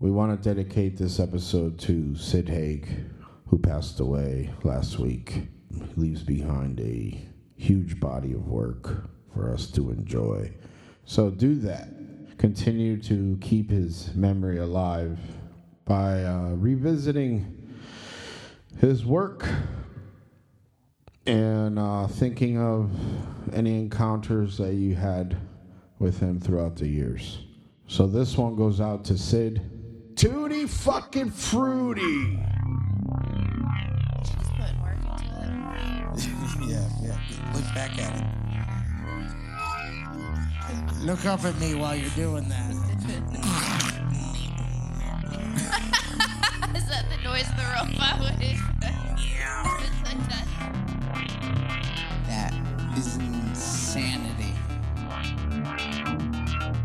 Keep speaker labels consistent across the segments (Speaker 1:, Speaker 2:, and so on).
Speaker 1: We want to dedicate this episode to Sid Haig, who passed away last week. He leaves behind a huge body of work for us to enjoy. So do that. Continue to keep his memory alive by uh, revisiting his work and uh, thinking of any encounters that you had with him throughout the years. So this one goes out to Sid. Tutti fucking fruity.
Speaker 2: She was putting work into it.
Speaker 3: yeah, yeah. Look back at it. Look up at me while you're doing that.
Speaker 2: Is that the noise the robot would It's like that.
Speaker 3: That is insanity.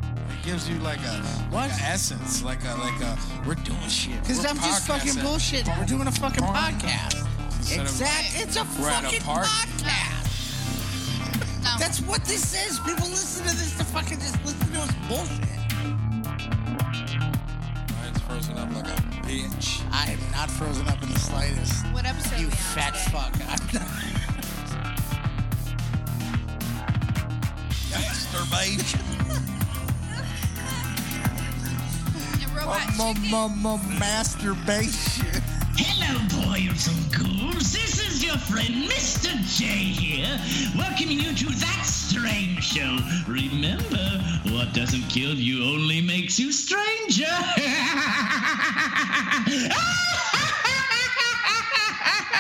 Speaker 4: It gives you like a
Speaker 3: What?
Speaker 4: like a essence, like a like a we're doing shit.
Speaker 3: Because
Speaker 4: We're
Speaker 3: I'm just fucking
Speaker 4: podcasting.
Speaker 3: bullshit. We're doing a fucking podcast.
Speaker 4: Instead of-
Speaker 3: Exact. It's a
Speaker 4: We're at a
Speaker 3: fucking
Speaker 4: party.
Speaker 3: podcast.
Speaker 2: No.
Speaker 3: That's what this is. People listen to this to fucking just listen to us bullshit.
Speaker 4: Ryan's frozen up like a bitch.
Speaker 3: I am not frozen up in the slightest.
Speaker 2: what episode
Speaker 3: You
Speaker 2: we on
Speaker 3: fat
Speaker 2: today?
Speaker 3: fuck. I'm not-
Speaker 4: Masturbation.
Speaker 2: The robot chicken.
Speaker 3: masturbation.
Speaker 5: Hello, boys and ghouls. This is your friend Mr. J here, welcoming you to that strange show. Remember, what doesn't kill you only makes you stranger.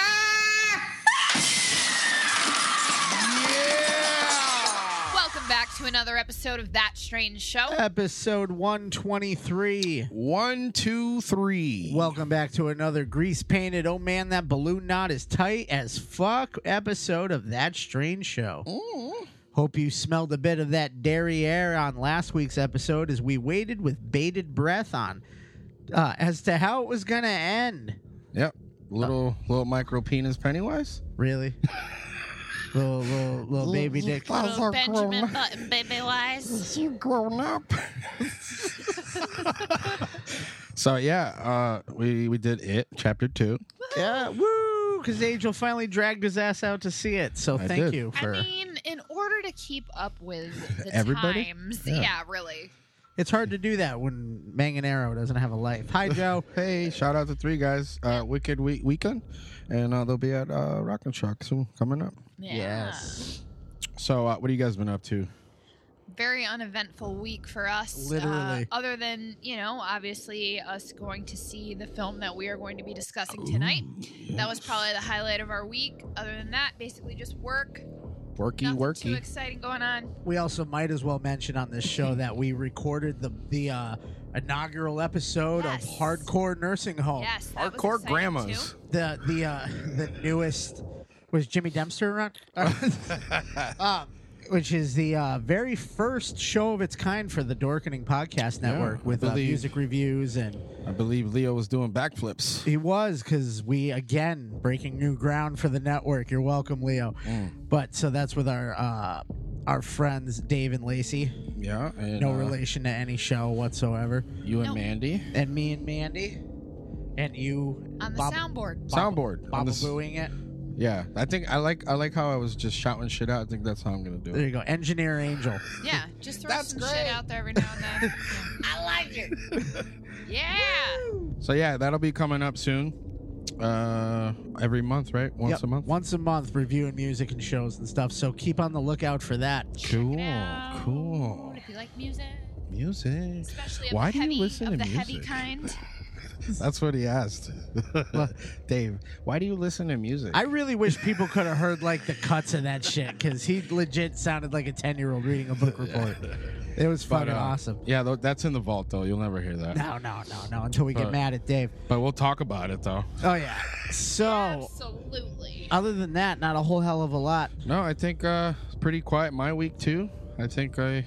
Speaker 2: Welcome back to another episode of That Strange Show.
Speaker 6: Episode 123.
Speaker 4: One, two, three.
Speaker 6: Welcome back to another grease painted. Oh man, that balloon knot is tight as fuck episode of That Strange Show.
Speaker 4: Mm-hmm.
Speaker 6: Hope you smelled a bit of that dairy air on last week's episode as we waited with bated breath on uh, as to how it was going to end.
Speaker 4: Yep. Little little micro penis Pennywise.
Speaker 6: Really? little, little, little baby dick.
Speaker 2: Little Benjamin Button, baby wise.
Speaker 4: You grown up. so yeah, uh, we we did it chapter two.
Speaker 6: Yeah, woo! Because Angel finally dragged his ass out to see it. So
Speaker 4: I
Speaker 6: thank
Speaker 4: did.
Speaker 6: you
Speaker 2: I
Speaker 6: for.
Speaker 2: mean, in order to keep up with the
Speaker 4: Everybody?
Speaker 2: times,
Speaker 4: Yeah.
Speaker 2: yeah. really.
Speaker 6: It's hard to do that when Manganero doesn't have a life. Hi, Joe.
Speaker 4: Hey, shout out to three guys. Uh, Wicked Week Weekend, and uh, they'll be at uh, Rock and Shock soon coming up.
Speaker 2: Yeah.
Speaker 4: So uh, what have you guys been up to?
Speaker 2: Very uneventful week for us.
Speaker 6: Literally.
Speaker 2: Uh, other than, you know, obviously us going to see the film that we are going to be discussing tonight. That was probably the highlight of our week. Other than that, basically just work.
Speaker 4: Worky,
Speaker 2: Nothing
Speaker 4: worky.
Speaker 2: too exciting going on.
Speaker 6: We also might as well mention on this show that we recorded the the uh, inaugural episode
Speaker 2: Yes.
Speaker 6: of Hardcore Nursing Home.
Speaker 2: Yes. that was
Speaker 4: Oh, Hardcore
Speaker 2: exciting,
Speaker 4: grandmas.
Speaker 2: too.
Speaker 6: The the uh, the newest was Jimmy Dempster around, um, which is the uh, very first show of its kind for the Dorkening Podcast
Speaker 4: Yeah,
Speaker 6: Network
Speaker 4: I
Speaker 6: with uh,
Speaker 4: believe-
Speaker 6: music reviews and
Speaker 4: I believe Leo was doing backflips.
Speaker 6: He was because we again breaking new ground for the network. You're welcome, Leo.
Speaker 4: Mm.
Speaker 6: But so that's with our uh, our friends Dave and Lacey.
Speaker 4: Yeah, and,
Speaker 6: No
Speaker 4: uh,
Speaker 6: relation to any show whatsoever.
Speaker 4: You and
Speaker 2: No.
Speaker 4: Mandy.
Speaker 6: And me and Mandy, and you
Speaker 2: On the
Speaker 6: Bob-
Speaker 2: soundboard.
Speaker 6: Bob-
Speaker 4: Soundboard. on
Speaker 6: Bob
Speaker 4: this-
Speaker 6: booing it.
Speaker 4: yeah, I think I like I like how I was just shouting shit out. I think that's how I'm gonna do
Speaker 6: There
Speaker 4: it.
Speaker 6: you go, Engineer Angel.
Speaker 2: Yeah, just throw some shit out there every now and then. I like it. Yeah.
Speaker 4: So yeah, that'll be coming up soon. Uh, every month, right? Once
Speaker 6: Yep,
Speaker 4: a month.
Speaker 6: Once a month, reviewing music and shows and stuff. So keep on the lookout for that.
Speaker 4: Cool,
Speaker 2: Now,
Speaker 4: cool.
Speaker 2: If you like music,
Speaker 4: Music.
Speaker 2: especially of
Speaker 4: Why
Speaker 2: the
Speaker 4: do you
Speaker 2: heavy,
Speaker 4: listen
Speaker 2: of
Speaker 4: to
Speaker 2: the heavy
Speaker 4: music?
Speaker 2: kind.
Speaker 4: That's what he asked. Dave, why do you listen to music?
Speaker 6: I really wish people could have heard like the cuts of that shit because he legit sounded like a ten year old reading a book report. It was
Speaker 4: But,
Speaker 6: fucking
Speaker 4: uh,
Speaker 6: awesome.
Speaker 4: Yeah, tho- that's in the vault though. You'll never hear that.
Speaker 6: No, no, no, no. Until we get
Speaker 4: But-
Speaker 6: mad at Dave.
Speaker 4: But we'll talk about it though.
Speaker 6: Oh yeah.
Speaker 4: Oh.
Speaker 6: So
Speaker 2: Absolutely.
Speaker 6: other than that, not a whole hell of a lot.
Speaker 4: No, I think uh it's pretty quiet my week too. I think I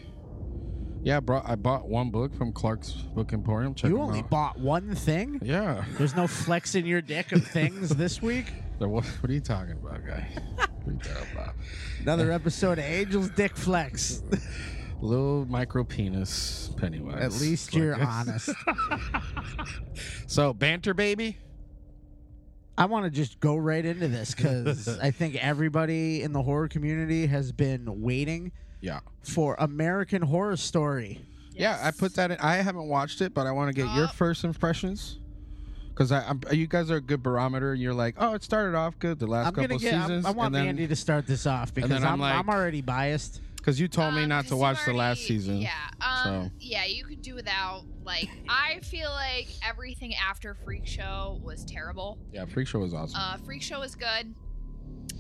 Speaker 4: Yeah, brought I bought one book from Clark's Book Emporium. Check
Speaker 6: You
Speaker 4: them
Speaker 6: only
Speaker 4: out.
Speaker 6: bought one thing.
Speaker 4: Yeah.
Speaker 6: There's no flex in your dick of things this week.
Speaker 4: There wa- What are you talking about, guy? What are you talking about?
Speaker 6: Another episode of Angel's Dick Flex.
Speaker 4: Little micro penis Pennywise.
Speaker 6: At least
Speaker 4: Like
Speaker 6: you're
Speaker 4: this.
Speaker 6: honest.
Speaker 4: So banter baby.
Speaker 6: I want to just go right into this because I think everybody in the horror community has been waiting
Speaker 4: Yeah.
Speaker 6: for American Horror Story.
Speaker 4: Yeah, I put that in. I haven't watched it, but I want to get your
Speaker 2: Oh.
Speaker 4: first impressions. Because I, I'm, you guys are a good barometer. You're like, oh, it started off good the last
Speaker 6: I'm
Speaker 4: couple
Speaker 6: gonna
Speaker 4: of
Speaker 6: get. I'm-
Speaker 4: seasons,
Speaker 6: I want
Speaker 4: and then
Speaker 6: Andy to start this off because
Speaker 4: then
Speaker 6: I'm,
Speaker 4: I'm
Speaker 6: I'm,
Speaker 4: like-
Speaker 6: already biased.
Speaker 4: because you told me
Speaker 2: Um,
Speaker 4: not to
Speaker 2: 'cause
Speaker 4: watch
Speaker 2: you've
Speaker 4: the last
Speaker 2: already-
Speaker 4: season.
Speaker 2: Yeah. Um,
Speaker 4: so.
Speaker 2: Yeah, you could do without. Like, I feel like everything after Freak Show was terrible.
Speaker 4: Yeah, Freak Show was awesome.
Speaker 2: Uh, Freak Show was good.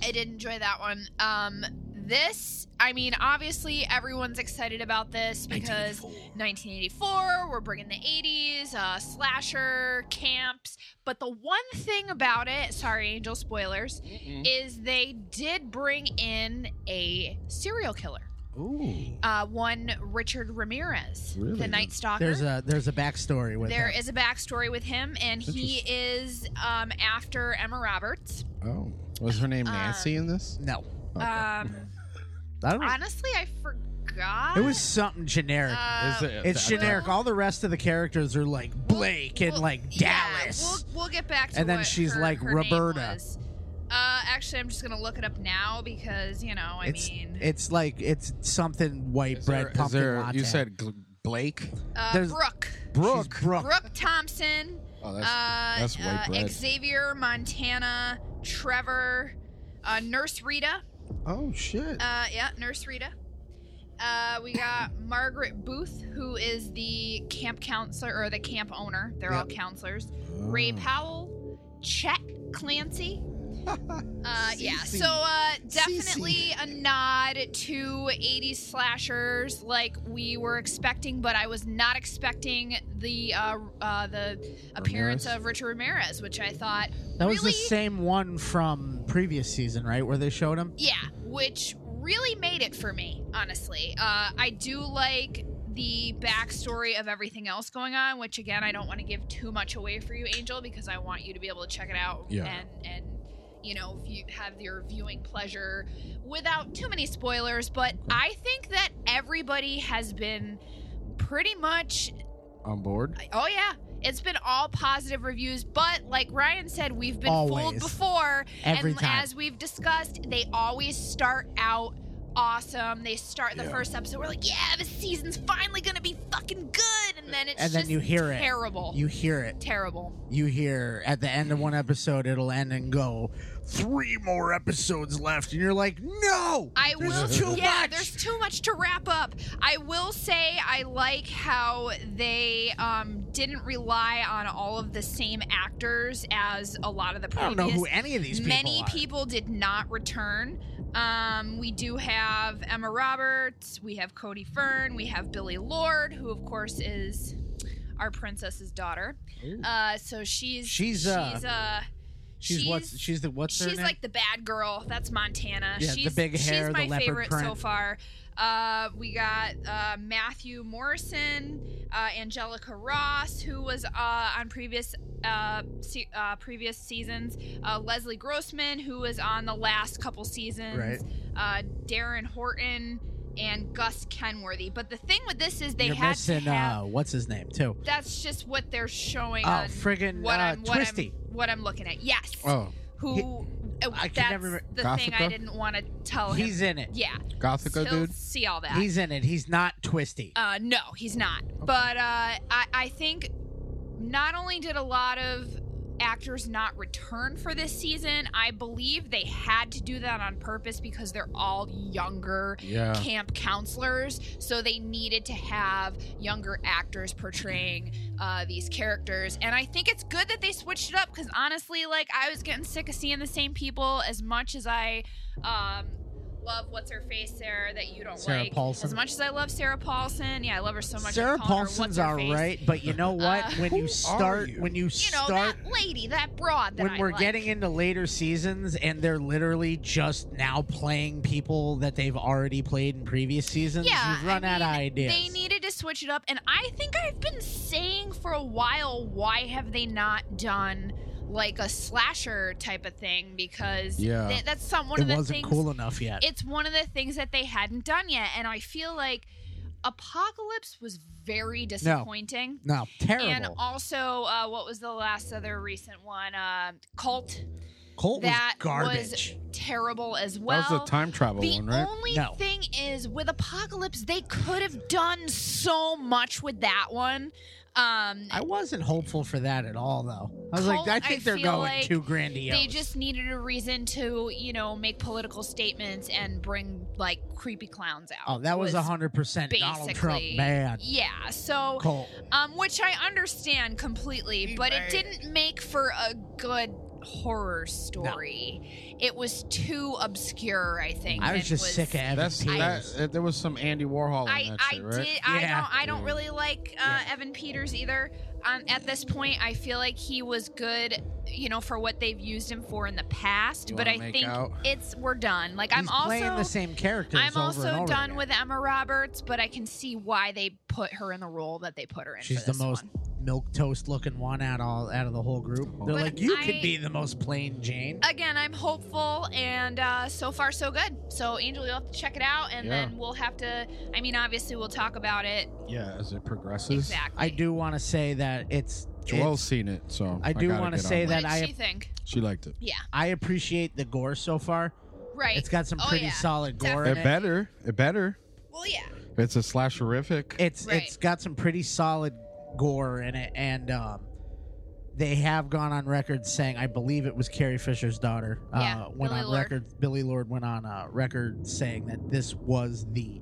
Speaker 2: I did enjoy that one. Um, this, I mean, obviously everyone's excited about this because 1984, we're bringing the 80s, uh, slasher, camps. But the one thing about it, sorry, Angel, spoilers, is they did bring in a serial killer.
Speaker 4: Ooh,
Speaker 2: Uh, one Richard Ramirez,
Speaker 4: Really?
Speaker 2: the Night Stalker.
Speaker 6: There's a there's a backstory with
Speaker 2: There
Speaker 6: him.
Speaker 2: is a backstory with him, and he is um, after Emma Roberts.
Speaker 4: oh, was her name
Speaker 2: Um,
Speaker 4: Nancy in this?
Speaker 6: no,
Speaker 2: Um,
Speaker 6: I don't.
Speaker 2: honestly, I forgot.
Speaker 6: it was something generic.
Speaker 2: Uh,
Speaker 4: Is it-
Speaker 6: it's
Speaker 2: well-
Speaker 6: generic. All the rest of the characters are like
Speaker 2: we'll-
Speaker 6: Blake and
Speaker 2: we'll-
Speaker 6: like
Speaker 2: yeah,
Speaker 6: Dallas.
Speaker 2: we'll, we'll get back to
Speaker 6: And then
Speaker 2: what
Speaker 6: she's
Speaker 2: her-
Speaker 6: like
Speaker 2: her name
Speaker 6: Roberta.
Speaker 2: was. Uh, actually, I'm just gonna look it up now because you know, I
Speaker 6: it's
Speaker 2: mean,
Speaker 6: it's like it's something white
Speaker 4: Is
Speaker 6: bread
Speaker 4: there- is
Speaker 6: pumpkin
Speaker 4: there-
Speaker 6: latte.
Speaker 4: you said gl- Blake.
Speaker 2: uh,
Speaker 6: there's-
Speaker 2: Brooke,
Speaker 6: Brooke. Brooke.
Speaker 2: Brooke Thompson,
Speaker 4: Oh, that's
Speaker 2: uh,
Speaker 4: that's white
Speaker 2: uh,
Speaker 4: bread.
Speaker 2: Xavier Montana, Trevor, uh, Nurse Rita.
Speaker 4: oh shit.
Speaker 2: Uh, yeah, Nurse Rita. Uh, we got Margaret Booth, who is the camp counselor or the camp owner. They're all counselors. Ray
Speaker 4: Mm.
Speaker 2: Powell, Chet Clancy. uh, yeah,
Speaker 4: Cece.
Speaker 2: so uh, definitely a nod to 80s slashers like we were expecting, but I was not expecting the uh, uh, the appearance
Speaker 4: Ramirez?
Speaker 2: of Richard Ramirez, which I thought
Speaker 6: That was
Speaker 2: really
Speaker 6: the same one from previous season, right? Where they showed him.
Speaker 2: Yeah, which really made it for me, honestly. Uh, I do like the backstory of everything else going on, which again, I don't want to give too much away for you, Angel, because I want you to be able to check it out
Speaker 4: Yeah.
Speaker 2: and and you know view, have your viewing pleasure without too many spoilers. But I think that everybody has been pretty much
Speaker 4: On board.
Speaker 2: Oh yeah, it's been all positive reviews, but like Ryan said, we've been
Speaker 6: Always.
Speaker 2: fooled before,
Speaker 6: Every
Speaker 2: and
Speaker 6: time.
Speaker 2: as we've discussed, they always start out awesome. They start the
Speaker 4: Yeah.
Speaker 2: first episode, we're like, yeah, this season's finally gonna be fucking good, and then it's
Speaker 6: And then
Speaker 2: just
Speaker 6: you hear it.
Speaker 2: terrible,
Speaker 6: You hear it.
Speaker 2: terrible.
Speaker 6: You hear at the end of one episode, it'll end and go three more episodes left, and you're like, no,
Speaker 2: I
Speaker 6: there's
Speaker 2: will.
Speaker 6: too
Speaker 2: yeah,
Speaker 6: much.
Speaker 2: there's too much to wrap up. I will say I like how they um, didn't rely on all of the same actors as a lot of the
Speaker 6: I
Speaker 2: previous
Speaker 6: don't know who any of these people
Speaker 2: many
Speaker 6: are.
Speaker 2: people did not return. Um, we do have Emma Roberts, we have Cody Fern, we have Billy Lord, who of course is our princess's daughter. Uh, so she's
Speaker 6: She's,
Speaker 2: she's
Speaker 6: uh,
Speaker 2: uh,
Speaker 6: She's, what's she's the what's her
Speaker 2: she's
Speaker 6: name?
Speaker 2: like the bad girl. That's Montana.
Speaker 6: Yeah, the
Speaker 2: she's
Speaker 6: big hair,
Speaker 2: she's
Speaker 6: the
Speaker 2: my
Speaker 6: leopard
Speaker 2: favorite so
Speaker 6: print.
Speaker 2: far. Uh, we got uh, Matthew Morrison, uh, Angelica Ross, who was uh, on previous uh, se- uh, previous seasons. Uh, Leslie Grossman, who was on the last couple seasons.
Speaker 6: Right.
Speaker 2: Uh, Darren Horton and Gus Kenworthy. But the thing with this is they
Speaker 6: you're
Speaker 2: had
Speaker 6: missing
Speaker 2: to have.
Speaker 6: uh, what's his name too?
Speaker 2: that's just what they're showing
Speaker 6: Oh,
Speaker 2: on
Speaker 6: friggin'
Speaker 2: what
Speaker 6: uh,
Speaker 2: I'm what
Speaker 6: Twisty.
Speaker 2: I'm what I'm looking at. Yes
Speaker 4: Oh,
Speaker 2: who uh,
Speaker 6: I can
Speaker 2: that's
Speaker 6: never-
Speaker 2: the thing
Speaker 4: Gothica?
Speaker 2: I didn't want to tell him.
Speaker 6: He's in it.
Speaker 2: Oh, yeah,
Speaker 4: Gothica
Speaker 2: he'll
Speaker 4: dude.
Speaker 2: see all that.
Speaker 6: He's in it. He's not twisty.
Speaker 2: uh, no, he's not. But uh, I I think not only did a lot of actors not return for this season, I believe they had to do that on purpose because they're all younger
Speaker 6: Oh.
Speaker 4: Yeah.
Speaker 2: camp counselors, so they needed to have younger actors portraying uh, these characters. And I think it's good that they switched it up because honestly, like I was getting sick of seeing the same people as much as I um, love what's her face there that you don't
Speaker 6: Sarah
Speaker 2: like.
Speaker 6: Paulson.
Speaker 2: As much as I love Sarah Paulson, yeah, I love her so much. I
Speaker 6: Sarah
Speaker 2: call her
Speaker 6: Paulson's
Speaker 2: What's Her
Speaker 6: all
Speaker 2: Face.
Speaker 6: right, but you know what?
Speaker 2: Uh,
Speaker 6: when you
Speaker 4: are
Speaker 6: start,
Speaker 4: you?
Speaker 6: when you
Speaker 2: You know
Speaker 6: start
Speaker 2: that lady, that broad that
Speaker 6: when
Speaker 2: I
Speaker 6: we're
Speaker 2: like.
Speaker 6: getting into later seasons and they're literally just now playing people that they've already played in previous seasons,
Speaker 2: Yeah,
Speaker 6: you've run
Speaker 2: I
Speaker 6: out of
Speaker 2: mean,
Speaker 6: ideas.
Speaker 2: They needed to switch it up, and I think I've been saying for a while, why have they not done like a slasher type of thing? Because
Speaker 4: Yeah.
Speaker 2: th- that's some one
Speaker 6: it
Speaker 2: of the
Speaker 6: wasn't
Speaker 2: things.
Speaker 6: cool enough yet.
Speaker 2: It's one of the things that they hadn't done yet, and I feel like Apocalypse was very disappointing.
Speaker 6: No, terrible.
Speaker 2: And also, uh, what was the last other recent one? Uh, Cult.
Speaker 6: Colt was
Speaker 2: that
Speaker 6: garbage.
Speaker 2: terrible as well.
Speaker 4: that was the time travel
Speaker 2: The
Speaker 4: one, right?
Speaker 2: only
Speaker 6: No.
Speaker 2: thing is, with Apocalypse, they could have done so much with that one. Um,
Speaker 6: I wasn't hopeful for that at all, though. I was
Speaker 2: Colt,
Speaker 6: like, I think
Speaker 2: I
Speaker 6: they're
Speaker 2: feel
Speaker 6: going
Speaker 2: like
Speaker 6: too grandiose.
Speaker 2: They just needed a reason to, you know, make political statements and bring like creepy clowns out.
Speaker 6: oh, that was hundred percent Donald Trump
Speaker 2: basically-
Speaker 6: man.
Speaker 2: Yeah. So,
Speaker 6: Colt.
Speaker 2: um, which I understand completely, but it
Speaker 3: mad.
Speaker 2: didn't make for a good horror story. It was too obscure, I think.
Speaker 6: I
Speaker 2: and
Speaker 6: was just
Speaker 2: was-
Speaker 6: sick of Evan
Speaker 4: That's
Speaker 6: Peters.
Speaker 4: that. uh, There was some Andy Warhol in
Speaker 2: I,
Speaker 4: that
Speaker 2: I
Speaker 4: shit, right?
Speaker 2: did. I
Speaker 6: Yeah.
Speaker 2: don't. I don't
Speaker 4: Yeah.
Speaker 2: really like uh,
Speaker 6: Yeah.
Speaker 2: Evan Peters either. Um, at this point, I feel like he was good, you know, for what they've used him for in the past.
Speaker 4: You
Speaker 2: but I
Speaker 4: wanna make
Speaker 2: think
Speaker 4: out?
Speaker 2: it's we're done. Like I'm
Speaker 6: He's playing the
Speaker 2: also,
Speaker 6: same characters.
Speaker 2: I'm
Speaker 6: over
Speaker 2: also
Speaker 6: and over
Speaker 2: done
Speaker 6: again.
Speaker 2: with Emma Roberts, but I can see why they put her in the role that they put her in.
Speaker 6: She's
Speaker 2: for
Speaker 6: the
Speaker 2: this
Speaker 6: most
Speaker 2: one.
Speaker 6: milk toast looking one out all out of the whole group. They're
Speaker 2: But
Speaker 6: like, you
Speaker 2: I-
Speaker 6: could be the most plain Jane.
Speaker 2: Again, I'm hopeful, and uh, so far so good. So Angel, you'll have to check it out, and
Speaker 4: Yeah.
Speaker 2: then we'll have to. I mean, obviously, we'll talk about it
Speaker 4: Yeah, as it progresses.
Speaker 2: exactly.
Speaker 6: I do want to say that it's.
Speaker 4: Joelle's
Speaker 6: it's-
Speaker 4: seen it, so
Speaker 6: I do
Speaker 4: gotta
Speaker 6: wanna
Speaker 4: get on
Speaker 6: say
Speaker 2: What
Speaker 6: that
Speaker 2: did
Speaker 6: I-
Speaker 2: she think?
Speaker 4: She liked it.
Speaker 2: Yeah,
Speaker 6: I appreciate the gore so far.
Speaker 2: right.
Speaker 6: It's got some
Speaker 2: Oh,
Speaker 6: pretty
Speaker 2: yeah.
Speaker 6: solid gore
Speaker 4: It
Speaker 6: in it.
Speaker 4: better. It better.
Speaker 2: well, yeah.
Speaker 4: It's a slasherific.
Speaker 6: It's
Speaker 2: Right.
Speaker 6: it's got some pretty solid gore in it, and um, they have gone on record saying, I believe it was Carrie Fisher's daughter.
Speaker 2: Yeah,
Speaker 6: uh, went
Speaker 2: Billy
Speaker 6: on
Speaker 2: Lord.
Speaker 6: record. Billy Lord went on uh, record saying that this was the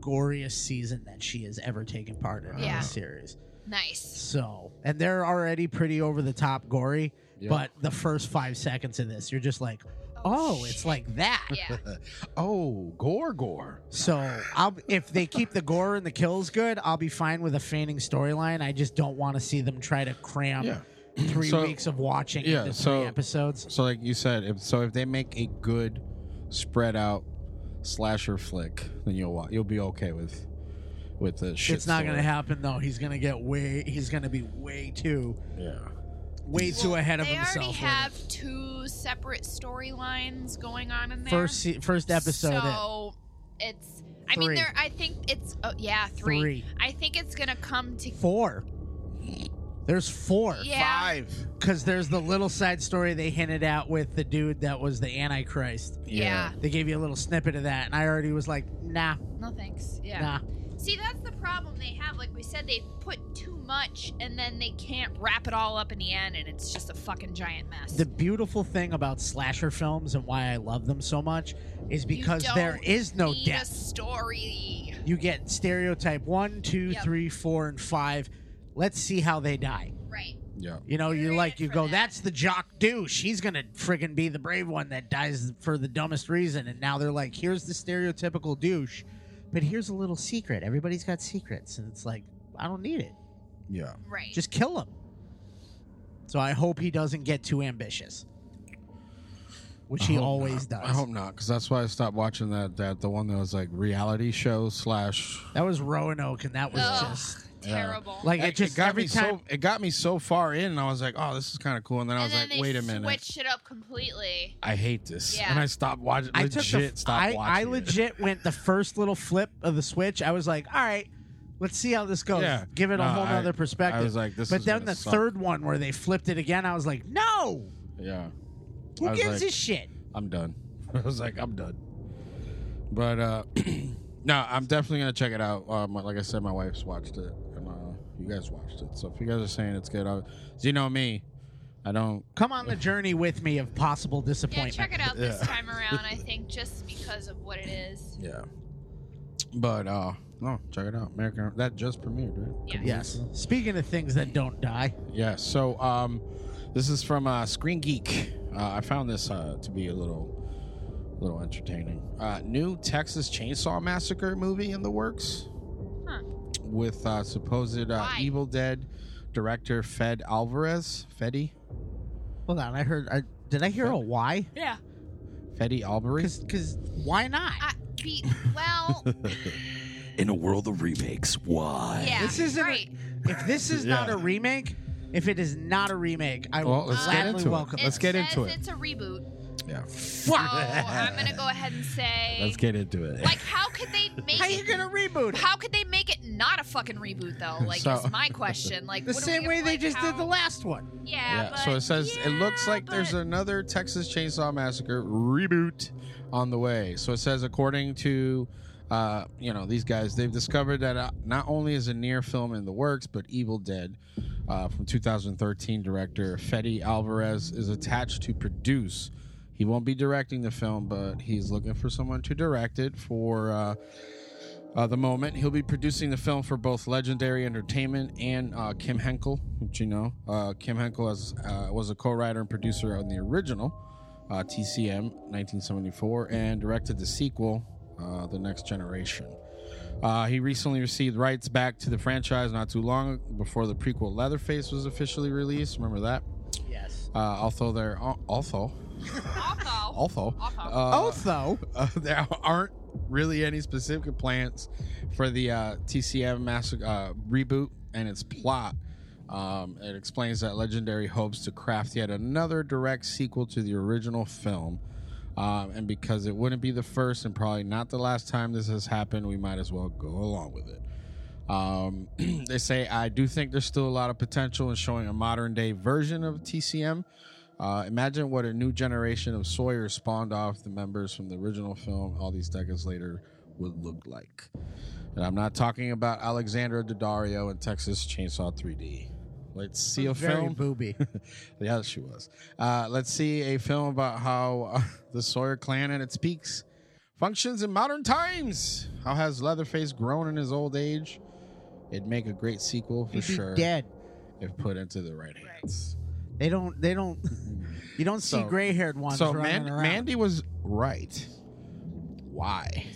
Speaker 6: goriest season that she has ever taken part in in
Speaker 2: Yeah.
Speaker 6: the series.
Speaker 2: Nice.
Speaker 6: So, and they're already pretty over the top gory,
Speaker 4: Yeah.
Speaker 6: but the first five seconds of this, you're just like, oh, it's
Speaker 2: shit.
Speaker 6: like that.
Speaker 2: Yeah.
Speaker 4: oh, gore, gore.
Speaker 6: So, I'll if they keep the gore and the kills good, I'll be fine with a feigning storyline. I just don't want to see them try to cram
Speaker 4: Yeah.
Speaker 6: three
Speaker 4: So-
Speaker 6: weeks of watching
Speaker 4: yeah,
Speaker 6: into three
Speaker 4: so-
Speaker 6: episodes.
Speaker 4: So, like you said, if, so if they make a good, spread out slasher flick, then you'll wa- you'll be okay with with the shit.
Speaker 6: It's not going to
Speaker 4: story.
Speaker 6: happen though. He's going to get way. He's going to be way too, way too ahead of
Speaker 2: they
Speaker 6: himself.
Speaker 2: already
Speaker 6: with it.
Speaker 2: have two separate storylines going on in there.
Speaker 6: first se- first episode. in.
Speaker 2: So it's. I mean,
Speaker 6: Three.
Speaker 2: there. I think it's. Oh, yeah, three.
Speaker 6: Three.
Speaker 2: I think it's gonna come to.
Speaker 6: four. There's four.
Speaker 2: Yeah.
Speaker 4: Five.
Speaker 6: Because there's the little side story they hinted at with the dude that was the Antichrist.
Speaker 2: Yeah.
Speaker 6: They gave you a little snippet of that, and I already was like, nah,
Speaker 2: No thanks. Yeah.
Speaker 6: nah.
Speaker 2: See, that's the problem they have. Like we said, they put too much, and then they can't wrap it all up in the end, and it's just a fucking giant mess.
Speaker 6: The beautiful thing about slasher films and why I love them so much is because
Speaker 2: You
Speaker 6: there
Speaker 2: don't
Speaker 6: is no
Speaker 2: need a
Speaker 6: depth.
Speaker 2: story.
Speaker 6: You get stereotype one, two,
Speaker 2: Yep.
Speaker 6: three, four, and five. Let's see how they die.
Speaker 2: Right.
Speaker 4: Yeah.
Speaker 6: You know,
Speaker 2: You're
Speaker 6: you
Speaker 2: in
Speaker 6: like
Speaker 2: it
Speaker 6: you
Speaker 2: for
Speaker 6: go,
Speaker 2: that.
Speaker 6: that's the jock douche. He's gonna friggin' be the brave one that dies for the dumbest reason. And now they're like, here's the stereotypical douche, but here's a little secret. Everybody's got secrets, and it's like, I don't need it.
Speaker 4: Yeah.
Speaker 2: Right.
Speaker 6: Just kill him. So I hope he doesn't get too ambitious, which he
Speaker 4: hope
Speaker 6: always
Speaker 4: not.
Speaker 6: does.
Speaker 4: I hope not, because that's why I stopped watching that that the one that was like reality show slash.
Speaker 6: That was Roanoke, and that was
Speaker 2: Ugh,
Speaker 6: just
Speaker 2: terrible.
Speaker 6: like it just
Speaker 4: got
Speaker 6: every
Speaker 4: me
Speaker 6: time.
Speaker 4: so it got me so far in, and I was like, oh, this is kind of cool, and then I was
Speaker 2: and then
Speaker 4: like,
Speaker 2: they
Speaker 4: wait a minute,
Speaker 2: switched it up completely.
Speaker 4: I hate this,
Speaker 2: Yeah.
Speaker 4: and I stopped watching.
Speaker 6: I took the,
Speaker 4: Legit,
Speaker 6: f-
Speaker 4: stopped
Speaker 6: I,
Speaker 4: watching.
Speaker 6: I
Speaker 4: it.
Speaker 6: legit went the first little flip of the switch. I was like, all right, let's see how this goes.
Speaker 4: Yeah.
Speaker 6: Give it
Speaker 4: No,
Speaker 6: a whole
Speaker 4: I-
Speaker 6: other perspective.
Speaker 4: I was like, this.
Speaker 6: but
Speaker 4: is
Speaker 6: then
Speaker 4: gonna
Speaker 6: the
Speaker 4: suck.
Speaker 6: third one where they flipped it again, I was like, no,
Speaker 4: yeah, I
Speaker 6: who
Speaker 4: was
Speaker 6: gives
Speaker 4: like-
Speaker 6: a shit?
Speaker 4: I'm done. I was like, I'm done. But uh no, I'm definitely gonna check it out. Um, like I said, my wife's watched it, and uh, you guys watched it. So if you guys are saying it's good, I, you know me, I don't.
Speaker 6: Come on the journey with me of possible
Speaker 2: Yeah,
Speaker 6: disappointment.
Speaker 2: check it out this
Speaker 4: Yeah.
Speaker 2: time around. I think just because of what it is.
Speaker 4: Yeah. But uh no, check it out. American Horror- that just premiered, right?
Speaker 2: Yeah.
Speaker 6: Yes. Speaking of things that don't die,
Speaker 4: Yeah. So um, this is from uh, Screen Geek. Uh, I found this uh, to be a little, little entertaining. Uh, new Texas Chainsaw Massacre movie in the works,
Speaker 2: Huh.
Speaker 4: with uh, supposed uh,
Speaker 2: Why?
Speaker 4: Evil Dead director Fed Alvarez. Fetty.
Speaker 6: hold on, I heard. I, did I hear a why?
Speaker 2: Yeah.
Speaker 4: Fetty Alvarez.
Speaker 6: Because why not?
Speaker 2: I, be, well,
Speaker 7: In a world of remakes, why?
Speaker 2: yeah.
Speaker 6: This isn't a-
Speaker 2: right.
Speaker 6: if this is not a remake, if it is not a remake, I will
Speaker 4: Well, let's get
Speaker 6: gladly
Speaker 4: into it.
Speaker 6: welcome.
Speaker 4: Let's get
Speaker 2: says
Speaker 4: into it.
Speaker 2: It's a reboot.
Speaker 4: Yeah.
Speaker 2: So I'm gonna go ahead and say,
Speaker 4: Let's get into it.
Speaker 2: like, how could they make
Speaker 6: How you
Speaker 2: it?
Speaker 6: gonna reboot it?
Speaker 2: How could they make it not a fucking reboot though? Like,
Speaker 4: So-
Speaker 2: is my question. Like,
Speaker 6: The
Speaker 2: what are
Speaker 6: same
Speaker 2: we-
Speaker 6: way they
Speaker 2: like,
Speaker 6: just did
Speaker 2: how-
Speaker 6: the last one.
Speaker 2: Yeah.
Speaker 4: yeah.
Speaker 2: but-
Speaker 4: so it says it looks
Speaker 2: yeah,
Speaker 4: like there's
Speaker 2: but-
Speaker 4: another Texas Chainsaw Massacre reboot on the way. So it says according to uh, you know these guys, they've discovered that uh, not only is a near film in the works, but Evil Dead uh, from 2013 director Fetty Alvarez is attached to produce. He won't be directing the film, but he's looking for someone to direct it for. Uh, uh, the moment. He'll be producing the film for both Legendary Entertainment and uh, Kim Henkel, which you know. Uh, Kim Henkel has, uh, was a co writer and producer on the original uh, TCM 1974 and directed the sequel, uh, The Next Generation. Uh, he recently received rights back to the franchise not too long before the prequel Leatherface was officially released. Remember that?
Speaker 6: Yes.
Speaker 4: Uh, although there, al- also,
Speaker 2: Awful.
Speaker 4: also,
Speaker 2: Awful.
Speaker 4: uh,
Speaker 6: Also,
Speaker 4: uh, there aren't really any specific plans for the uh, TCM massacre uh, reboot and its plot. Um, it explains that Legendary hopes to craft yet another direct sequel to the original film. Um, and because it wouldn't be the first and probably not the last time this has happened, we might as well go along with it. Um, they say, I do think there's still a lot of potential in showing a modern day version of TCM. Uh, imagine what a new generation of Sawyer spawned off the members from the original film all these decades later would look like. And I'm not talking about Alexandra Daddario and Texas Chainsaw 3D. Let's see a
Speaker 6: very
Speaker 4: film.
Speaker 6: booby.
Speaker 4: Yeah, she was. Uh, let's see a film about how uh, the Sawyer clan at its peaks functions in modern times. How has Leatherface grown in his old age? It'd make a great sequel for
Speaker 6: He'd be
Speaker 4: sure
Speaker 6: dead.
Speaker 4: if put into the right hands.
Speaker 6: They don't. They don't. You don't see
Speaker 4: So-
Speaker 6: gray-haired ones
Speaker 4: So
Speaker 6: running
Speaker 4: Man-
Speaker 6: around.
Speaker 4: Mandy was right. Why?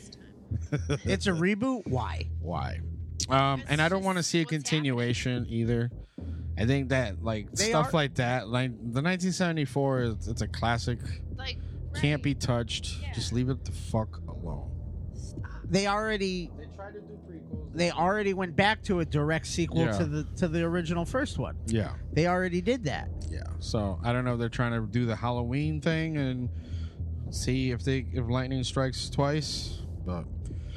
Speaker 6: it's a reboot. Why?
Speaker 4: Why? Um, and I
Speaker 2: That's
Speaker 4: don't want to
Speaker 2: just
Speaker 4: see a
Speaker 2: what's
Speaker 4: continuation either. I think that like
Speaker 6: They
Speaker 4: stuff
Speaker 6: are-
Speaker 4: like that, like the 1974 is it's a classic,
Speaker 2: Like,
Speaker 4: can't be
Speaker 2: right.
Speaker 4: touched.
Speaker 2: Yeah.
Speaker 4: Just leave it the fuck alone.
Speaker 6: They already.
Speaker 4: They tried to do prequels.
Speaker 6: They already went back to a direct sequel
Speaker 4: Yeah.
Speaker 6: to the to the original first one.
Speaker 4: yeah,
Speaker 6: They already did that.
Speaker 4: yeah. So I don't know if they're trying to do the Halloween thing and see if they if lightning strikes twice. But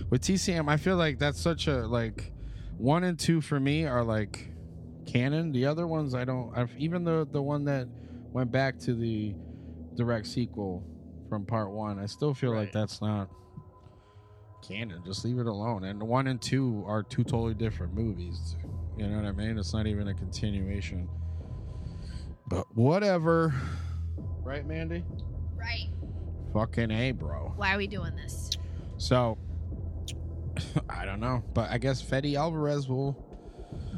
Speaker 4: with TCM, I feel like that's such a like one and two for me are like canon. The other ones I don't. I've, even the the one that went back to the direct sequel from part one, I still feel like that's not canon. Just leave it alone. And one and two are two totally different movies. You know what I mean? It's not even a continuation. But whatever. Right, Mandy?
Speaker 2: Right.
Speaker 4: Fucking A, bro.
Speaker 2: Why are we doing this?
Speaker 4: So I don't know, but I guess Fetty Alvarez will.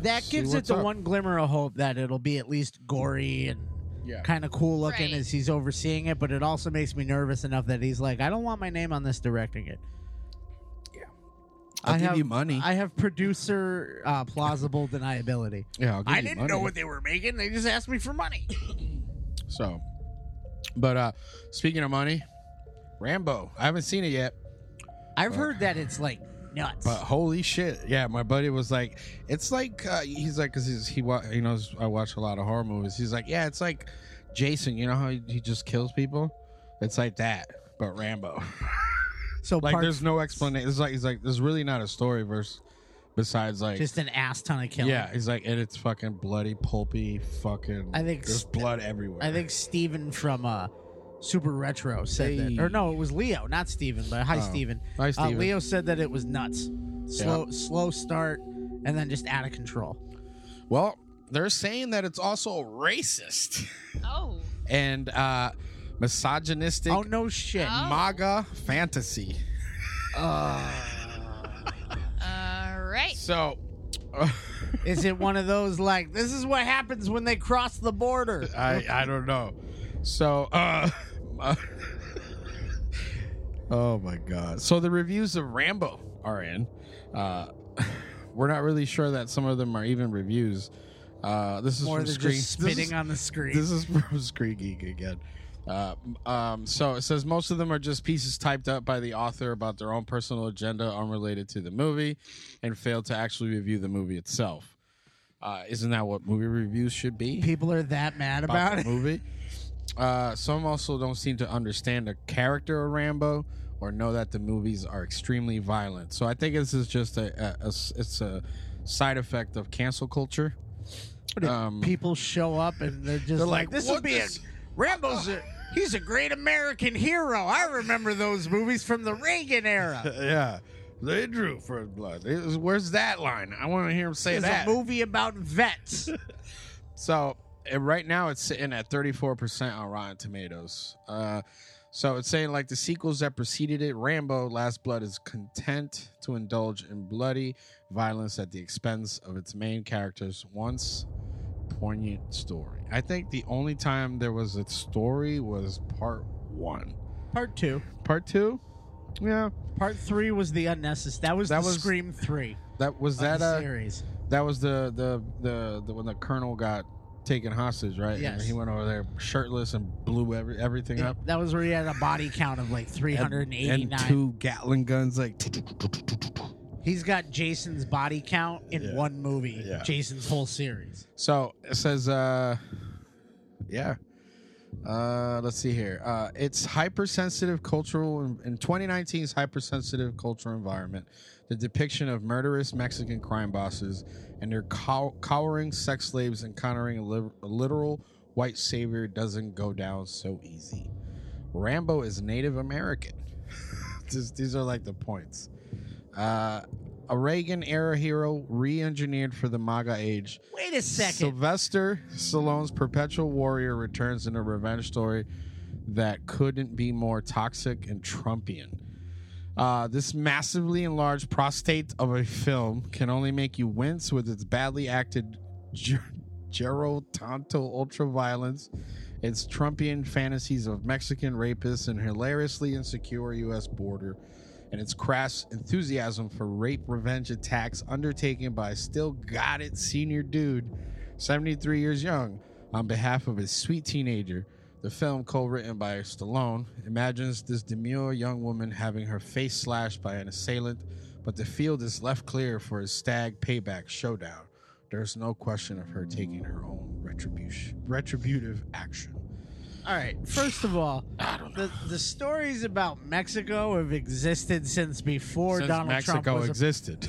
Speaker 6: That
Speaker 4: See
Speaker 6: gives it
Speaker 4: what's
Speaker 6: the
Speaker 4: up.
Speaker 6: one glimmer of hope that it'll be at least gory and
Speaker 4: Yeah.
Speaker 6: kind of cool looking
Speaker 2: Right.
Speaker 6: as he's overseeing it. But it also makes me nervous enough that he's like, I don't want my name on this directing it.
Speaker 4: I'll
Speaker 6: I
Speaker 4: give
Speaker 6: have-
Speaker 4: you money.
Speaker 6: I have producer uh, plausible deniability.
Speaker 4: yeah, I'll give you money.
Speaker 6: they were making. They just asked me for money.
Speaker 4: So, but uh speaking of money, Rambo. I haven't seen it yet,
Speaker 6: I've heard that it's like nuts.
Speaker 4: but holy shit! Yeah, my buddy was like, "It's like uh, he's like, cause he's, he wa- he knows I watch a lot of horror movies. He's like, yeah, it's like Jason. You know how he, he just kills people? It's like that, but Rambo.
Speaker 6: so
Speaker 4: like,
Speaker 6: part,
Speaker 4: there's no explanation. It's like he's like, there's really not a story verse besides like
Speaker 6: just an ass ton of killing.
Speaker 4: Yeah, he's like, and it's fucking bloody, pulpy, fucking.
Speaker 6: I think
Speaker 4: there's
Speaker 6: st-
Speaker 4: blood everywhere.
Speaker 6: I think Steven from uh, Super Retro said
Speaker 4: Hey.
Speaker 6: that, or no, it was Leo, not Steven, but hi
Speaker 4: Oh.
Speaker 6: Steven.
Speaker 4: Hi, Steven.
Speaker 6: Uh, Leo said that it was nuts. Slow, slow start, and then just out of control.
Speaker 4: Well, they're saying that it's also racist
Speaker 2: Oh.
Speaker 4: and uh misogynistic,
Speaker 6: Oh no, shit.
Speaker 2: Oh.
Speaker 4: MAGA fantasy.
Speaker 2: All right.
Speaker 4: So,
Speaker 6: Is it one of those like this is what happens when they cross the border?
Speaker 4: I I don't know. So uh, Oh my god. So the reviews of Rambo are in. Uh we're not really sure that some of them are even reviews. Uh this is
Speaker 6: More
Speaker 4: from
Speaker 6: than
Speaker 4: Screen-
Speaker 6: just
Speaker 4: this is-
Speaker 6: spitting on the screen.
Speaker 4: This is from Screen Geek again. Uh, um, so it says most of them are just pieces typed up by the author about their own personal agenda unrelated to the movie and failed to actually review the movie itself. Uh, isn't that what movie reviews should be?
Speaker 6: People are that mad about
Speaker 4: the
Speaker 6: it.
Speaker 4: movie. Uh, some also don't seem to understand the character of Rambo or know that the movies are extremely violent. So I think this is just a, a- a s- it's a side effect of cancel culture. Um,
Speaker 6: People show up and they're just
Speaker 4: They're
Speaker 6: like,
Speaker 4: like,
Speaker 6: "This will
Speaker 4: "What
Speaker 6: be a
Speaker 4: is-
Speaker 6: Rambo's. A, he's a great American hero. I remember those movies from the Reagan era."
Speaker 4: yeah, they drew for blood. It was- where's that line? I want to hear him say
Speaker 6: It's a
Speaker 4: that.
Speaker 6: movie about vets.
Speaker 4: So and right now it's sitting at 34% on Rotten Tomatoes. Uh, so it's saying like the sequels that preceded it, Rambo: Last Blood is content to indulge in bloody violence at the expense of its main character's once poignant story. I think the only time there was a story was part one.
Speaker 6: Part two.
Speaker 4: Part two, yeah,
Speaker 6: Part three was the unnecessary. That was
Speaker 4: That
Speaker 6: the
Speaker 4: was-
Speaker 6: Scream three.
Speaker 4: that was
Speaker 6: of
Speaker 4: that.
Speaker 6: the
Speaker 4: Uh,
Speaker 6: series?
Speaker 4: that was the the the, the when the colonel got taken hostage, right? And
Speaker 6: Yes.
Speaker 4: he went over there shirtless and blew every, everything
Speaker 6: Yeah,
Speaker 4: up.
Speaker 6: that was where he had a body count of like
Speaker 4: and-
Speaker 6: 389.
Speaker 4: and two Gatling guns. Like
Speaker 6: He's got Jason's body count in
Speaker 4: Yeah.
Speaker 6: one movie.
Speaker 4: Yeah.
Speaker 6: Jason's whole series.
Speaker 4: so, it says, uh, yeah. Uh, let's see here. Uh, it's hypersensitive cultural in 2019's hypersensitive cultural environment. The depiction of murderous Mexican crime bosses and their cow- cowering sex slaves encountering a, li- a literal white savior doesn't go down so easy. Rambo is Native American. Just, these are like the points. Uh, a Reagan era hero re engineered for the MAGA age.
Speaker 6: Wait a second.
Speaker 4: Sylvester Stallone's perpetual warrior returns in a revenge story that couldn't be more toxic and Trumpian. Uh, this massively enlarged prostate of a film can only make you wince with its badly acted ger- gerotanto ultra violence, its Trumpian fantasies of Mexican rapists and hilariously insecure U.S. border, and its crass enthusiasm for rape revenge attacks undertaken by a still got it senior dude, 73 years young, on behalf of a sweet teenager. The film, co-written by Stallone, imagines this demure young woman having her face slashed by an assailant, but the field is left clear for a stag payback showdown. There's no question of her taking her own retribution, retributive action.
Speaker 6: All right. First of all, the, the stories about Mexico have existed since before
Speaker 4: Since
Speaker 6: Donald
Speaker 4: Mexico
Speaker 6: Trump was. a-
Speaker 4: existed,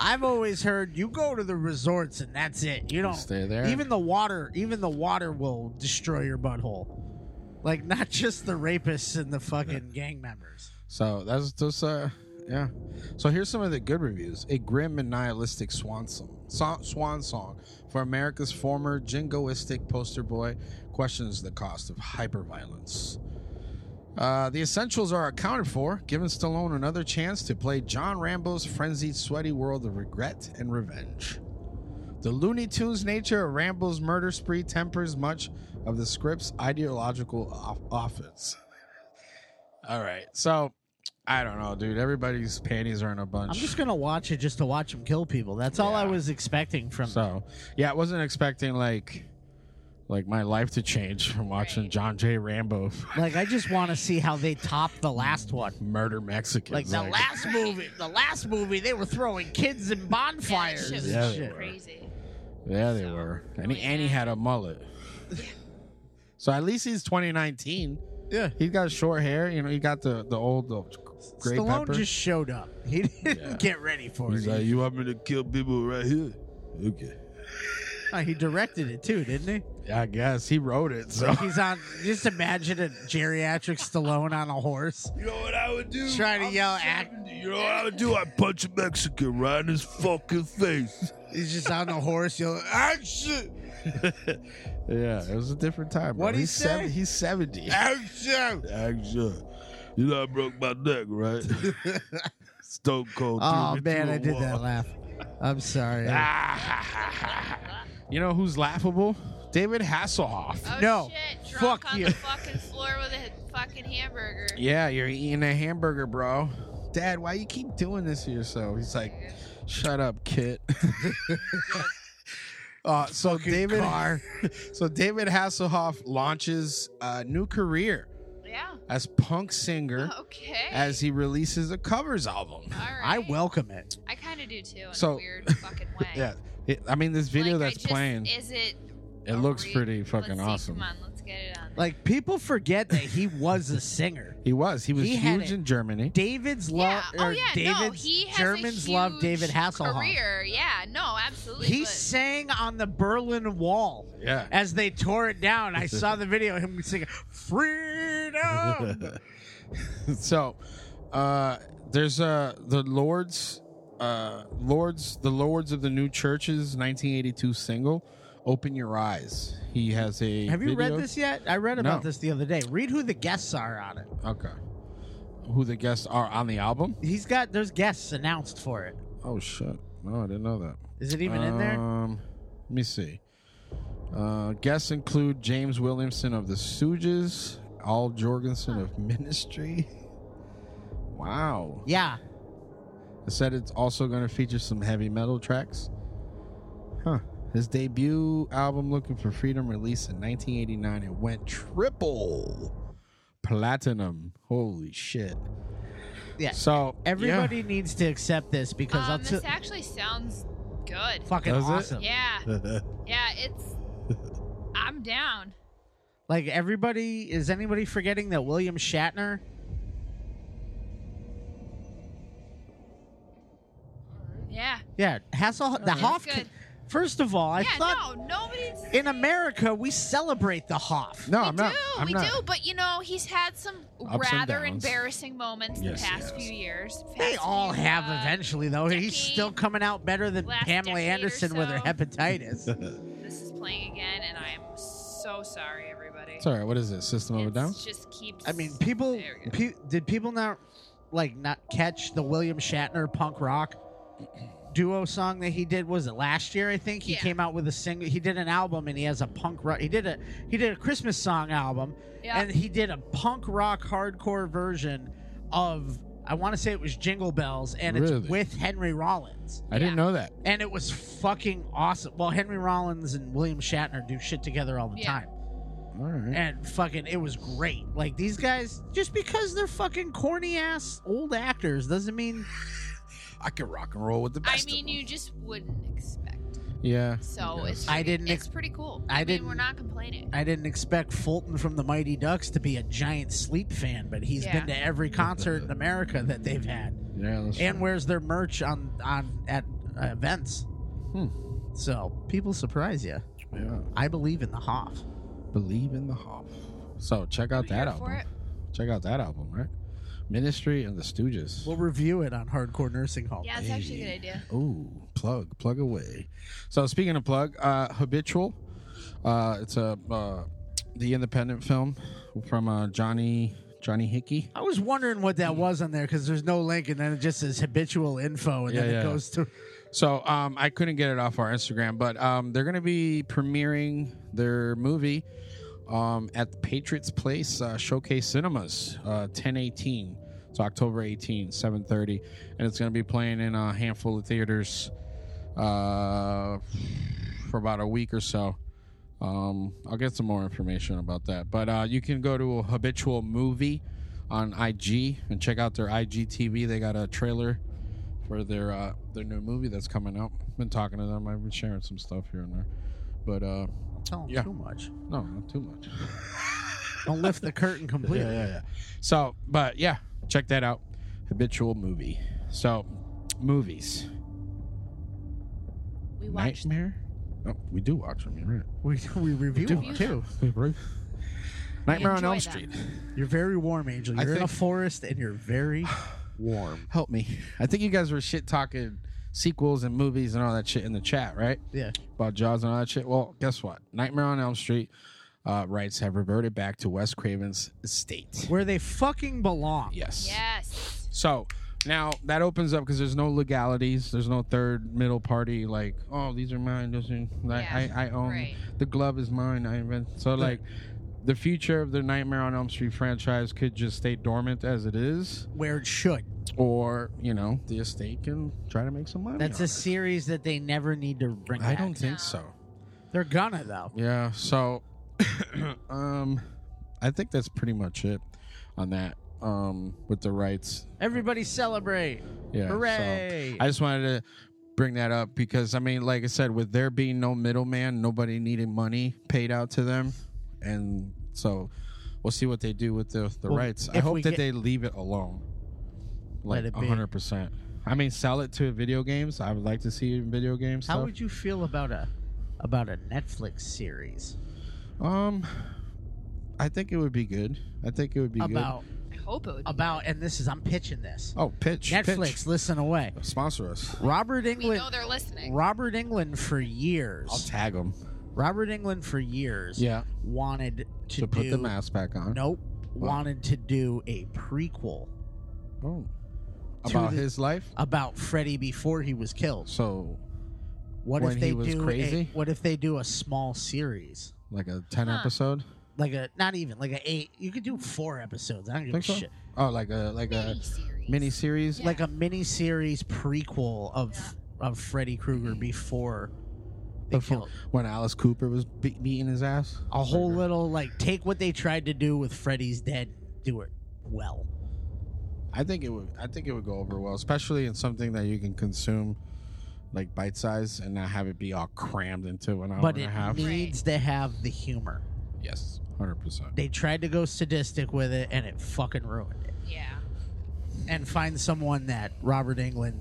Speaker 6: I've always heard you go to the resorts and that's it. You don't
Speaker 4: stay there.
Speaker 6: Even the water, even the water will destroy your butthole. Like not just the rapists and the fucking gang members.
Speaker 4: So that's just uh yeah. So here's some of the good reviews. A grim and nihilistic swan song, so- swan song for America's former jingoistic poster boy questions the cost of hyperviolence. Uh, the essentials are accounted for, giving Stallone another chance to play John Rambo's frenzied, sweaty world of regret and revenge. The Looney Tunes nature of Rambo's murder spree tempers much of the script's ideological off- offense. All right, so I don't know, dude. Everybody's panties are in a bunch.
Speaker 6: I'm just gonna watch it just to watch them kill people. That's all I
Speaker 4: Yeah.
Speaker 6: was expecting from.
Speaker 4: So, yeah, I wasn't expecting like like my life to change from watching John J. Rambo
Speaker 6: Like I just want to see how they top the last one.
Speaker 4: murder Mexicans.
Speaker 6: Like the last
Speaker 2: Right.
Speaker 6: movie, the last movie they were throwing kids in
Speaker 2: Yeah, that
Speaker 6: bonfires.
Speaker 2: shit was
Speaker 6: and
Speaker 4: Yeah, they
Speaker 6: shit.
Speaker 4: were.
Speaker 2: crazy.
Speaker 4: Yeah, they were. And he, and he had a mullet. so at least he's 2019.
Speaker 6: Yeah.
Speaker 4: He's got short hair. You know, he got the the old the gray
Speaker 6: Stallone
Speaker 4: pepper.
Speaker 6: just showed up. He didn't
Speaker 4: Yeah.
Speaker 6: get ready for
Speaker 4: He's
Speaker 6: it.
Speaker 4: like,
Speaker 7: You want me to kill people right here? Okay.
Speaker 6: Uh, he directed it too, didn't he?
Speaker 4: I guess he wrote it. So
Speaker 6: He's on. Just imagine a geriatric Stallone on a horse,
Speaker 7: You know what I would do?
Speaker 6: trying to yell at.
Speaker 7: You know what I would do? I'd punch a Mexican right in his fucking face.
Speaker 6: He's just on a horse. "Ah, Yelling, action!
Speaker 4: yeah, it was a different time. bro.
Speaker 6: What'd he
Speaker 4: he's
Speaker 6: say?
Speaker 4: seven- he's 70.
Speaker 6: Action!
Speaker 7: Action. You know I broke my neck, right? Stone cold. threw
Speaker 6: Oh
Speaker 7: me
Speaker 6: man,
Speaker 7: through a
Speaker 6: I did
Speaker 7: wall.
Speaker 6: that laugh. I'm sorry.
Speaker 4: you know who's laughable? David Hasselhoff.
Speaker 2: Oh,
Speaker 6: No.
Speaker 2: shit.
Speaker 6: Fuck
Speaker 2: Drunk on
Speaker 6: you.
Speaker 2: the fucking floor with a fucking hamburger.
Speaker 4: Yeah, you're eating a hamburger, bro. Dad, why you keep doing this to yourself? He's like, shut up, kid. uh, so David, so David Hasselhoff launches a new career
Speaker 2: Yeah.
Speaker 4: as punk singer
Speaker 2: Oh, Okay.
Speaker 4: as he releases a covers album.
Speaker 2: All right.
Speaker 6: I welcome it.
Speaker 2: I kind of do too in
Speaker 4: So-
Speaker 2: a weird fucking way.
Speaker 4: Yeah, it- I mean this video
Speaker 2: Like, I
Speaker 4: that's
Speaker 2: just-
Speaker 4: playing,
Speaker 2: Is it?
Speaker 4: it
Speaker 2: a
Speaker 4: looks
Speaker 2: re-
Speaker 4: pretty
Speaker 2: Let's
Speaker 4: fucking
Speaker 2: see,
Speaker 4: awesome.
Speaker 2: Come on, let's get it on
Speaker 6: Like people forget that he was a singer.
Speaker 4: He was. He was
Speaker 6: He had
Speaker 4: huge
Speaker 6: it.
Speaker 4: in Germany.
Speaker 6: David's
Speaker 2: Yeah.
Speaker 6: love.
Speaker 2: Oh
Speaker 6: or
Speaker 2: yeah. no,
Speaker 6: David's,
Speaker 2: he has
Speaker 6: Germans
Speaker 2: a huge
Speaker 6: love David Hasselhoff.
Speaker 2: Career. Yeah. No, absolutely.
Speaker 6: He
Speaker 2: but-
Speaker 6: sang on the Berlin Wall.
Speaker 4: Yeah.
Speaker 6: As they tore it down, I saw the video of him singing "Freedom."
Speaker 4: So, uh, there's uh the Lords, uh, Lords, the Lords of the New Churches, 1982 single, "Open Your Eyes." He has a.
Speaker 6: Have you
Speaker 4: video-
Speaker 6: read this yet? I read about
Speaker 4: No.
Speaker 6: this the other day. Read who the guests are on it.
Speaker 4: Okay. Who the guests are on the album?
Speaker 6: He's got there's guests announced for it.
Speaker 4: Oh shit! No, I didn't know that.
Speaker 6: Is it even in there?
Speaker 4: Um, let me see. Uh, guests include James Williamson of the Stooges, Al Jorgensen of Ministry. Wow.
Speaker 6: Yeah.
Speaker 4: It said it's also going to feature some heavy metal tracks. Huh. His debut album, Looking for Freedom, released in 1989. It went triple platinum. Holy shit.
Speaker 6: Yeah.
Speaker 4: So yeah.
Speaker 6: Everybody needs to accept this because I'll
Speaker 2: Um,
Speaker 6: t-
Speaker 2: this actually sounds good.
Speaker 6: fucking
Speaker 4: Does it?
Speaker 6: awesome.
Speaker 2: Yeah. yeah. It's. I'm down.
Speaker 6: Like everybody is anybody forgetting that William Shatner?
Speaker 2: Yeah.
Speaker 6: Yeah, Hassel the
Speaker 2: that's
Speaker 6: Hoff.
Speaker 2: good.
Speaker 6: First of all, I
Speaker 2: yeah.
Speaker 6: thought
Speaker 2: no. Nobody's.
Speaker 6: in America we celebrate the Hoff.
Speaker 4: No,
Speaker 2: we
Speaker 4: I'm
Speaker 2: do,
Speaker 4: not. I'm
Speaker 2: we
Speaker 4: not.
Speaker 2: do, but you know, he's had some
Speaker 4: and
Speaker 2: rather
Speaker 4: downs.
Speaker 2: embarrassing moments
Speaker 4: Yes,
Speaker 2: the
Speaker 4: he
Speaker 2: past
Speaker 4: has.
Speaker 2: few years.
Speaker 6: They
Speaker 2: past
Speaker 6: all
Speaker 2: few,
Speaker 6: have
Speaker 2: uh,
Speaker 6: eventually though. He's still
Speaker 2: decade,
Speaker 6: coming out better than
Speaker 2: last
Speaker 6: Pamela
Speaker 2: decade or
Speaker 6: Anderson with her
Speaker 2: so.
Speaker 6: hepatitis.
Speaker 2: This is playing again, and I am so sorry, everybody.
Speaker 4: Sorry, what is this? System of a
Speaker 2: It's
Speaker 4: Down?
Speaker 2: just keeps.
Speaker 6: I mean, people
Speaker 2: There we go.
Speaker 6: pe- did people not like not catch the William Shatner punk rock duo song that he did was it last year I think he
Speaker 2: Yeah.
Speaker 6: came out with a single he did an album and he has a punk rock he did a he did a Christmas song album
Speaker 2: Yeah.
Speaker 6: and he did a punk rock hardcore version of I want to say it was Jingle Bells and
Speaker 4: Really?
Speaker 6: it's with Henry Rollins
Speaker 4: I didn't
Speaker 2: Yeah.
Speaker 4: know that.
Speaker 6: and it was fucking awesome. Well, Henry Rollins and William Shatner do shit together all the
Speaker 2: Yeah.
Speaker 6: time,
Speaker 4: All right.
Speaker 6: and fucking it was great. Like these guys, just because they're fucking corny ass old actors doesn't mean
Speaker 4: I can rock and roll with the
Speaker 2: I mean, you just wouldn't expect. it.
Speaker 4: Yeah.
Speaker 2: So
Speaker 4: I
Speaker 2: it's.
Speaker 6: I
Speaker 2: pretty-
Speaker 6: didn't
Speaker 2: It's
Speaker 6: ex-
Speaker 2: pretty cool.
Speaker 6: I
Speaker 2: mean, We're
Speaker 6: didn't-
Speaker 2: not complaining.
Speaker 6: I didn't expect Fulton from the Mighty Ducks to be a giant Sleep fan, but he's
Speaker 2: Yeah.
Speaker 6: been to every concert in America that they've had,
Speaker 4: Yeah. That's
Speaker 6: and
Speaker 4: true.
Speaker 6: wears their merch on on at uh, events.
Speaker 4: Hmm.
Speaker 6: So people surprise you.
Speaker 4: Yeah.
Speaker 6: I believe in the Hoff.
Speaker 4: Believe in the Hoff. So check out
Speaker 2: I'm
Speaker 4: that
Speaker 2: here for
Speaker 4: album.
Speaker 2: it.
Speaker 4: Check out that album, right? Ministry and the Stooges.
Speaker 6: We'll review it on Hardcore Nursing Hall.
Speaker 2: Yeah, it's actually a good idea.
Speaker 4: Ooh, plug, plug away. So speaking of plug, uh, habitual. Uh, it's a uh, the independent film from uh, Johnny Johnny Hickey.
Speaker 6: I was wondering what that was on there because there's no link, and then it just says habitual info, and
Speaker 4: Yeah,
Speaker 6: then
Speaker 4: yeah.
Speaker 6: it goes to.
Speaker 4: So um, I couldn't get it off our Instagram, but um, they're going to be premiering their movie um, at the Patriots Place uh, Showcase Cinemas, uh, 1018. It's October 18, 7:30, and it's going to be playing in a handful of theaters uh, for about a week or so. Um, I'll get some more information about that, but uh, you can go to Habitual Movie on IG and check out their IGTV. They got a trailer for their uh, their new movie that's coming out. Been talking to them. I've been sharing some stuff here and there, but uh,
Speaker 6: Tell them
Speaker 4: Yeah.
Speaker 6: too much.
Speaker 4: no, not too much.
Speaker 6: Don't lift the curtain completely.
Speaker 4: yeah. So, but yeah, check that out. Habitual movie. So, movies.
Speaker 2: We watched.
Speaker 4: Nightmare. Oh, we do watch them. You're
Speaker 6: We we review
Speaker 2: do.
Speaker 6: them too.
Speaker 4: right. Nightmare on
Speaker 2: enjoy
Speaker 4: Elm
Speaker 2: that.
Speaker 4: Street.
Speaker 6: You're very warm, Angel.
Speaker 4: I
Speaker 6: You're in a
Speaker 4: think-
Speaker 6: forest, and you're very warm.
Speaker 4: Help me. I think you guys were shit talking sequels and movies and all that shit in the chat, right?
Speaker 6: Yeah.
Speaker 4: about Jaws and all that shit. Well, guess what? Nightmare on Elm Street uh, rights have reverted back to Wes Craven's estate.
Speaker 6: Where they fucking belong.
Speaker 4: Yes.
Speaker 2: Yes.
Speaker 4: So now that opens up because there's no legalities. There's no third middle party like, oh, these are mine. Those are, like,
Speaker 2: Yeah,
Speaker 4: I, I own
Speaker 2: right.
Speaker 4: the glove is mine. I invent. So like, the future of the Nightmare on Elm Street franchise could just stay dormant as it is,
Speaker 6: Where it should.
Speaker 4: or you know, the estate can try to make some money.
Speaker 6: That's
Speaker 4: on
Speaker 6: a
Speaker 4: it.
Speaker 6: series that they never need to bring
Speaker 4: I
Speaker 6: back.
Speaker 4: don't think so.
Speaker 6: They're gonna though.
Speaker 4: Yeah. So, um, I think that's pretty much it on that. Um, with the rights.
Speaker 6: Everybody celebrate!
Speaker 4: Yeah. so
Speaker 6: Hooray!
Speaker 4: I just wanted to bring that up because I mean, like I said, with there being no middleman, nobody needing money paid out to them, and So we'll see what they do with the, the
Speaker 6: Well,
Speaker 4: rights. I
Speaker 6: if
Speaker 4: hope
Speaker 6: we
Speaker 4: that
Speaker 6: get-
Speaker 4: they leave it alone. Like
Speaker 6: Let it be.
Speaker 4: 100%. I mean, sell it to video games. I would like to see it in video games.
Speaker 6: How would you feel about a about a Netflix series
Speaker 4: you? Um, I think it would be good. I think it would be
Speaker 6: about
Speaker 2: I hope it would. Be
Speaker 6: about and this is I'm pitching this.
Speaker 4: good. Oh, pitch. pitch.
Speaker 6: Netflix, listen away.
Speaker 4: Sponsor us.
Speaker 6: Robert
Speaker 2: we
Speaker 6: England
Speaker 2: know they're listening.
Speaker 6: Robert England for years.
Speaker 4: I'll tag them.
Speaker 6: Robert England for years
Speaker 4: Yeah.
Speaker 6: wanted to,
Speaker 4: To, put
Speaker 6: do
Speaker 4: the mask back on.
Speaker 6: Nope. Wanted to do a prequel
Speaker 4: Oh.
Speaker 6: To
Speaker 4: About
Speaker 6: the-
Speaker 4: his life?
Speaker 6: about Freddy before he was killed.
Speaker 4: So,
Speaker 6: What
Speaker 4: When
Speaker 6: if
Speaker 4: he
Speaker 6: they
Speaker 4: was
Speaker 6: do a-
Speaker 4: crazy?
Speaker 6: what if they do a small series?
Speaker 4: like a 10
Speaker 2: Huh.
Speaker 4: episode?
Speaker 6: Like a not even like a eight. You could do four episodes. I don't give a
Speaker 4: Think so?
Speaker 6: shit.
Speaker 4: Oh, like a like a
Speaker 2: Miniseries.
Speaker 4: mini series.
Speaker 6: Like a mini series prequel of of Freddy Krueger before they
Speaker 4: Before-
Speaker 6: killed.
Speaker 4: when Alice Cooper was be- beating his ass.
Speaker 6: A whole little like take what they tried to do with Freddy's Dead, do it well.
Speaker 4: I think it would. I think it would go over well, especially in something that you can consume, like bite size, and not have it be all crammed into an hour
Speaker 6: but
Speaker 4: and a
Speaker 6: it
Speaker 4: half.
Speaker 6: needs to have the humor.
Speaker 4: yes, hundred percent.
Speaker 6: They tried to go sadistic with it and it fucking ruined it.
Speaker 2: Yeah.
Speaker 6: And find someone that Robert England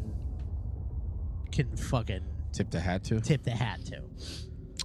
Speaker 6: can fucking
Speaker 4: Tip the hat to.
Speaker 6: tip the hat to.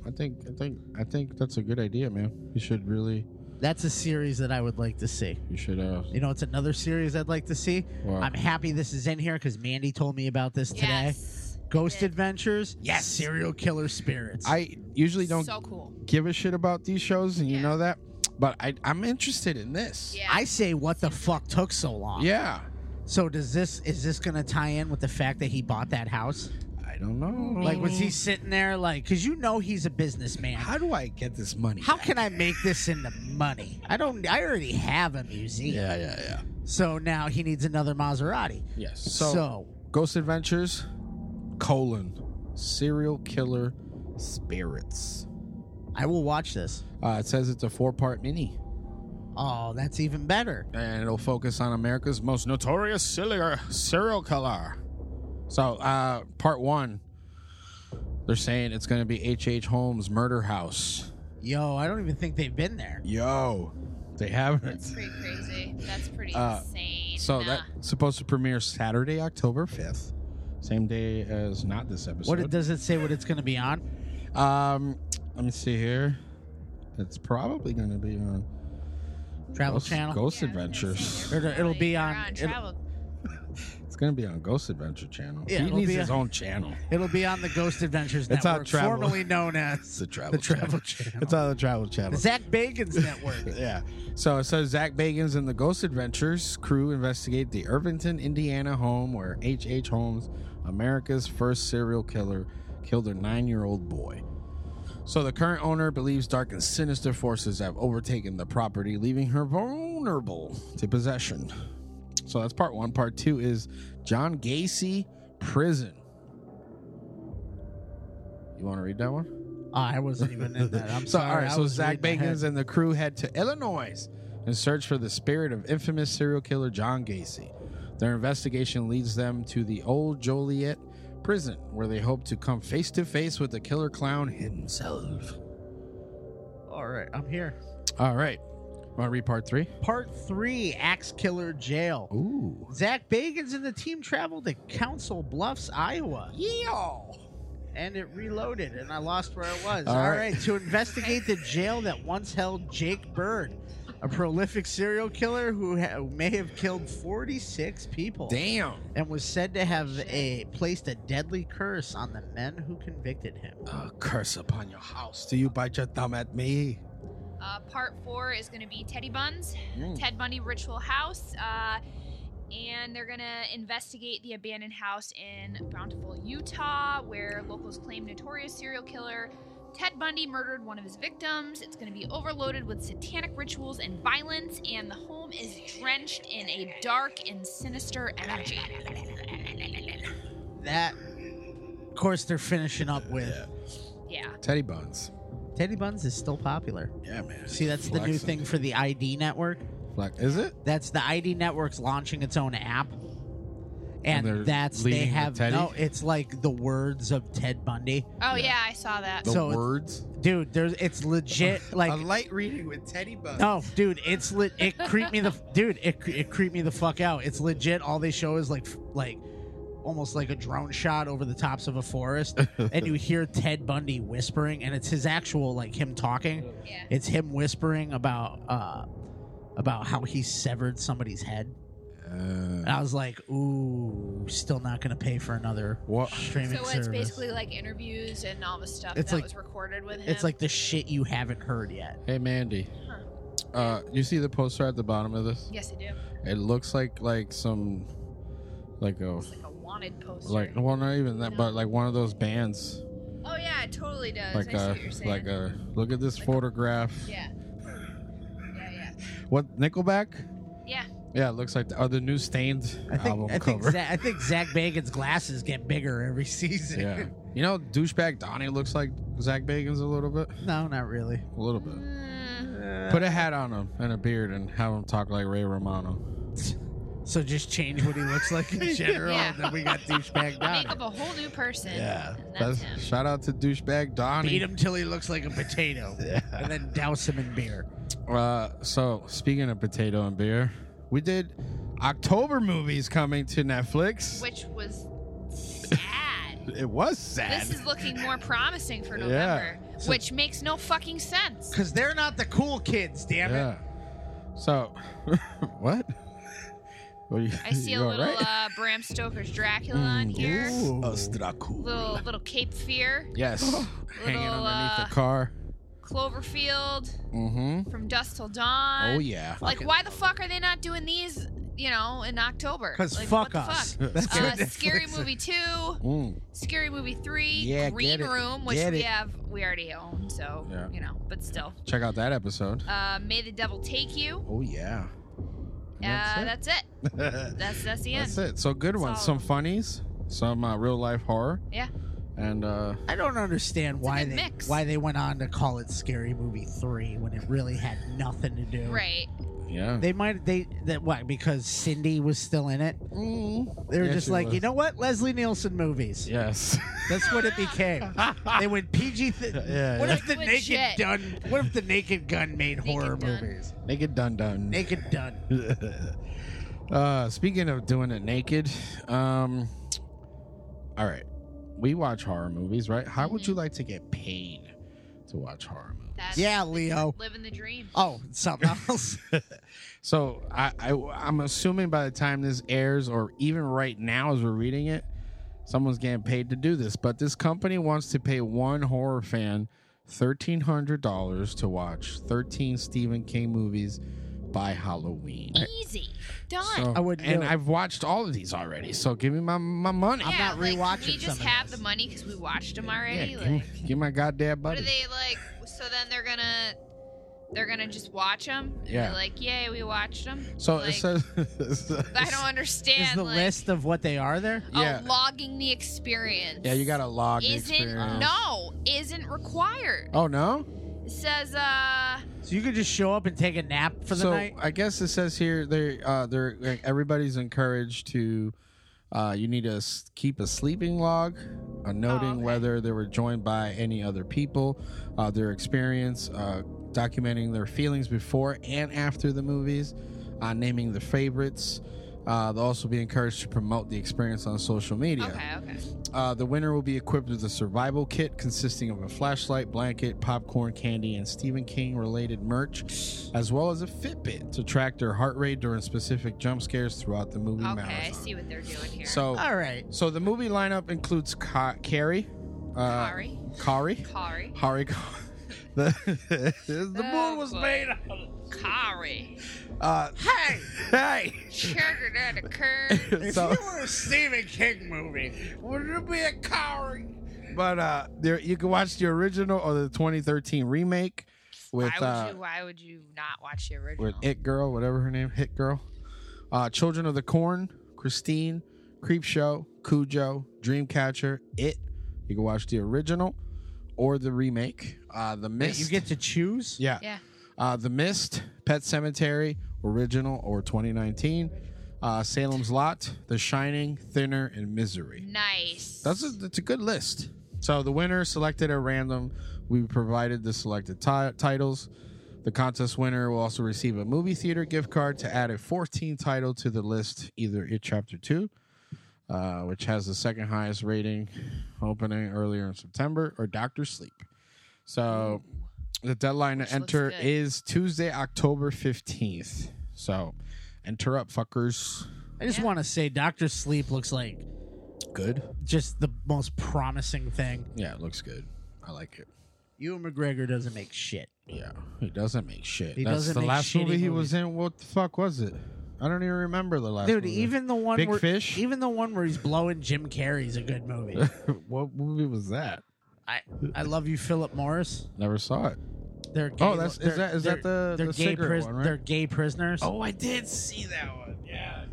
Speaker 4: I think. I think. I think that's a good idea, man. You should really.
Speaker 6: That's a series that I would like to see.
Speaker 4: You should. Uh.
Speaker 6: You know, it's another series I'd like to see.
Speaker 4: Wow.
Speaker 6: I'm happy this is in here because Mandy told me about this today.
Speaker 2: Yes.
Speaker 6: Ghost
Speaker 2: Yeah.
Speaker 6: Adventures, yes, serial killer spirits.
Speaker 4: I usually don't
Speaker 2: so cool.
Speaker 4: give a shit about these shows, and you
Speaker 2: Yeah.
Speaker 4: know that. But I, I'm interested in this.
Speaker 2: Yeah.
Speaker 6: I say, what the fuck took so long?
Speaker 4: Yeah.
Speaker 6: So does this is this gonna tie in with the fact that he bought that house?
Speaker 4: I don't know.
Speaker 6: Like, was
Speaker 2: Mm-hmm.
Speaker 6: he sitting there like? Because you know he's a businessman. How,
Speaker 4: How do I get this money? back?
Speaker 6: can I make this into money? I don't. I already have a museum.
Speaker 4: Yeah, yeah, yeah.
Speaker 6: So now he needs another Maserati.
Speaker 4: Yes.
Speaker 6: So,
Speaker 4: Ghost Adventures, colon, serial killer spirits.
Speaker 6: I will watch this.
Speaker 4: Uh, it says it's a four part mini,
Speaker 6: Oh, that's even better.
Speaker 4: and it'll focus on America's most notorious serial serial killer. So, uh, part one, they're saying it's going to be H.H. Holmes' murder house.
Speaker 6: Yo, I don't even think they've been there.
Speaker 4: Yo, they haven't.
Speaker 2: That's pretty crazy. That's pretty
Speaker 4: Uh,
Speaker 2: insane.
Speaker 4: So,
Speaker 2: Nah.
Speaker 4: that's supposed to premiere Saturday, October 5th. Same day as not this episode.
Speaker 6: What it, does it say? What it's gonna be on?
Speaker 4: Um, let me see here. It's probably going to be on
Speaker 6: Travel
Speaker 4: Ghost,
Speaker 6: Channel.
Speaker 4: Ghost
Speaker 2: Yeah, I was gonna
Speaker 4: Adventures.
Speaker 2: say, they're
Speaker 6: It'll- it'll
Speaker 2: probably-
Speaker 6: be
Speaker 2: they're
Speaker 6: on- it'll-
Speaker 2: travel.
Speaker 4: It's going to be on Ghost Adventure Channel.
Speaker 6: Yeah,
Speaker 4: he
Speaker 6: it'll
Speaker 4: needs
Speaker 6: be
Speaker 4: his
Speaker 6: a-
Speaker 4: own channel.
Speaker 6: It'll be on the Ghost Adventures
Speaker 4: It's on
Speaker 6: Network,
Speaker 4: Travel-
Speaker 6: formerly known as
Speaker 4: Travel.
Speaker 6: the Travel Channel.
Speaker 4: It's on the Travel Channel.
Speaker 6: Zach Bacon's network.
Speaker 4: yeah. So it says Zach Bagans and the Ghost Adventures crew investigate the Irvington, Indiana home where H.H. H. Holmes, America's first serial killer, killed a nine year old boy. So the current owner believes dark and sinister forces have overtaken the property, leaving her vulnerable to possession. So that's part one. Part two is John Gacy Prison. You want to read that one?
Speaker 6: Oh, I wasn't even in that. I'm
Speaker 4: So,
Speaker 6: sorry.
Speaker 4: all right,
Speaker 6: I
Speaker 4: so
Speaker 6: was
Speaker 4: Zach
Speaker 6: reading ahead.
Speaker 4: Bagans and the crew head to Illinois in search for the spirit of infamous serial killer John Gacy. Their investigation leads them to the old Joliet prison, where they hope to come face to face with the killer clown himself.
Speaker 6: All right, I'm here.
Speaker 4: All right, want to read part three?
Speaker 6: Part three: Axe Killer Jail.
Speaker 4: Ooh,
Speaker 6: Zach Bagans and the team traveled to Council Bluffs, Iowa. And it reloaded, and I lost where I was.
Speaker 4: All
Speaker 6: All
Speaker 4: right.
Speaker 6: right. to investigate the jail that once held Jake Bird, a prolific serial killer who ha- may have killed 46 people
Speaker 4: damn!
Speaker 6: and was said to have a placed a deadly curse on the men who convicted him.
Speaker 4: A curse upon your house. Do you bite your thumb at me?
Speaker 2: Uh, part four is going to be Teddy Buns,
Speaker 4: Mm.
Speaker 2: Ted Bundy Ritual House, uh, and they're going to investigate the abandoned house in Bountiful, Utah, where locals claim notorious serial killer Ted Bundy murdered one of his victims. It's going to be overloaded with satanic rituals and violence, and the home is drenched in a dark and sinister energy.
Speaker 6: That, of course, they're finishing up with.
Speaker 2: Yeah.
Speaker 4: Teddy Buns.
Speaker 6: Teddy Buns is still popular.
Speaker 4: Yeah, man.
Speaker 6: See, that's the new
Speaker 4: Flexing.
Speaker 6: thing for the ID network.
Speaker 4: Flex- Is it?
Speaker 6: That's the ID network's launching its own app. and,
Speaker 4: they're
Speaker 6: that's they
Speaker 4: leading with
Speaker 6: have
Speaker 4: Teddy?
Speaker 6: no. It's like the words of Ted Bundy,
Speaker 2: Oh yeah, I saw that.
Speaker 4: The
Speaker 6: So it's-
Speaker 4: words.
Speaker 6: dude. There's it's legit like.
Speaker 8: light reading with Teddy Bug.
Speaker 6: no, Oh, dude, it's lit. It creeped me the dude. It cre- it creeped me the fuck out. It's legit. All they show is like f- like almost like a drone shot over the tops of a forest, and you hear Ted Bundy whispering, and it's his actual like him talking.
Speaker 2: Yeah.
Speaker 6: It's him whispering about uh about how he severed somebody's head. And
Speaker 4: Uh,
Speaker 6: I was like, ooh, still not gonna pay for another
Speaker 4: What-
Speaker 6: streaming
Speaker 2: So
Speaker 6: service.
Speaker 2: it's basically like interviews and all the stuff
Speaker 6: It's
Speaker 2: that
Speaker 6: like-
Speaker 2: was recorded with him.
Speaker 6: it's like the shit you haven't heard yet.
Speaker 4: hey Mandy, uh, you see the poster at the bottom of this?
Speaker 2: yes, I do.
Speaker 4: It looks like like some like a
Speaker 2: It's like a wanted poster.
Speaker 4: like well not even that but like one of those bands
Speaker 2: oh yeah, it totally does.
Speaker 4: like
Speaker 2: I see
Speaker 4: a
Speaker 2: what you're saying.
Speaker 4: like a look at this photograph.
Speaker 2: yeah. Yeah, yeah.
Speaker 4: What Nickelback?
Speaker 2: Yeah.
Speaker 4: Yeah, it looks like the, oh, the new Stained
Speaker 6: I think
Speaker 4: album
Speaker 6: I think,
Speaker 4: cover.
Speaker 6: Zach, I think Zach Bagan's glasses get bigger every season.
Speaker 4: yeah, you know, douchebag Donnie looks like Zach Bagans a little bit,
Speaker 6: No, not really.
Speaker 4: a little bit.
Speaker 2: Mm,
Speaker 4: Put a hat on him and a beard and have him talk like Ray Romano.
Speaker 6: So just change what he looks like in general,
Speaker 2: Yeah.
Speaker 6: and then we got douchebag
Speaker 2: make up
Speaker 6: Donnie.
Speaker 2: a whole new person.
Speaker 4: Yeah,
Speaker 2: and
Speaker 4: that's,
Speaker 2: that's him.
Speaker 4: shout out to douchebag Donnie.
Speaker 6: Beat him till he looks like a potato, and then douse him in beer.
Speaker 4: Uh, so speaking of potato and beer, we did October movies coming to Netflix.
Speaker 2: Which was sad.
Speaker 4: It was sad.
Speaker 2: this is looking more promising for November,
Speaker 6: So-
Speaker 2: which makes no fucking sense.
Speaker 6: Cause they're not the cool kids, damn it.
Speaker 4: yeah. So, what? what are you,
Speaker 2: I see
Speaker 4: you
Speaker 2: a
Speaker 4: all
Speaker 2: little
Speaker 4: right? Mm,
Speaker 2: uh, Bram Stoker's Dracula on here. Little little Cape Fear,
Speaker 4: Yes, hanging
Speaker 2: Little,
Speaker 4: underneath
Speaker 2: uh,
Speaker 4: the car.
Speaker 2: Cloverfield,
Speaker 4: Mm-hmm.
Speaker 2: From Dusk Till Dawn.
Speaker 4: Oh yeah.
Speaker 2: Like, why the fuck are they not doing these? You know, in October.
Speaker 6: Cause
Speaker 2: like,
Speaker 6: fuck
Speaker 2: what the
Speaker 6: us.
Speaker 2: Fuck?
Speaker 6: That's
Speaker 2: Uh,
Speaker 6: what
Speaker 2: Scary
Speaker 6: Netflix is.
Speaker 2: Movie Two,
Speaker 4: Mm.
Speaker 2: Scary Movie Three,
Speaker 4: Yeah,
Speaker 2: Green
Speaker 4: get it.
Speaker 2: Room, which
Speaker 4: Get
Speaker 2: we
Speaker 4: it.
Speaker 2: have we already own, so
Speaker 4: Yeah.
Speaker 2: you know, but still.
Speaker 4: Check out that episode.
Speaker 2: Uh, May the Devil Take You.
Speaker 4: Oh yeah.
Speaker 2: Uh, that's it. That's that's the end.
Speaker 4: That's it. So good
Speaker 2: That's
Speaker 4: ones.
Speaker 2: all.
Speaker 4: Some funnies. Some uh, real life horror.
Speaker 2: Yeah.
Speaker 4: And uh,
Speaker 6: I don't understand why
Speaker 2: good
Speaker 6: they
Speaker 2: mix.
Speaker 6: why they went on to call it Scary Movie Three when it really had nothing to do.
Speaker 2: Right.
Speaker 4: yeah.
Speaker 6: They might they that what because Cindy was still in it. They were
Speaker 4: Yeah,
Speaker 6: just
Speaker 4: she
Speaker 6: like,
Speaker 4: was.
Speaker 6: you know what, Leslie Nielsen movies.
Speaker 4: Yes.
Speaker 6: That's what it became. they went PG. Th-
Speaker 4: Yeah,
Speaker 6: what
Speaker 4: yeah.
Speaker 6: if the
Speaker 2: Liquid
Speaker 6: Naked
Speaker 2: shit.
Speaker 6: Dun? What if the Naked Gun made horror
Speaker 2: Dun.
Speaker 6: movies?
Speaker 4: Naked Dun Dun.
Speaker 6: Naked Dun.
Speaker 4: uh, speaking of doing it naked, um, all right, we watch horror movies, right? How would you like to get paid to watch horror movies?
Speaker 2: That's
Speaker 6: Yeah, Leo.
Speaker 2: living the dream.
Speaker 6: Oh, something else.
Speaker 4: So I, I, I'm assuming by the time this airs, or even right now as we're reading it, someone's getting paid to do this. But this company wants to pay one horror fan thirteen hundred dollars to watch thirteen Stephen King movies by Halloween.
Speaker 2: Easy. Done.
Speaker 4: So-
Speaker 6: I wouldn't
Speaker 4: and
Speaker 6: do it.
Speaker 4: I've watched all of these already, so give me my my money.
Speaker 2: yeah,
Speaker 6: not
Speaker 2: like, can
Speaker 6: rewatching
Speaker 2: we just
Speaker 6: some of
Speaker 2: have
Speaker 6: this.
Speaker 2: the money because we watched them
Speaker 4: Yeah,
Speaker 2: already.
Speaker 4: give,
Speaker 2: like,
Speaker 4: me, give my goddamn
Speaker 2: What
Speaker 4: buddy.
Speaker 2: are they like? So then they're gonna they're gonna just watch them.
Speaker 4: Yeah.
Speaker 2: Be like, yay, we watched them.
Speaker 4: so
Speaker 2: like,
Speaker 4: it says. it says-
Speaker 2: I don't
Speaker 6: Is
Speaker 2: understand.
Speaker 6: the
Speaker 2: like,
Speaker 6: list of what they are there?
Speaker 2: oh,
Speaker 4: Yeah.
Speaker 2: logging the experience.
Speaker 4: Yeah, you gotta log the
Speaker 2: Isn't
Speaker 4: experience.
Speaker 2: no isn't required.
Speaker 4: Oh no.
Speaker 2: It says uh
Speaker 6: So you could just show up and take a nap for the
Speaker 4: so
Speaker 6: night.
Speaker 4: I guess it says here they're uh, they're like, everybody's encouraged to. Uh, you need to s- keep a sleeping log, uh, noting
Speaker 2: Oh, okay.
Speaker 4: whether they were joined by any other people, uh, their experience, uh, documenting their feelings before and after the movies, uh, naming the favorites. Uh, they'll also be encouraged to promote the experience on social media.
Speaker 2: okay okay
Speaker 4: Uh, the winner will be equipped with a survival kit consisting of a flashlight, blanket, popcorn, candy, and Stephen King related merch, as well as a Fitbit to track their heart rate during specific jump scares throughout the movie
Speaker 2: okay. I
Speaker 4: marathon.
Speaker 2: see what they're doing here.
Speaker 4: So,
Speaker 6: All right.
Speaker 4: so the movie lineup includes Ka- Carrie, uh,
Speaker 2: Kari,
Speaker 4: Kari,
Speaker 2: Kari,
Speaker 4: Hari. the the
Speaker 2: Oh,
Speaker 4: moon was made.
Speaker 2: Kari.
Speaker 4: Uh, hey, hey.
Speaker 2: Sugar that occurred.
Speaker 4: So-
Speaker 6: were a Stephen King movie, would it be a coward?
Speaker 4: but uh, there you can watch the original or the 2013 remake with
Speaker 2: Why would
Speaker 4: uh,
Speaker 2: you? Why would you not watch the original?
Speaker 4: with It Girl, whatever her name, Hit Girl. Uh, Children of the Corn, Christine, Creep Show, Cujo, Dreamcatcher, It. You can watch the original or the remake. Uh, the Mist.
Speaker 6: You get to choose.
Speaker 4: yeah.
Speaker 2: yeah.
Speaker 4: Uh, the Mist, Pet Cemetery, original or 2019. uh, Salem's Lot, The Shining, Thinner, and Misery.
Speaker 2: Nice.
Speaker 4: That's a, that's a good list. So the winner selected at random. We provided the selected ti- titles. The contest winner will also receive a movie theater gift card to add a 14 title to the list, either It Chapter 2, uh, which has the second highest rating opening earlier in September, or Doctor Sleep. So the deadline to
Speaker 2: looks
Speaker 4: enter
Speaker 2: good.
Speaker 4: is Tuesday, October 15th. So enter up, fuckers.
Speaker 6: I just
Speaker 2: Yeah.
Speaker 6: want to say Doctor Sleep looks like
Speaker 4: Good.
Speaker 6: just the most promising thing.
Speaker 4: Yeah, it looks good. I like it.
Speaker 6: Ewan McGregor doesn't make shit.
Speaker 4: Yeah, he doesn't make shit.
Speaker 6: He
Speaker 4: That's
Speaker 6: doesn't
Speaker 4: the
Speaker 6: make
Speaker 4: last
Speaker 6: shitty
Speaker 4: movie he was in. What the fuck was it? I don't even remember the last.
Speaker 6: Dude,
Speaker 4: movie.
Speaker 6: even the one
Speaker 4: Big
Speaker 6: where
Speaker 4: Fish?
Speaker 6: even the one where he's blowing Jim Carrey's a good movie.
Speaker 4: what movie was that?
Speaker 6: I I love you, Philip Morris.
Speaker 4: Never saw it.
Speaker 6: They're gay,
Speaker 4: Oh, that's- is
Speaker 6: they're-
Speaker 4: that- is that
Speaker 6: they're-
Speaker 4: the-
Speaker 6: they're
Speaker 4: the
Speaker 6: gay
Speaker 4: cigarette one, right?
Speaker 6: They're gay prisoners.
Speaker 4: Oh, I did see that one. Yeah.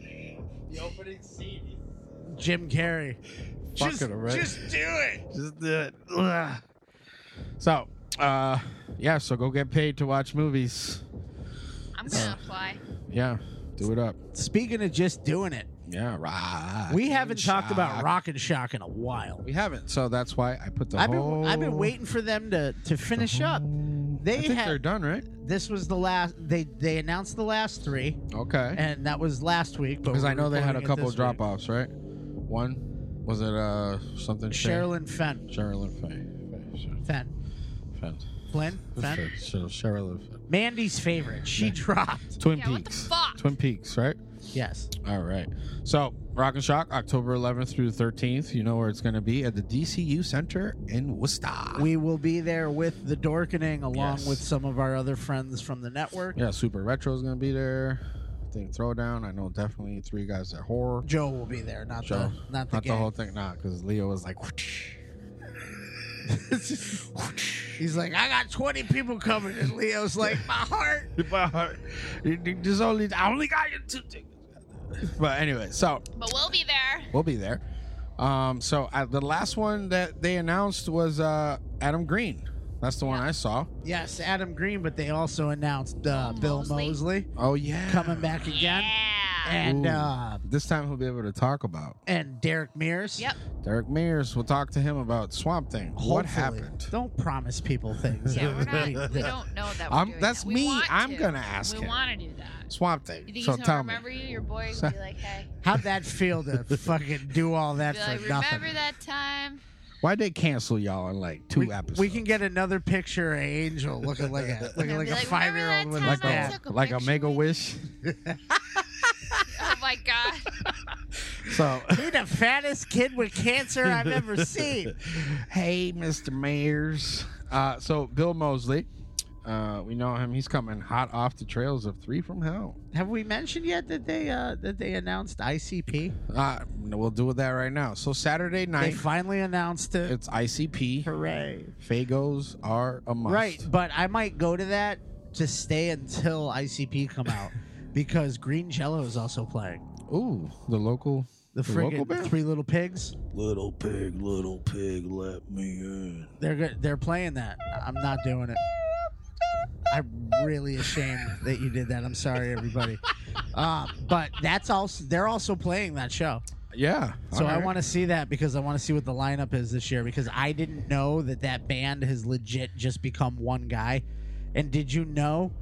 Speaker 4: The opening scene.
Speaker 6: Jim Carrey.
Speaker 4: Just, just do it. Just do it. Ugh. So, uh, yeah. So go get paid to watch movies.
Speaker 2: I'm gonna apply.
Speaker 4: Yeah, do it up.
Speaker 6: Speaking of just doing it,
Speaker 4: Yeah, right.
Speaker 6: we haven't talked about Rock and Shock in a while.
Speaker 4: We haven't. So that's why I put the
Speaker 6: I've
Speaker 4: whole.
Speaker 6: been I've been waiting for them to to finish up.
Speaker 4: I
Speaker 6: They
Speaker 4: think they're
Speaker 6: had
Speaker 4: done, right?
Speaker 6: this was the last they they announced the last three,
Speaker 4: Okay.
Speaker 6: and that was last week. but
Speaker 4: Because
Speaker 6: we're
Speaker 4: I know they had a
Speaker 6: recording it
Speaker 4: couple
Speaker 6: this
Speaker 4: drop
Speaker 6: week.
Speaker 4: offs, right? One was it uh something Shay?
Speaker 6: Sherilyn Fenn,
Speaker 4: Sherilyn Fay. Fay- Sher-
Speaker 6: Fenn,
Speaker 4: Fenn.
Speaker 6: Flynn, Fenn,
Speaker 4: Sher- Sher- Sherilyn Fay.
Speaker 6: Mandy's favorite. She dropped.
Speaker 4: Twin
Speaker 2: Yeah, what the
Speaker 4: Peaks.
Speaker 2: fuck?
Speaker 4: Twin Peaks, right?
Speaker 6: Yes.
Speaker 4: All right. So Rock and Shock, October 11th through the 13th. You know where it's going to be at the DCU Center in Worcester.
Speaker 6: We will be there with the Dorkening along
Speaker 4: Yes.
Speaker 6: with some of our other friends from the network.
Speaker 4: yeah, Super Retro's going to be there. I think Throwdown. I know definitely three guys at horror.
Speaker 6: Joe will be there, not
Speaker 4: Joe.
Speaker 6: the not the,
Speaker 4: Not the
Speaker 6: gang.
Speaker 4: whole thing, nah, because Leo was like,
Speaker 6: He's like, I got twenty people coming, and Leo's like, my heart.
Speaker 4: my heart. There's only I only got you two tickets. But anyway, so
Speaker 2: But we'll be there.
Speaker 4: we'll be there. Um, so uh, the last one that they announced was uh, Adam Green. That's the one I saw.
Speaker 6: Yes, Adam Green, but they also announced uh,
Speaker 2: Bill
Speaker 6: Bill
Speaker 2: Moseley.
Speaker 6: Mosley
Speaker 4: Oh yeah,
Speaker 6: coming back again,
Speaker 2: Yeah.
Speaker 6: and
Speaker 4: Ooh.
Speaker 6: uh,
Speaker 4: This time he'll be able to talk about
Speaker 6: and Derek Mears.
Speaker 2: Yep.
Speaker 4: Derek Mears. We'll talk to him about Swamp Thing. What
Speaker 6: Hopefully.
Speaker 4: happened?
Speaker 6: Don't promise people things.
Speaker 2: Yeah, we're not, we don't know that. We're
Speaker 4: I'm-
Speaker 2: doing
Speaker 4: that's
Speaker 2: that. We
Speaker 4: me.
Speaker 2: want
Speaker 4: I'm
Speaker 2: to.
Speaker 4: gonna ask
Speaker 2: We
Speaker 4: him.
Speaker 2: want to do that.
Speaker 4: Swamp
Speaker 2: You
Speaker 4: Thing.
Speaker 2: think
Speaker 4: So
Speaker 2: he's gonna
Speaker 4: tell me.
Speaker 2: remember you? Your boy would be like, "Hey,
Speaker 6: How'd that feel to fucking do all that
Speaker 2: be
Speaker 6: for
Speaker 2: like,
Speaker 6: nothing?
Speaker 2: remember that time?"
Speaker 4: Why'd they cancel y'all in like two
Speaker 6: we,
Speaker 4: episodes?
Speaker 6: we can get another picture of Angel looking like a looking
Speaker 2: I'll
Speaker 6: like
Speaker 2: be
Speaker 6: a
Speaker 2: like,
Speaker 6: five
Speaker 2: "Remember that
Speaker 6: year old
Speaker 2: time
Speaker 6: with like
Speaker 4: like
Speaker 2: I
Speaker 6: that.
Speaker 4: a
Speaker 2: took a
Speaker 4: like a
Speaker 2: picture
Speaker 4: mega
Speaker 2: with
Speaker 4: wish.
Speaker 2: Oh my god.
Speaker 4: So
Speaker 6: You're the fattest kid with cancer I've ever seen.
Speaker 4: hey, Mr. Mayors. Uh, so Bill Mosley, uh, we know him. He's coming hot off the trails of Three from Hell.
Speaker 6: Have we mentioned yet that they uh, that they announced ICP?
Speaker 4: Uh, we'll do that right now. So Saturday
Speaker 6: They
Speaker 4: night,
Speaker 6: finally announced it.
Speaker 4: it's ICP.
Speaker 6: Hooray!
Speaker 4: Fagos are a must.
Speaker 6: Right, but I might go to that to stay until ICP come out because Green Jello is also playing
Speaker 4: Ooh, the local.
Speaker 6: the
Speaker 4: The local
Speaker 6: friggin'
Speaker 4: band?
Speaker 6: Three Little Pigs.
Speaker 7: Little pig, little pig, let me in.
Speaker 6: They're go- they're playing that. I'm not doing it. I'm really ashamed that you did that. I'm sorry, everybody. Um, but that's also they're also playing that show.
Speaker 4: Yeah.
Speaker 6: So
Speaker 4: all
Speaker 6: I
Speaker 4: right.
Speaker 6: want to see that because I want to see what the lineup is this year because I didn't know that that band has legit just become one guy. And did you know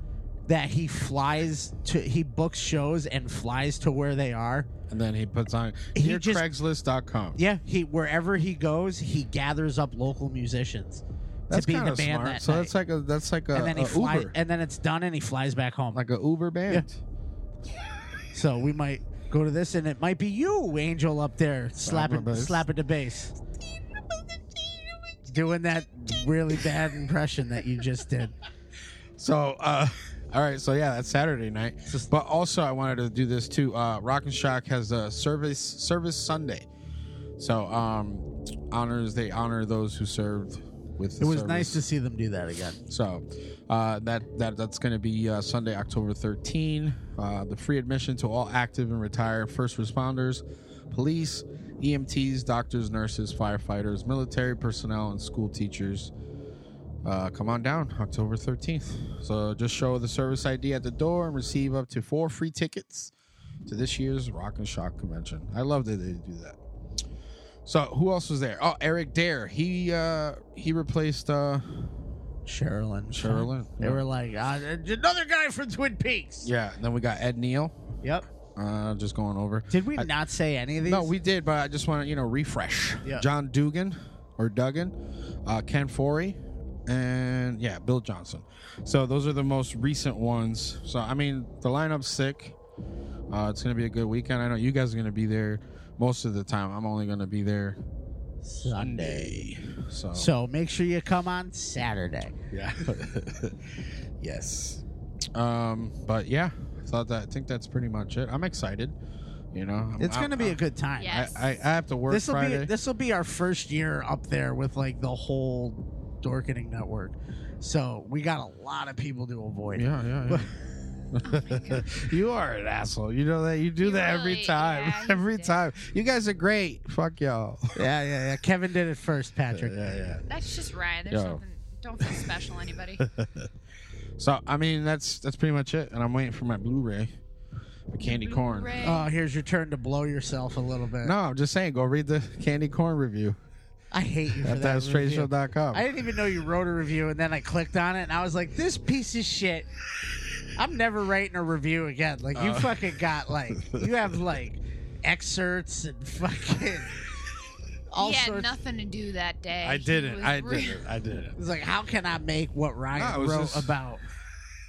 Speaker 6: that he flies to he books shows and flies to where they are?
Speaker 4: And then he puts on
Speaker 6: He
Speaker 4: dear
Speaker 6: just-
Speaker 4: Craigslist.com.
Speaker 6: Yeah, he wherever he goes, he gathers up local musicians
Speaker 4: that's
Speaker 6: to be the
Speaker 4: kinda
Speaker 6: band
Speaker 4: smart.
Speaker 6: that
Speaker 4: so
Speaker 6: night.
Speaker 4: that's like a that's like a,
Speaker 6: and then he
Speaker 4: a
Speaker 6: flies,
Speaker 4: Uber,
Speaker 6: and then it's done, and he flies back home.
Speaker 4: like a Uber band.
Speaker 6: so we might go to this, and it might be you, Angel, up there slapping,
Speaker 4: the bass.
Speaker 6: slapping the bass, doing that really bad impression that you just did.
Speaker 4: So, uh, all right. So yeah, that's Saturday night. But also, I wanted to do this too. Uh, Rock and Shock has a service service Sunday. So um, honors they honor those who served with. The
Speaker 6: It was
Speaker 4: service.
Speaker 6: nice to see them do that again.
Speaker 4: So uh, that that that's going to be uh, Sunday, October 13. Uh, the free admission to all active and retired first responders, police, E EMTs, doctors, nurses, firefighters, military personnel, and school teachers. uh, come on down October 13th. So just show the service ID at the door and receive up to four free tickets to this year's Rock and Shock convention. I love that they do that. So who else was there? Oh, Eric Dare. He uh he replaced uh
Speaker 6: Sherilyn.
Speaker 4: Sherilyn.
Speaker 6: They were like, ah, another guy from Twin Peaks.
Speaker 4: Yeah, then we got Ed Neal.
Speaker 6: Yep.
Speaker 4: Uh just going over.
Speaker 6: Did we
Speaker 4: I-
Speaker 6: not say any of these?
Speaker 4: No, we did, but I just want to, you know, refresh.
Speaker 6: Yeah.
Speaker 4: John Dugan or Duggan, uh, Ken Forey, and yeah, Bill Johnson. So those are the most recent ones. So I mean, the lineup's sick. Uh, it's gonna be a good weekend. I know you guys are gonna be there most of the time. I'm only gonna be there Sunday. So,
Speaker 6: So make sure you come on Saturday.
Speaker 4: yeah. yes. Um, but yeah, I thought that. I think that's pretty much it. I'm excited. You know, I'm-
Speaker 6: It's
Speaker 4: I'm-
Speaker 6: gonna be a
Speaker 4: I'm-
Speaker 6: good time.
Speaker 2: Yeah.
Speaker 4: I, I, I have to work
Speaker 6: This will
Speaker 4: Friday.
Speaker 6: be this will be our first year up there with like the whole Dorkening network. So we got a lot of people to avoid.
Speaker 4: Yeah, yeah, yeah. Oh you are an asshole. You know that. You do
Speaker 2: You
Speaker 4: that every
Speaker 2: really-
Speaker 4: time.
Speaker 2: yeah, you
Speaker 4: every
Speaker 2: do.
Speaker 4: time. You guys are great. Fuck y'all.
Speaker 6: yeah, yeah, yeah. Kevin did it first, Patrick.
Speaker 4: yeah.
Speaker 2: That's just Ryan. There's
Speaker 4: Yo.
Speaker 2: nothing. Don't feel special, anybody.
Speaker 4: So I mean, that's that's pretty much it. And I'm waiting for my Blu-ray, the candy corn.
Speaker 2: Blu-ray.
Speaker 6: Oh, here's your turn to blow yourself a little bit.
Speaker 4: No, I'm just saying. Go read the candy corn review
Speaker 6: I hate you for
Speaker 4: at
Speaker 6: that. review.
Speaker 4: thatstraightshow.com.
Speaker 6: I didn't even know you wrote a review, and then I clicked on it, and I was like, "This piece of shit." I'm never writing a review again. Like you
Speaker 4: Uh.
Speaker 6: fucking got like you have like excerpts and fucking all
Speaker 2: he had
Speaker 6: sorts.
Speaker 2: nothing to do that day.
Speaker 4: I
Speaker 2: He
Speaker 4: didn't.
Speaker 2: was
Speaker 4: I
Speaker 2: re-
Speaker 4: didn't. I didn't.
Speaker 6: It's like, how can I make what Ryan
Speaker 4: No, it was
Speaker 6: wrote
Speaker 4: just-
Speaker 6: about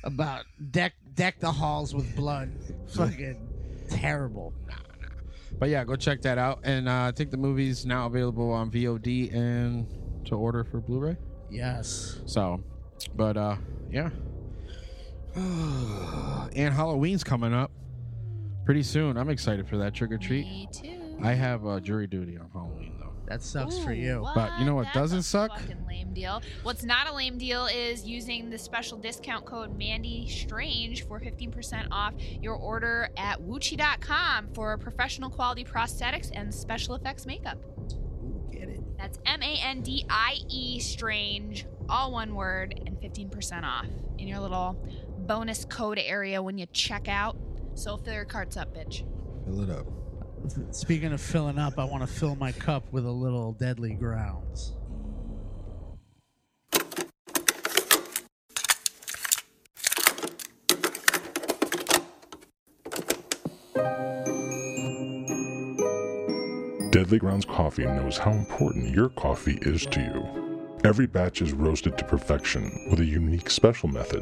Speaker 6: about deck deck the halls with blood? fucking terrible.
Speaker 4: But yeah, go check that out. And uh, I think the movie's now available on VOD and to order for Blu-ray.
Speaker 6: Yes.
Speaker 4: So, but uh, yeah. and Halloween's coming up pretty soon. I'm excited for that trick or treat.
Speaker 2: Me too.
Speaker 4: I have uh, jury duty on Halloween though.
Speaker 6: That sucks for
Speaker 2: Ooh,
Speaker 6: you.
Speaker 4: But you know what
Speaker 2: That's
Speaker 4: doesn't
Speaker 2: a
Speaker 4: suck?
Speaker 2: Fucking lame deal. What's not a lame deal is using the special discount code Mandy Strange for 15% off your order at Wuchi.com for professional quality prosthetics and special effects makeup.
Speaker 6: Get it.
Speaker 2: That's M A N D I E Strange, all one word, and 15% off in your little bonus code area when you check out. So fill your carts up, bitch.
Speaker 4: Fill it up.
Speaker 6: Speaking of filling up, I want to fill my cup with a little deadly grounds.
Speaker 9: Deadly Grounds Coffee knows how important your coffee is to you. Every batch is roasted to perfection with a unique special method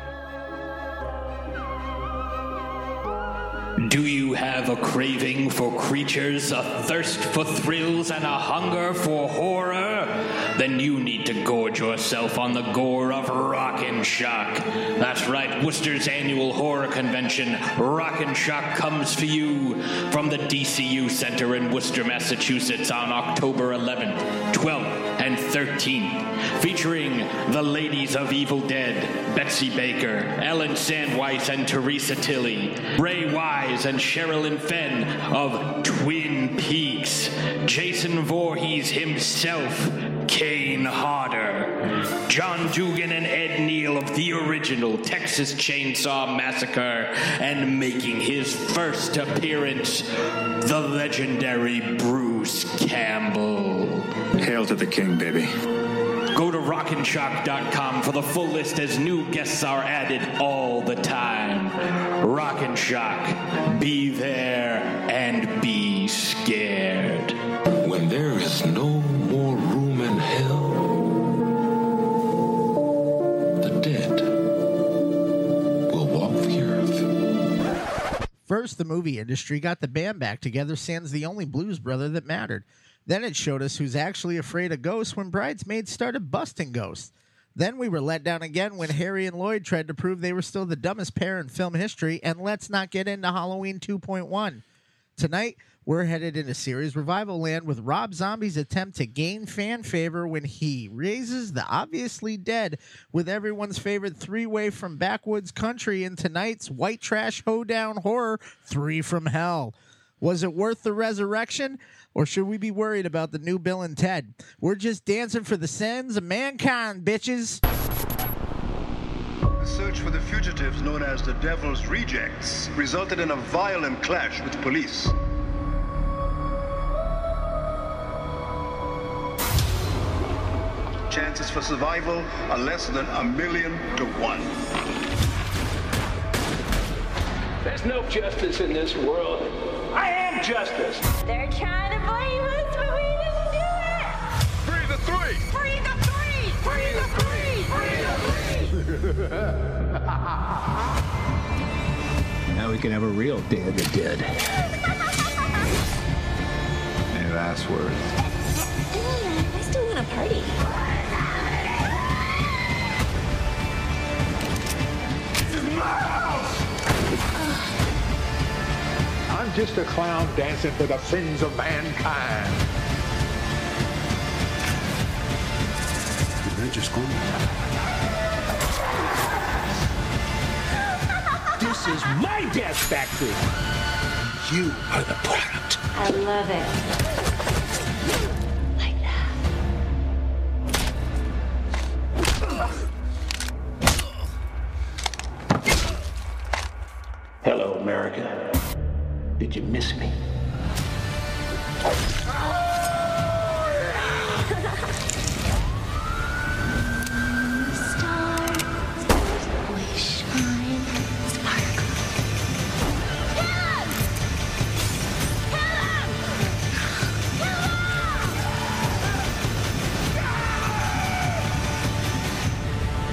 Speaker 10: Do you have a craving for creatures, a thirst for thrills, and a hunger for horror? Then you need to gorge yourself on the gore of Rockin' Shock. That's right, Worcester's annual horror convention, Rockin' Shock, comes for you from the DCU Center in Worcester, Massachusetts on October 11th, 12th, and 13th, featuring the ladies of Evil Dead, Betsy Baker, Ellen Sandweiss and Teresa Tilly, Ray Wise and Sherilyn Fenn of Twin Peaks, Jason Voorhees himself, Kane Hodder, John Dugan and Ed Neal of the original Texas Chainsaw Massacre, and making his first appearance, the legendary Bruce Campbell.
Speaker 11: Hail to the king, baby.
Speaker 10: Go to rockinshock.com for the full list as new guests are added all the time. Rockin' Shock. Be there and be scared.
Speaker 11: When there is no more room in hell, the dead will walk the earth.
Speaker 6: First, the movie industry got the band back together, sans the only blues brother that mattered. Then it showed us who's actually afraid of ghosts when bridesmaids started busting ghosts. Then we were let down again when Harry and Lloyd tried to prove they were still the dumbest pair in film history. And let's not get into Halloween 2.1. Tonight, we're headed into series revival land with Rob Zombie's attempt to gain fan favor when he raises the obviously dead with everyone's favorite three way from backwoods country in tonight's white trash hoedown horror, Three from Hell. Was it worth the resurrection, or should we be worried about the new Bill and Ted? We're just dancing for the sins of mankind, bitches.
Speaker 12: The search for the fugitives known as the Devil's Rejects resulted in a violent clash with police. Chances for survival are less than a million to one.
Speaker 13: There's no justice in this world. I am justice.
Speaker 14: They're trying to blame us, but we didn't do it.
Speaker 13: Free the three.
Speaker 14: Free the three. Free the three. Free the
Speaker 15: Now we can have a real Day of the Dead. Any last words?
Speaker 14: I still want to party.
Speaker 13: I'm just a clown dancing for the sins of mankind.
Speaker 11: They're just going.
Speaker 13: This is my death factory. You are the product.
Speaker 14: I love it.
Speaker 13: Hello, America. Did you miss me?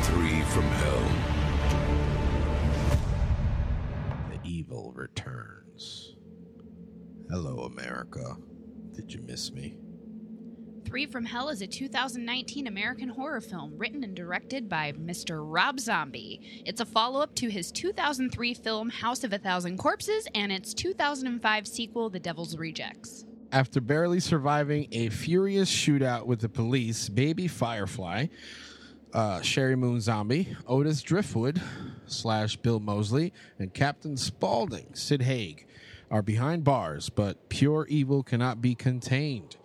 Speaker 11: Three from hell.
Speaker 1: The evil returns. Hello, America. Did you miss me?
Speaker 16: Three from Hell is a 2019 American horror film written and directed by Mr. Rob Zombie. It's a follow up to his 2003 film House of a Thousand Corpses and its 2005 sequel, The Devil's Rejects.
Speaker 4: After barely surviving a furious shootout with the police, Baby Firefly, uh, Sherry Moon Zombie, Otis Driftwood slash Bill Mosley, and Captain Spaulding, Sid Haig, are behind bars, but pure evil cannot be contained.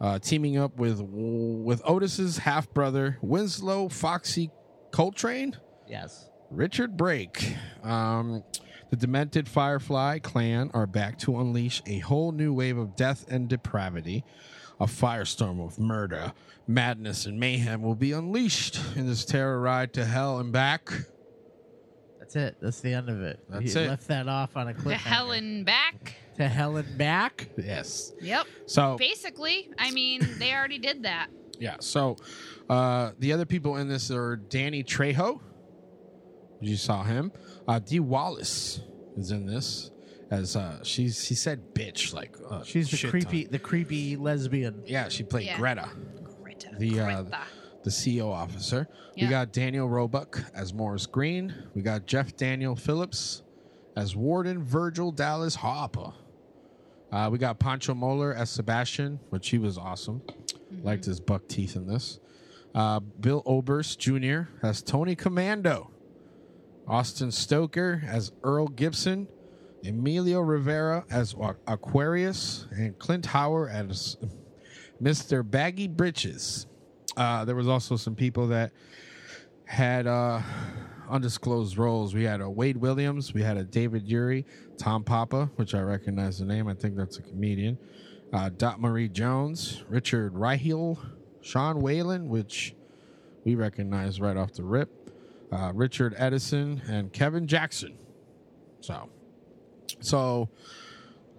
Speaker 4: Uh, teaming up with with Otis's half brother, Winslow Foxy Coltrane,
Speaker 6: Yes.
Speaker 4: Richard Brake. Um, the demented Firefly clan are back to unleash a whole new wave of death and depravity. A firestorm of murder, madness, and mayhem will be unleashed in this terror ride to hell and back.
Speaker 6: That's it. That's the end of it.
Speaker 4: That's
Speaker 6: You
Speaker 4: it.
Speaker 6: Left that off on a
Speaker 16: To
Speaker 6: cliff
Speaker 16: Helen back.
Speaker 6: to Helen back.
Speaker 4: Yes.
Speaker 16: Yep.
Speaker 4: So-
Speaker 16: basically, I mean, they already did that.
Speaker 4: Yeah. So uh, the other people in this are Danny Trejo. You saw him. Uh, Dee Wallace is in this as uh, she's she said bitch like uh,
Speaker 6: She's the creepy, the creepy lesbian.
Speaker 4: Yeah, she played
Speaker 6: Yeah.
Speaker 4: Greta. The uh,
Speaker 6: Greta.
Speaker 4: the CEO officer.
Speaker 6: Yeah.
Speaker 4: We got Daniel Roebuck as Morris Green. We got Jeff Daniel Phillips as Warden Virgil Dallas Harper. Uh, we got Pancho Moeller as Sebastian, which he was awesome. Liked his buck teeth in this. Uh, Bill Oberst Jr. as Tony Commando. Austin Stoker as Earl Gibson, Emilio Rivera as Aqu- Aquarius, and Clint Howard as Mr. Baggy Britches. Uh, there was also some people that had uh, undisclosed roles. We had a Wade Williams, we had a David Urey, Tom Papa, which I recognize the name. I think that's a comedian. Uh, Dot Marie Jones, Richard Reichel, Sean Whalen, which we recognize right off the rip. Uh, Richard Edison and Kevin Jackson. So, so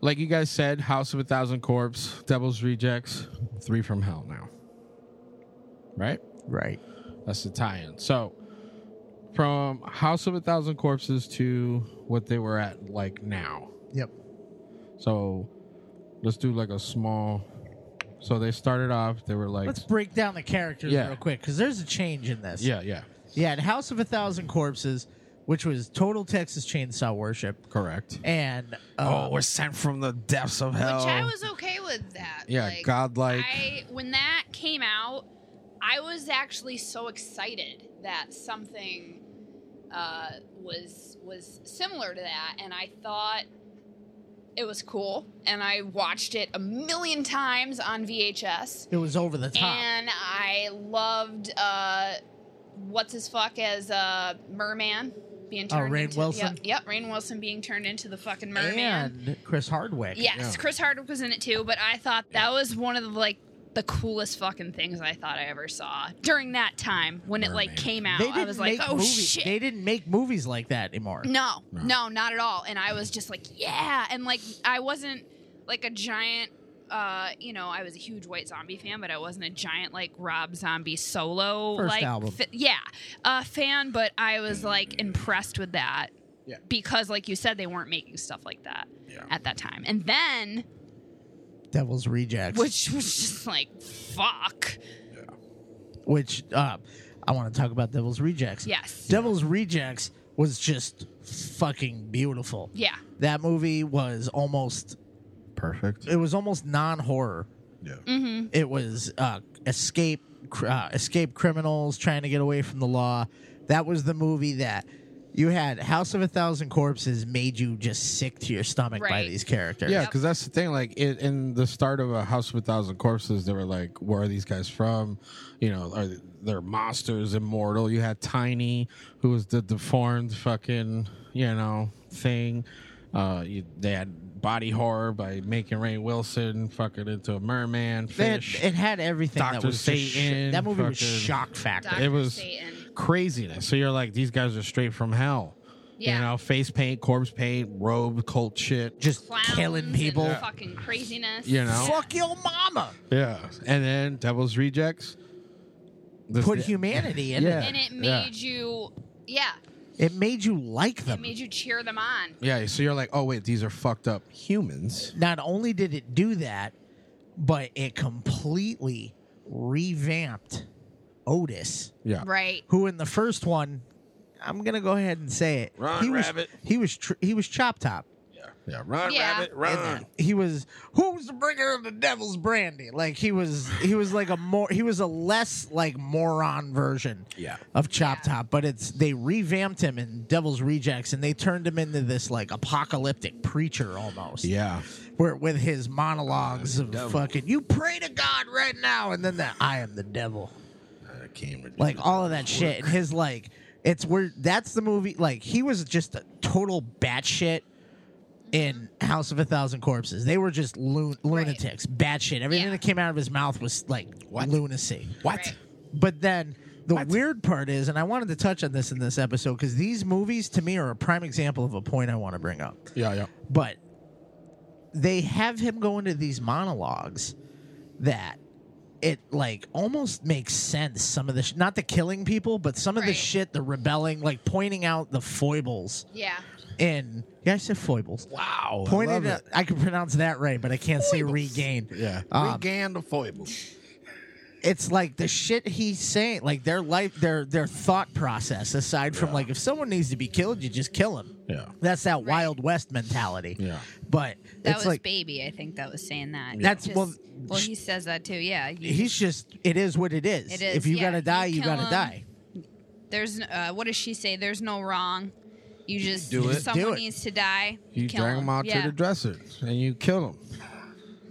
Speaker 4: like you guys said, House of a Thousand Corpse, Devil's Rejects, Three from Hell now. Right?
Speaker 6: Right.
Speaker 4: That's the tie in. So from House of a Thousand Corpses to what they were at like now.
Speaker 6: Yep.
Speaker 4: So let's do like a small So they started off. They were like,
Speaker 6: Let's break down the characters
Speaker 4: Yeah.
Speaker 6: real quick because there's a change in this.
Speaker 4: yeah, yeah,
Speaker 6: Yeah, in House of a Thousand Corpses, which was total Texas Chainsaw worship.
Speaker 4: Correct.
Speaker 6: And uh,
Speaker 4: Oh, we're sent from the depths of hell.
Speaker 2: Which I was okay with that.
Speaker 4: Oh. Yeah,
Speaker 2: like,
Speaker 4: godlike.
Speaker 2: I when that came out, I was actually so excited that something uh, was was similar to that, and I thought it was cool. And I watched it a million times on VHS.
Speaker 6: it was over the top.
Speaker 2: And I loved uh, what's his fuck as uh, merman being
Speaker 6: Oh,
Speaker 2: turned
Speaker 6: Rainn
Speaker 2: into
Speaker 6: Wilson?
Speaker 2: Yep, yep, Rain Wilson being turned into the fucking merman.
Speaker 6: and Chris Hardwick.
Speaker 2: Yes, Chris Hardwick was in it too, but I thought that was one of the like the coolest fucking things I thought I ever saw during that time when it like came out.
Speaker 6: They didn't
Speaker 2: I was like,
Speaker 6: make
Speaker 2: oh
Speaker 6: movies.
Speaker 2: shit.
Speaker 6: They didn't make movies like that anymore.
Speaker 2: No, no, not at all. And I was just like, yeah. And like, I wasn't like a giant, uh, you know, I was a huge White Zombie fan, but I wasn't a giant like Rob Zombie solo
Speaker 6: First
Speaker 2: like
Speaker 6: album.
Speaker 2: fi- yeah, uh, fan. But I was like impressed with that
Speaker 4: Yeah.
Speaker 2: because, like you said, they weren't making stuff like that at that time. And then,
Speaker 6: Devil's Rejects.
Speaker 2: which was just like, fuck.
Speaker 6: which uh, I want to talk about Devil's Rejects.
Speaker 2: Yes.
Speaker 6: Devil's Rejects was just fucking beautiful.
Speaker 2: Yeah.
Speaker 6: That movie was almost
Speaker 4: perfect.
Speaker 6: It was almost non-horror. Yeah.
Speaker 2: Mm-hmm.
Speaker 6: It was uh, escape cr- uh, escape criminals trying to get away from the law. That was the movie that you had House of a Thousand Corpses made you just sick to your stomach by
Speaker 4: Right.
Speaker 6: these characters.
Speaker 4: Yeah, because that's the thing. Like it, in the start of a House of a Thousand Corpses, they were like, "Where are these guys from? You know, are they, they're monsters, immortal?" You had Tiny, who was the deformed fucking you know thing. Uh, you, they had body horror by making Ray Wilson fucking into a merman.
Speaker 6: That-
Speaker 4: Fish.
Speaker 6: it had everything that
Speaker 4: Dr.
Speaker 6: was just sh-
Speaker 4: Satan.
Speaker 6: that movie was
Speaker 4: fucking-
Speaker 6: shock factor.
Speaker 4: It
Speaker 6: Dr.
Speaker 4: was
Speaker 6: Satan.
Speaker 4: craziness. So you're like, these guys are straight from hell.
Speaker 2: Yeah.
Speaker 4: You know, face paint, corpse paint, robe, cult shit.
Speaker 6: Just
Speaker 2: Clowns and
Speaker 4: Yeah.
Speaker 2: fucking craziness.
Speaker 4: You know?
Speaker 6: Fuck your mama.
Speaker 4: Yeah. And then Devil's Rejects. This-
Speaker 6: Put humanity in
Speaker 4: yeah.
Speaker 6: it.
Speaker 2: and it
Speaker 4: yeah.
Speaker 2: made you, yeah,
Speaker 6: It made you like
Speaker 2: it
Speaker 6: them.
Speaker 2: made you cheer them on.
Speaker 4: Yeah, so you're like, oh wait, these are fucked up humans.
Speaker 6: Not only did it do that, but it completely revamped Otis.
Speaker 4: Yeah.
Speaker 2: Right.
Speaker 6: Who in the first one, I'm gonna go ahead and say it.
Speaker 4: Ron
Speaker 6: he
Speaker 4: Rabbit.
Speaker 6: Was, he was tr- he was chop top.
Speaker 4: Yeah, run,
Speaker 6: Yeah.
Speaker 4: rabbit, run.
Speaker 6: He was who's the bringer of the devil's brandy? Like he was he was like a more he was a less like moron version
Speaker 4: Yeah.
Speaker 6: of Chop Top, but it's they revamped him in Devil's Rejects and they turned him into this like apocalyptic preacher almost.
Speaker 4: Yeah.
Speaker 6: Where with his monologues of
Speaker 4: devil.
Speaker 6: fucking you pray to God right now and then that I am the devil.
Speaker 4: I came to
Speaker 6: Like all of that shit. And his like it's where that's the movie like he was just a total batshit in House of a Thousand Corpses. They were just lun- lunatics, batshit. Everything that came out of his mouth was like lunacy.
Speaker 4: What?
Speaker 6: But then the weird part is, and I wanted to touch on this in this episode because these movies to me are a prime example of a point I want to bring up.
Speaker 4: Yeah, yeah.
Speaker 6: But they have him go into these monologues that it like almost makes sense some of the sh- not the killing people but some of the shit the rebelling like pointing out the foibles
Speaker 2: Yeah.
Speaker 6: in yeah, I said foibles.
Speaker 4: Wow, I
Speaker 6: pointed.
Speaker 4: love
Speaker 6: I,
Speaker 4: it.
Speaker 6: I can pronounce that right, but I can't say regain.
Speaker 4: Yeah,
Speaker 6: Um,
Speaker 4: regain the foibles.
Speaker 6: It's like the shit he's saying, like their life, their their thought process. Aside from like, if someone needs to be killed, you just kill him.
Speaker 4: Yeah,
Speaker 6: that's that Wild West mentality.
Speaker 4: Yeah,
Speaker 6: but
Speaker 2: That
Speaker 6: it's
Speaker 2: was
Speaker 6: like
Speaker 2: baby. I think that was saying that.
Speaker 6: That's-
Speaker 2: Just-
Speaker 6: well,
Speaker 2: Well, he says that too. Yeah. you-
Speaker 6: he's just. It is what it is.
Speaker 2: It is,
Speaker 6: If you
Speaker 2: yeah.
Speaker 6: gotta die, you,
Speaker 2: You kill
Speaker 6: gotta
Speaker 2: him.
Speaker 6: die.
Speaker 2: There's n- uh, what does she say? There's no wrong. You just
Speaker 4: do
Speaker 2: if
Speaker 4: it.
Speaker 2: Someone
Speaker 4: Do it.
Speaker 2: needs to die.
Speaker 4: You
Speaker 2: kill
Speaker 4: drag them out
Speaker 2: Yeah.
Speaker 4: to the dresser and you kill them.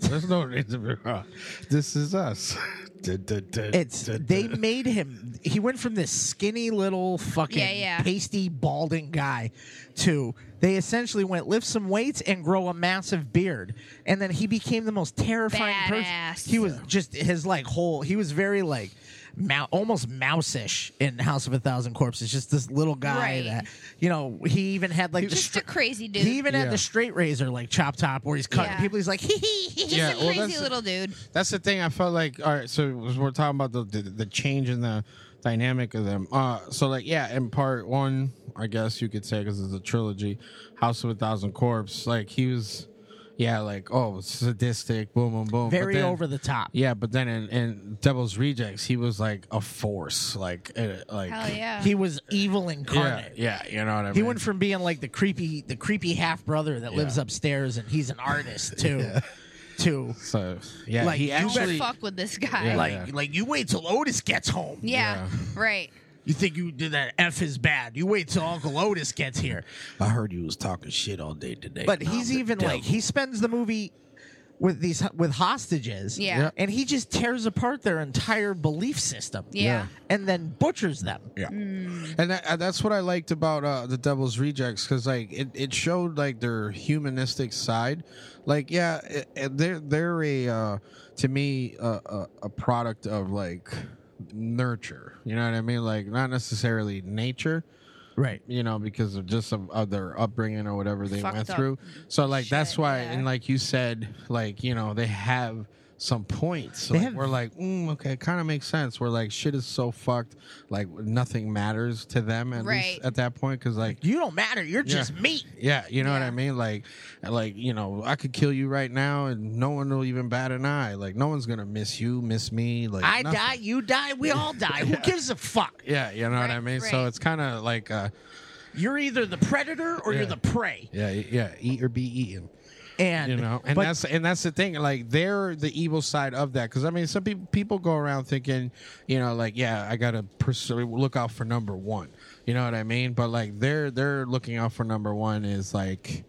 Speaker 4: There's no reason for uh, This is us.
Speaker 6: It's they made him. He went from this skinny little fucking
Speaker 2: Yeah, yeah.
Speaker 6: pasty balding guy to they essentially went lift some weights and grow a massive beard, and then he became the most terrifying
Speaker 2: Badass.
Speaker 6: person. He was just his like whole. He was very like. Mou- almost mouseish in House of a Thousand Corpses, just this little guy
Speaker 2: Right.
Speaker 6: that you know. He even had like the
Speaker 2: Just
Speaker 6: stra-
Speaker 2: a crazy dude.
Speaker 6: he even had the straight razor like chop top where he's cutting
Speaker 2: Yeah.
Speaker 6: people. He's like hee hee hee.
Speaker 2: He's
Speaker 4: Yeah,
Speaker 2: a
Speaker 4: well,
Speaker 2: crazy
Speaker 4: that's-
Speaker 2: little dude.
Speaker 4: That's the thing. I felt like all right. So we're talking about the the, the change in the dynamic of them. Uh, so like yeah, in part one, I guess you could say because it's a trilogy, House of a Thousand Corpse. Like he was, Yeah, like oh, sadistic, boom, boom, boom.
Speaker 6: Very
Speaker 4: but then,
Speaker 6: over the top.
Speaker 4: Yeah, but then in, in Devil's Rejects, he was like a force, like uh, like
Speaker 16: Hell yeah.
Speaker 6: He was evil incarnate.
Speaker 4: Yeah, yeah, you know what I
Speaker 6: He
Speaker 4: mean.
Speaker 6: went from being like the creepy, the creepy half brother that lives upstairs, and he's an artist too. To
Speaker 4: so yeah,
Speaker 6: like
Speaker 4: he
Speaker 6: you better
Speaker 4: actually
Speaker 16: fuck with this guy.
Speaker 6: like, like you wait till Otis gets home.
Speaker 16: Yeah, right.
Speaker 6: You think you did that? F is bad. You wait till Uncle Otis gets here.
Speaker 4: I heard you was talking shit all day today.
Speaker 6: But
Speaker 4: and I'm
Speaker 6: he's
Speaker 4: the
Speaker 6: even
Speaker 4: devil.
Speaker 6: like he spends the movie with these with hostages.
Speaker 16: Yeah. Yeah.
Speaker 6: And he just tears apart their entire belief system.
Speaker 16: Yeah. Yeah.
Speaker 6: And then butchers them.
Speaker 4: Yeah. and that, uh, that's what I liked about uh, the Devil's Rejects because like it, it showed like their humanistic side. Like yeah, it, it- they're they're a uh, to me uh, a, a product of like nurture. You know what I mean? Like not necessarily nature.
Speaker 6: Right.
Speaker 4: You know, because of just of, of their upbringing or whatever they
Speaker 16: Fucked
Speaker 4: went
Speaker 16: up
Speaker 4: through. So like that's why,
Speaker 16: yeah.
Speaker 4: and like you said, like you know they have some points.
Speaker 6: They
Speaker 4: like,
Speaker 6: have-
Speaker 4: we're like, mm, okay, kind of makes sense. We're like, shit is so fucked. Like nothing matters to them at
Speaker 6: Right.
Speaker 4: least at that point because like
Speaker 6: You don't matter. You're
Speaker 4: Yeah.
Speaker 6: just meat.
Speaker 4: yeah, you know what I mean. Like, like you know, I could kill you right now, and no one will even bat an eye. Like, no one's gonna miss you, miss me. Like,
Speaker 6: I
Speaker 4: nothing.
Speaker 6: die, you die, we all die. Who gives a fuck?
Speaker 4: Yeah, you know what I mean. So
Speaker 6: right.
Speaker 4: it's kind of like, uh,
Speaker 6: You're either the predator or
Speaker 4: Yeah.
Speaker 6: you're the prey.
Speaker 4: yeah, yeah, eat or be eaten.
Speaker 6: And
Speaker 4: you know, and
Speaker 6: but-
Speaker 4: that's and that's the thing. Like they're the evil side of that because I mean, some people people go around thinking, you know, like yeah, I gotta pursue, look out for number one. You know what I mean? But like they're they're looking out for number one is like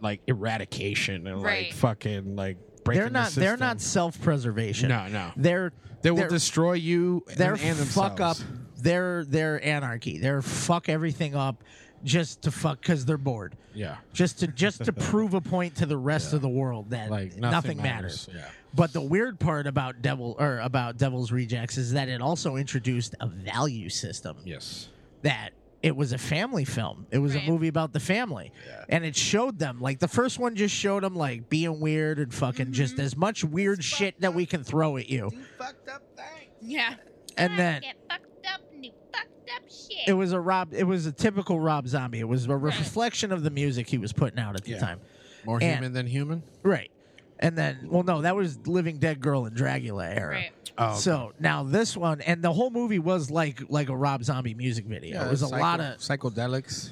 Speaker 4: like eradication and
Speaker 6: Right.
Speaker 4: like fucking like breaking.
Speaker 6: they're
Speaker 4: the
Speaker 6: not they're
Speaker 4: system.
Speaker 6: not self preservation.
Speaker 4: No, no.
Speaker 6: They're
Speaker 4: They will
Speaker 6: they're-
Speaker 4: destroy you.
Speaker 6: They're
Speaker 4: and, and
Speaker 6: fuck up.
Speaker 4: themselves.
Speaker 6: They're they're anarchy. They're fuck everything up just to fuck because they're bored.
Speaker 4: Yeah.
Speaker 6: Just to just to prove a point to the rest of the world that
Speaker 4: Like,
Speaker 6: nothing,
Speaker 4: nothing
Speaker 6: matters.
Speaker 4: matters, yeah.
Speaker 6: But the weird part about Devil or about Devil's Rejects is that it also introduced a value system.
Speaker 4: Yes.
Speaker 6: That it was a family film. It was a movie about the family. And it showed them like the first one just showed them like being weird and fucking just as much weird shit that we can throw at you.
Speaker 16: Yeah.
Speaker 6: And then
Speaker 14: Get fucked up, new fucked up shit.
Speaker 6: it was a Rob. It was a typical Rob Zombie. It was a reflection of the music he was putting out at the time.
Speaker 4: More
Speaker 6: And-
Speaker 4: human than human.
Speaker 6: right? And then, well, no, that was Living Dead Girl and Dragula era.
Speaker 4: Right. Oh, okay.
Speaker 6: So now this one, and the whole movie was like like a Rob Zombie music video. it was a
Speaker 4: psycho-
Speaker 6: lot of
Speaker 4: psychedelics.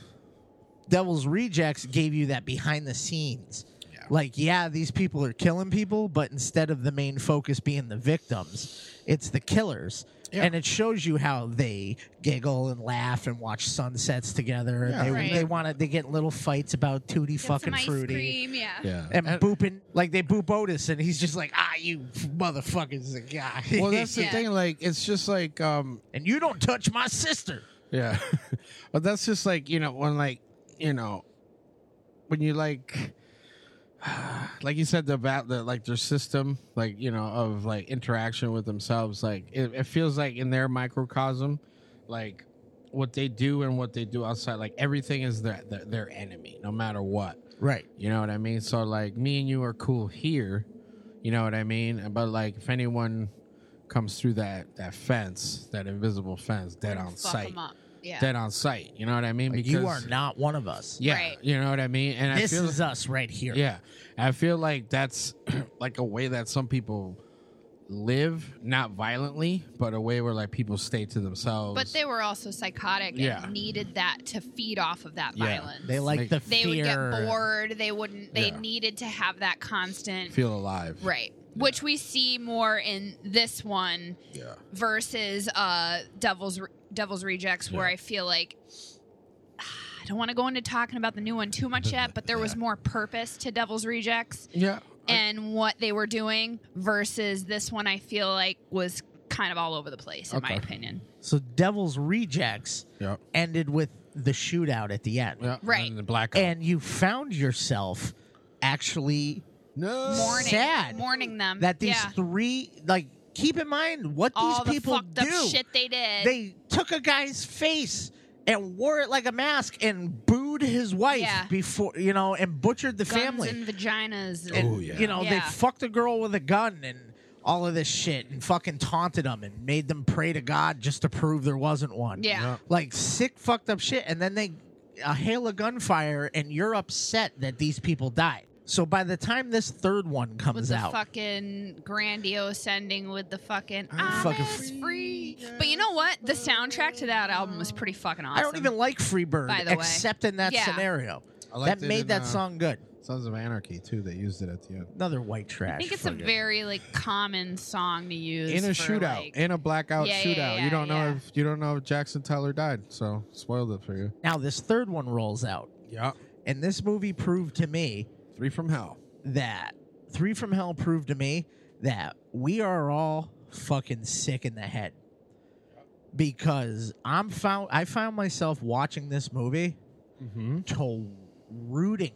Speaker 6: Devil's Rejects gave you that behind the scenes. Like, yeah, these people are killing people, but instead of the main focus being the victims, it's the killers. And it shows you how they giggle and laugh and watch sunsets together.
Speaker 16: Yeah.
Speaker 6: they
Speaker 16: Right.
Speaker 6: they want to they get in little fights about tutti fucking
Speaker 16: Some ice
Speaker 6: fruity
Speaker 16: cream, yeah.
Speaker 6: and booping like they boop Otis, and he's just like, ah, you motherfuckers, a guy.
Speaker 4: Well, that's the thing. Like, it's just like, um,
Speaker 6: and you don't touch my sister.
Speaker 4: Yeah. but that's just like, you know, when like, you know, when you like like you said about the like their system, like, you know, of like interaction with themselves, like it, it feels like in their microcosm, like what they do and what they do outside, like everything is their their, their enemy, no matter what.
Speaker 6: Right.
Speaker 4: You know what I mean? So like me and you are cool here, you know what I mean? But like if anyone comes through that that fence, that invisible fence, dead on
Speaker 6: fuck
Speaker 4: sight.
Speaker 6: 'em up. Yeah.
Speaker 4: Dead on sight. You know what I mean?
Speaker 6: Like, you are not one of us.
Speaker 4: Yeah. You know what I mean? And
Speaker 6: This
Speaker 4: I feel
Speaker 6: is us right here.
Speaker 4: Yeah. I feel like that's like a way that some people live, not violently, but a way where like people stay to themselves.
Speaker 2: But they were also psychotic and
Speaker 4: Yeah.
Speaker 2: needed that to feed off of that
Speaker 4: Yeah.
Speaker 2: violence.
Speaker 4: They liked the
Speaker 2: They would
Speaker 4: fear.
Speaker 2: get bored. They wouldn't. They
Speaker 4: Yeah.
Speaker 2: needed to have that constant
Speaker 4: feel alive.
Speaker 2: right, which we see more in this one
Speaker 4: Yeah.
Speaker 2: versus uh, Devil's Re- Devil's Rejects, where
Speaker 16: Yeah.
Speaker 2: I feel like. I don't want to go into talking about the new one too much yet, but there was more purpose to Devil's Rejects
Speaker 4: Yeah.
Speaker 2: and what they were doing versus this one. I feel like was kind of all over the place, in my
Speaker 6: Okay.
Speaker 2: opinion.
Speaker 6: So Devil's Rejects
Speaker 4: Yep.
Speaker 6: ended with the shootout at the end.
Speaker 2: Right. and
Speaker 4: the blackout.
Speaker 6: And you found yourself actually
Speaker 4: no.
Speaker 2: Mourning,
Speaker 6: sad
Speaker 2: mourning them.
Speaker 6: that these
Speaker 2: yeah.
Speaker 6: three like keep in mind what
Speaker 2: all
Speaker 6: these people
Speaker 2: the fucked
Speaker 6: do.
Speaker 2: up shit they did.
Speaker 6: they took a guy's face and wore it like a mask and booed his wife
Speaker 2: Yeah.
Speaker 6: before you know and butchered the
Speaker 2: guns
Speaker 6: family
Speaker 2: and vaginas. And,
Speaker 6: And, you know they
Speaker 2: Yeah.
Speaker 6: fucked a girl with a gun and all of this shit and fucking taunted them and made them pray to god just to prove there wasn't one
Speaker 2: Yeah. Yeah.
Speaker 6: like sick fucked up shit and then they a hail of gunfire and you're upset that these people died So by the time this third one
Speaker 2: with
Speaker 6: comes
Speaker 2: the
Speaker 6: out,
Speaker 2: fucking grandiose ending with the fucking I'm
Speaker 6: fucking
Speaker 2: free. But you know what? The soundtrack to that album was pretty fucking awesome.
Speaker 6: I don't even like Freebird
Speaker 2: By the way.
Speaker 6: except in that
Speaker 2: Yeah.
Speaker 6: scenario.
Speaker 17: I liked
Speaker 6: that
Speaker 17: it
Speaker 6: made
Speaker 17: in,
Speaker 6: that
Speaker 17: uh,
Speaker 6: song good.
Speaker 17: Sons of Anarchy too. They used it at the end.
Speaker 6: Another white trash.
Speaker 2: I think it's a very like common song to use
Speaker 4: in a
Speaker 2: for,
Speaker 4: shootout,
Speaker 2: like-
Speaker 4: in a blackout
Speaker 2: Yeah, yeah,
Speaker 4: shootout.
Speaker 2: yeah,
Speaker 4: you don't know
Speaker 2: yeah.
Speaker 4: if you don't know if Jackson Tyler died, so spoiled it for you.
Speaker 6: Now this third one rolls out.
Speaker 4: Yeah.
Speaker 6: And this movie proved to me
Speaker 4: Three from Hell
Speaker 6: that Three from Hell proved to me that we are all fucking sick in the head. Because I'm found I found myself watching this movie to rooting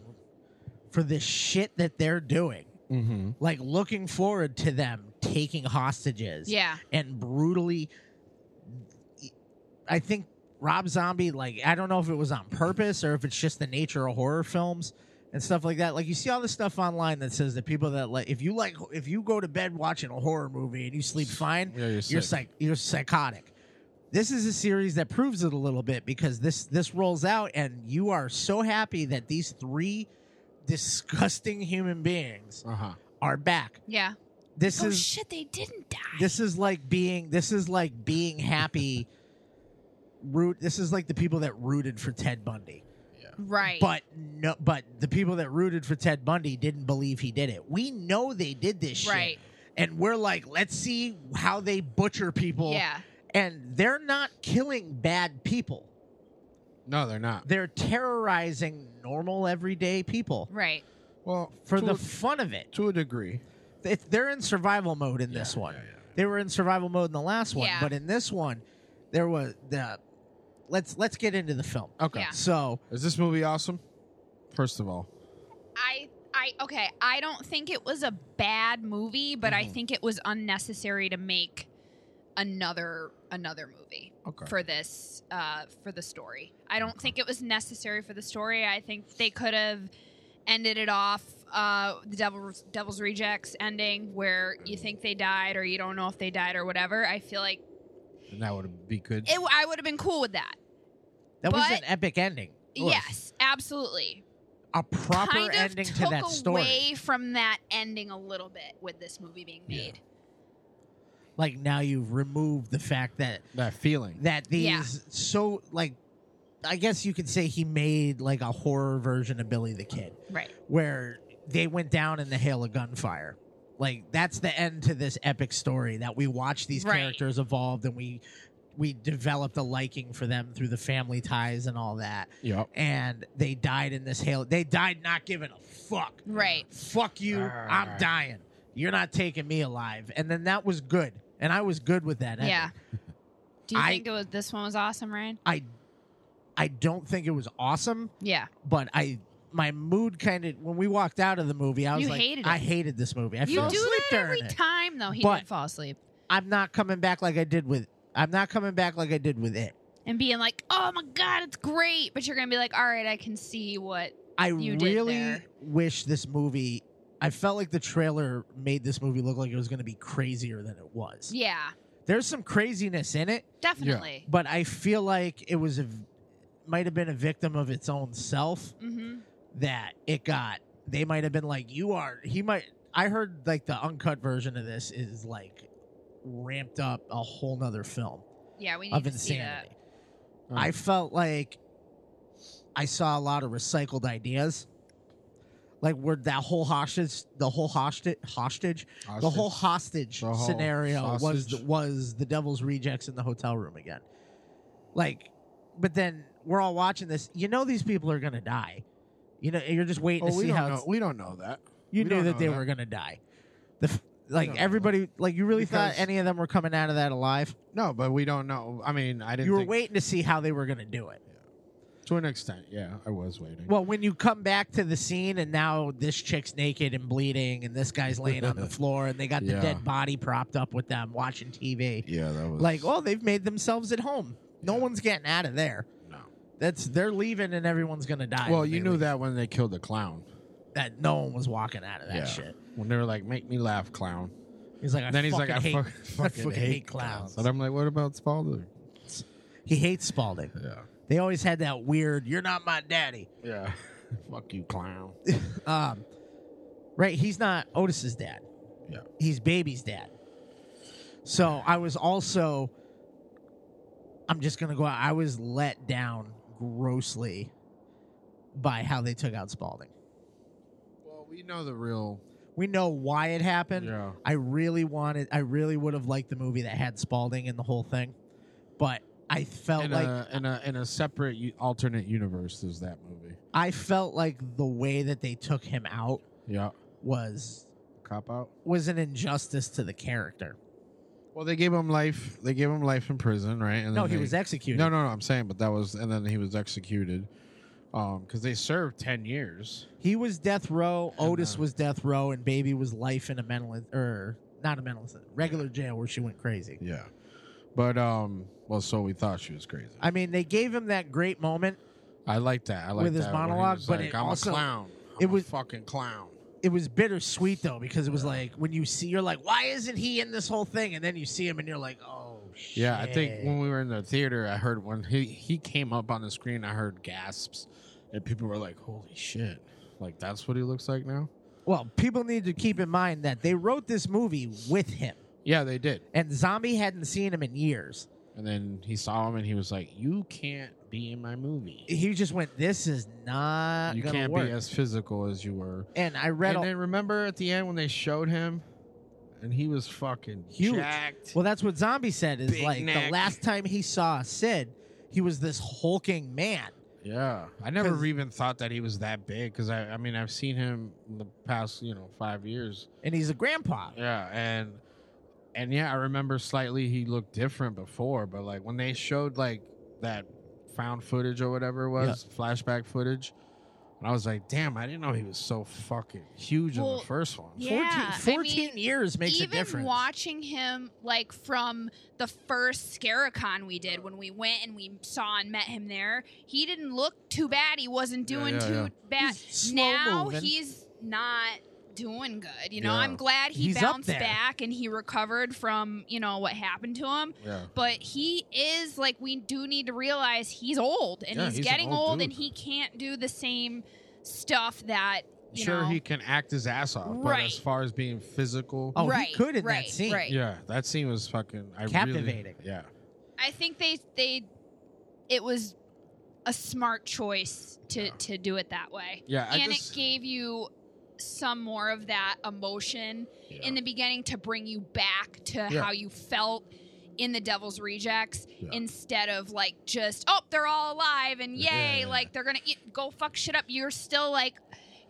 Speaker 6: for the shit that they're doing.
Speaker 4: Mm-hmm.
Speaker 6: Like looking forward to them taking hostages.
Speaker 2: Yeah.
Speaker 6: And brutally I think Rob Zombie, like, I don't know if it was on purpose or if it's just the nature of horror films and stuff like that. Like, you see all this stuff online that says that people that like, if you like, if you go to bed watching a horror movie and you sleep fine,
Speaker 4: you're
Speaker 6: you're,
Speaker 4: sick.
Speaker 6: psych- you're psychotic. This is a series that proves it a little bit because this this rolls out and you are so happy that these three disgusting human beings
Speaker 4: uh-huh.
Speaker 6: are back.
Speaker 2: Yeah.
Speaker 6: This
Speaker 2: oh
Speaker 6: is
Speaker 2: shit, they didn't die.
Speaker 6: this is like being this is like being happy root this is like the people that rooted for Ted Bundy.
Speaker 2: Right.
Speaker 6: But no but the people that rooted for Ted Bundy didn't believe he did it. We know they did this shit.
Speaker 2: Right.
Speaker 6: And we're like, let's see how they butcher people.
Speaker 2: Yeah.
Speaker 6: And they're not killing bad people.
Speaker 4: No, they're not.
Speaker 6: They're terrorizing normal everyday people.
Speaker 2: Right.
Speaker 4: Well,
Speaker 6: for
Speaker 4: to
Speaker 6: the
Speaker 4: a-
Speaker 6: fun of it.
Speaker 4: To a degree.
Speaker 6: If they're in survival mode in this one. They were in survival mode in the last one,
Speaker 4: Yeah.
Speaker 6: but in this one, there was the let's let's get into the film.
Speaker 4: Okay.
Speaker 2: Yeah.
Speaker 6: So
Speaker 4: Is this movie awesome? First of all,
Speaker 2: I I okay, I don't think it was a bad movie, but I think it was unnecessary to make another another movie
Speaker 4: Okay.
Speaker 2: for this uh for the story. I don't think it was necessary for the story. I think they could have ended it off uh the devil's devil's rejects ending where you think they died or you don't know if they died or whatever. I feel like
Speaker 4: and that would be good.
Speaker 2: it I would have been cool with that.
Speaker 6: that was
Speaker 2: But-
Speaker 6: an epic ending.
Speaker 2: Yes, absolutely.
Speaker 6: A proper
Speaker 2: kind of
Speaker 6: ending
Speaker 2: took
Speaker 6: to that story.
Speaker 2: away from that ending a little bit with this movie being made.
Speaker 6: Like now you've removed the fact that
Speaker 4: that feeling
Speaker 6: that these
Speaker 2: Yeah.
Speaker 6: so like I guess you could say he made like a horror version of Billy the Kid.
Speaker 2: Right.
Speaker 6: Where they went down in the hail of gunfire. Like that's the end to this epic story that we watched these
Speaker 2: Right.
Speaker 6: characters evolved and we we developed a liking for them through the family ties and all that.
Speaker 4: Yep.
Speaker 6: And they died in this hail. They died not giving a fuck.
Speaker 2: Right.
Speaker 6: Fuck you. I'm dying. You're not taking me alive. And then that was good. And I was good with that. ending.
Speaker 2: Yeah. Do you
Speaker 6: I-
Speaker 2: think it was, this one was awesome, Ryan?
Speaker 6: I I don't think it was awesome,
Speaker 2: Yeah.
Speaker 6: but I my mood kind of when we walked out of the movie, I was
Speaker 2: You
Speaker 6: like,
Speaker 2: hated it.
Speaker 6: I hated this movie. I
Speaker 2: you
Speaker 6: fell
Speaker 2: do
Speaker 6: asleep
Speaker 2: that
Speaker 6: during
Speaker 2: every
Speaker 6: it.
Speaker 2: time, though. He
Speaker 6: But-
Speaker 2: did fall asleep
Speaker 6: I'm not coming back like I did with. I'm not coming back like I did with it.
Speaker 2: and being like, "Oh my god, it's great," but you're gonna be like, "All right, I can see what
Speaker 6: I
Speaker 2: you did
Speaker 6: really
Speaker 2: there."
Speaker 6: wish this movie. I felt like the trailer made this movie look like it was going to be crazier than it was.
Speaker 2: Yeah,
Speaker 6: There's some craziness in it,
Speaker 2: definitely.
Speaker 6: but I feel like it was a might have been a victim of its own self.
Speaker 2: Mm-hmm.
Speaker 6: that it got they might have been like you are he might i heard like the uncut version of this is like ramped up a whole nother film
Speaker 2: Yeah, we need
Speaker 6: of
Speaker 2: to see that.
Speaker 6: insanity
Speaker 4: Mm.
Speaker 6: i felt like i saw a lot of recycled ideas like where that whole hostage the whole hostage hostage, the
Speaker 4: Hostage.
Speaker 6: whole hostage
Speaker 4: The whole
Speaker 6: scenario was the,
Speaker 4: sausage.
Speaker 6: was the devil's rejects in the hotel room again like but then we're all watching this you know these people are gonna die you know you're just waiting
Speaker 4: Oh,
Speaker 6: to
Speaker 4: we
Speaker 6: see
Speaker 4: don't
Speaker 6: how
Speaker 4: know.
Speaker 6: it's-
Speaker 4: We don't know that.
Speaker 6: you
Speaker 4: We
Speaker 6: knew
Speaker 4: don't
Speaker 6: that
Speaker 4: know
Speaker 6: they were gonna die the f- like
Speaker 4: don't know
Speaker 6: everybody like you really
Speaker 4: Because-
Speaker 6: thought any of them were coming out of that alive
Speaker 4: No, but we don't know. I mean, I didn't.
Speaker 6: you were
Speaker 4: think-
Speaker 6: waiting to see how they were gonna do it
Speaker 4: to an extent. Yeah, I was waiting.
Speaker 6: well when you come back to the scene and now this chick's naked and bleeding and this guy's laying on the floor and they got the
Speaker 4: Yeah.
Speaker 6: dead body propped up with them watching tv
Speaker 1: Yeah, that was
Speaker 6: like oh they've made themselves at home no one's getting out of there no that's they're leaving and everyone's gonna die
Speaker 4: well,
Speaker 6: when
Speaker 4: you
Speaker 6: they
Speaker 4: knew
Speaker 6: leave.
Speaker 4: that when they killed the clown.
Speaker 6: that no one was walking out of that
Speaker 4: yeah.
Speaker 6: shit.
Speaker 4: When they were like, "Make me laugh, clown."
Speaker 6: He's like, I
Speaker 4: And then he's like,
Speaker 6: fucking
Speaker 4: I,
Speaker 6: hate-
Speaker 4: fuck-
Speaker 6: I
Speaker 4: fucking, hate, clowns. And I'm like, "What about Spalding?"
Speaker 6: He hates Spalding.
Speaker 4: Yeah.
Speaker 6: They always had that weird, you're not my daddy.
Speaker 4: Yeah. Fuck you, clown.
Speaker 6: Um, Right? He's not Otis's dad.
Speaker 18: Yeah.
Speaker 6: He's baby's dad. So I was also I'm just gonna go out. I was let down grossly by how they took out Spalding.
Speaker 4: Well, we know the real.
Speaker 6: We know why it happened.
Speaker 4: Yeah.
Speaker 6: I really wanted I really would have liked the movie that had Spalding in the whole thing. But I felt
Speaker 4: in
Speaker 6: Oh, like
Speaker 4: a, in a in a separate u- alternate universe is that movie.
Speaker 6: I felt like the way that they took him out
Speaker 4: Yeah.
Speaker 6: was
Speaker 4: Cop out.
Speaker 6: was an injustice to the character.
Speaker 4: Well, they gave him life. They gave him life in prison, right? And
Speaker 6: No,
Speaker 4: then
Speaker 6: he
Speaker 4: they-
Speaker 6: was executed.
Speaker 4: Mm-hmm. No, no, no. I'm saying, but that was, and then he was executed, um, because they served ten years.
Speaker 6: He was death row. Otis was death row, and Baby was life in a mental in- or not a mental institution, regular jail where she went crazy.
Speaker 4: Yeah, but um, well, so we thought she was crazy.
Speaker 6: I mean, they gave him that great moment
Speaker 4: I like that. I like
Speaker 6: with his
Speaker 4: that when he
Speaker 6: monologue,
Speaker 4: was
Speaker 6: but
Speaker 4: like,
Speaker 6: it
Speaker 4: I'm
Speaker 6: also
Speaker 4: a clown.
Speaker 6: it was
Speaker 4: fucking clown.
Speaker 6: It was bittersweet though because it was like when you see, you're like, why isn't he in this whole thing? And then you see him, and you're like, oh shit.
Speaker 4: Yeah, I think when we were in the theater, I heard when he he came up on the screen, I heard gasps, and people were like, "Holy shit!" Like that's what he looks like now.
Speaker 6: Well, people need to keep in mind that they wrote this movie with him,
Speaker 4: Yeah, they did.
Speaker 6: and Zombie hadn't seen him in years.
Speaker 4: And then he saw him, and he was like, "You can't be in my movie.
Speaker 6: He just went, "This is not
Speaker 4: You
Speaker 6: gonna
Speaker 4: can't
Speaker 6: work."
Speaker 4: be as physical as you were."
Speaker 6: and I read all-
Speaker 4: And then remember at the end when they showed him, and he was fucking
Speaker 6: huge.
Speaker 4: jacked.
Speaker 6: Well, that's what Zombie said. Is
Speaker 4: Big
Speaker 6: like the
Speaker 4: neck.
Speaker 6: last time he saw Sid, he was this hulking man.
Speaker 4: Yeah, I never
Speaker 6: 'Cause-
Speaker 4: even thought that he was that big because I, I mean, I've seen him in the past, you know, five years.
Speaker 6: And he's a grandpa.
Speaker 4: Yeah, and and yeah, I remember slightly he looked different before, but like when they showed like that found footage or whatever it was, flashback footage, and I was like, damn, I didn't know he was so fucking huge in
Speaker 2: Well,
Speaker 4: the first one.
Speaker 2: Yeah,
Speaker 6: 14,
Speaker 2: I mean,
Speaker 6: 14 years makes a
Speaker 2: even
Speaker 6: difference.
Speaker 2: watching him like from the first Scaricon we did when we went and we saw and met him there, he didn't look too bad. He wasn't
Speaker 4: Yeah,
Speaker 2: doing
Speaker 4: yeah,
Speaker 2: too
Speaker 4: yeah.
Speaker 2: bad.
Speaker 6: He's slow
Speaker 2: now
Speaker 6: moving.
Speaker 2: he's not doing good. You know,
Speaker 6: Yeah.
Speaker 2: I'm glad he
Speaker 6: He's up
Speaker 2: bounced
Speaker 6: there.
Speaker 2: back and he recovered from you know what happened to him.
Speaker 4: Yeah.
Speaker 2: But he is like we do need to realize he's old and
Speaker 4: Yeah,
Speaker 2: he's,
Speaker 4: he's an
Speaker 2: getting
Speaker 4: old
Speaker 2: old, and
Speaker 4: dude.
Speaker 2: he can't do the same stuff that you
Speaker 4: sure,
Speaker 2: know.
Speaker 4: he can act his ass off, but
Speaker 2: Right.
Speaker 4: as far as being physical,
Speaker 6: Oh,
Speaker 2: right,
Speaker 6: he could in
Speaker 2: right,
Speaker 6: that scene.
Speaker 2: Right.
Speaker 4: yeah, that scene was fucking I really-
Speaker 6: Captivating.
Speaker 4: yeah,
Speaker 2: I think they they it was a smart choice to to do it that way.
Speaker 4: Yeah, I
Speaker 2: and
Speaker 4: just-
Speaker 2: it gave you some more of that emotion in the beginning to bring you back to
Speaker 4: Yeah.
Speaker 2: how you felt in the Devil's Rejects
Speaker 4: Yeah.
Speaker 2: instead of like just oh they're all alive and
Speaker 4: Yeah,
Speaker 2: yay
Speaker 4: yeah,
Speaker 2: like they're gonna eat, go fuck shit up. You're still like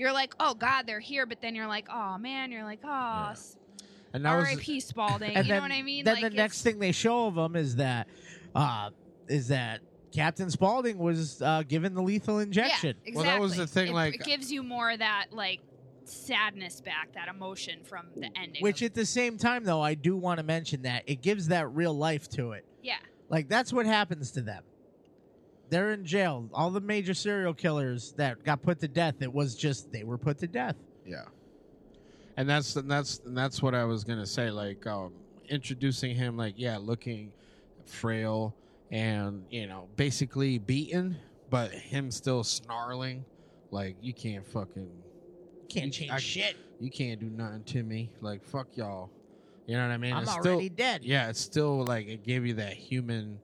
Speaker 2: you're like oh god they're here, but then you're like oh man you're like oh. s-
Speaker 4: and that was
Speaker 2: R.I.P. Spalding.
Speaker 6: And
Speaker 2: you know
Speaker 6: then-
Speaker 2: what I mean?
Speaker 6: Then
Speaker 2: like
Speaker 6: the
Speaker 2: it's-
Speaker 6: next thing they show of him is that, uh, is that Captain Spaulding was uh, given the lethal injection.
Speaker 2: Yeah, exactly.
Speaker 4: Well, that was the thing,
Speaker 2: It-
Speaker 4: like-
Speaker 2: it gives you more of that like sadness back, that emotion from the ending.
Speaker 6: Which
Speaker 2: of-
Speaker 6: at the same time, though, I do want to mention that it gives that real life to it.
Speaker 2: yeah,
Speaker 6: Like that's what happens to them. They're in jail. All the major serial killers that got put to death, it was just they were put to death.
Speaker 4: Yeah. And that's and that's and that's what I was gonna say. Like um, introducing him, like yeah, looking frail and you know basically beaten, but him still snarling, like you can't fucking
Speaker 6: Can't
Speaker 4: you-
Speaker 6: change
Speaker 4: I-
Speaker 6: shit.
Speaker 4: You can't do nothing to me. Like fuck y'all. You know what I mean?
Speaker 6: I'm
Speaker 4: It's
Speaker 6: already
Speaker 4: still,
Speaker 6: dead.
Speaker 4: Yeah, it's still like it gave you that human,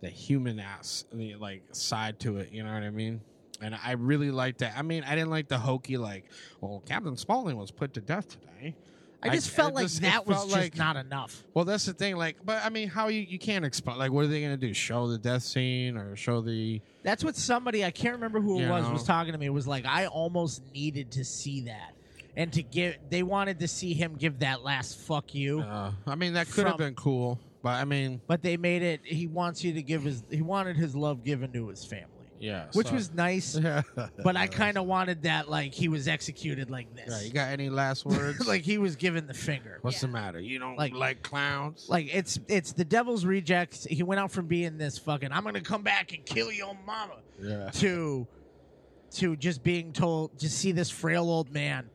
Speaker 4: that human ass I mean, like side to it. You know what I mean? And I really liked that. I mean, I didn't like the hokey like, well, Captain Spaulding was put to death today.
Speaker 6: I just felt like
Speaker 4: just- it
Speaker 6: that was
Speaker 4: felt
Speaker 6: just
Speaker 4: like-
Speaker 6: not enough.
Speaker 4: Well, that's the thing. Like, but I mean, how you you can't explain? Like, what are they gonna do? Show the death scene or show the?
Speaker 6: That's what somebody I can't remember who it
Speaker 4: You
Speaker 6: was
Speaker 4: know.
Speaker 6: was talking to me. It was like I almost needed to see that, and to give they wanted to see him give that last fuck you.
Speaker 4: Uh, I mean, that could have
Speaker 6: From-
Speaker 4: been cool, but I mean,
Speaker 6: but they made it. He wants you to give his. He wanted his love given to his family,
Speaker 4: yeah,
Speaker 6: which
Speaker 4: so-
Speaker 6: was nice.
Speaker 4: Yeah.
Speaker 6: But I kind of wanted that like he was executed like this.
Speaker 4: Yeah, you got any last words?
Speaker 6: like he was given the finger.
Speaker 4: What's the matter? You don't
Speaker 6: Like-
Speaker 4: like, clowns?
Speaker 6: Like it's it's the devil's rejects. He went out from being this fucking I'm gonna come back and kill your mama
Speaker 4: Yeah.
Speaker 6: to to just being told to see this frail old man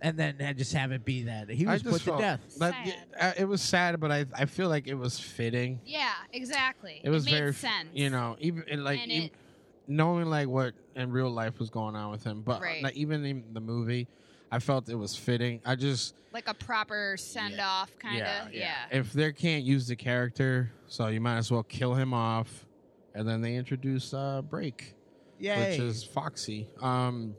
Speaker 6: and then uh, just have it be that he
Speaker 4: I
Speaker 6: was
Speaker 4: just
Speaker 6: put to
Speaker 4: felt-
Speaker 6: death.
Speaker 4: That, uh, it was sad, but I I feel like it was fitting.
Speaker 2: yeah, exactly.
Speaker 4: It was
Speaker 2: made
Speaker 4: very f-
Speaker 2: sense.
Speaker 4: You know, even and like
Speaker 2: And
Speaker 4: ev-
Speaker 2: it-
Speaker 4: knowing like what in real life was going on with him, but
Speaker 2: Right.
Speaker 4: like, even in the movie, I felt it was fitting. I just
Speaker 2: Like a proper send off, kind of. Yeah,
Speaker 4: if they can't use the character, so you might as well kill him off. And then they introduce uh, Break,
Speaker 6: Yay.
Speaker 4: which is Foxy. Um,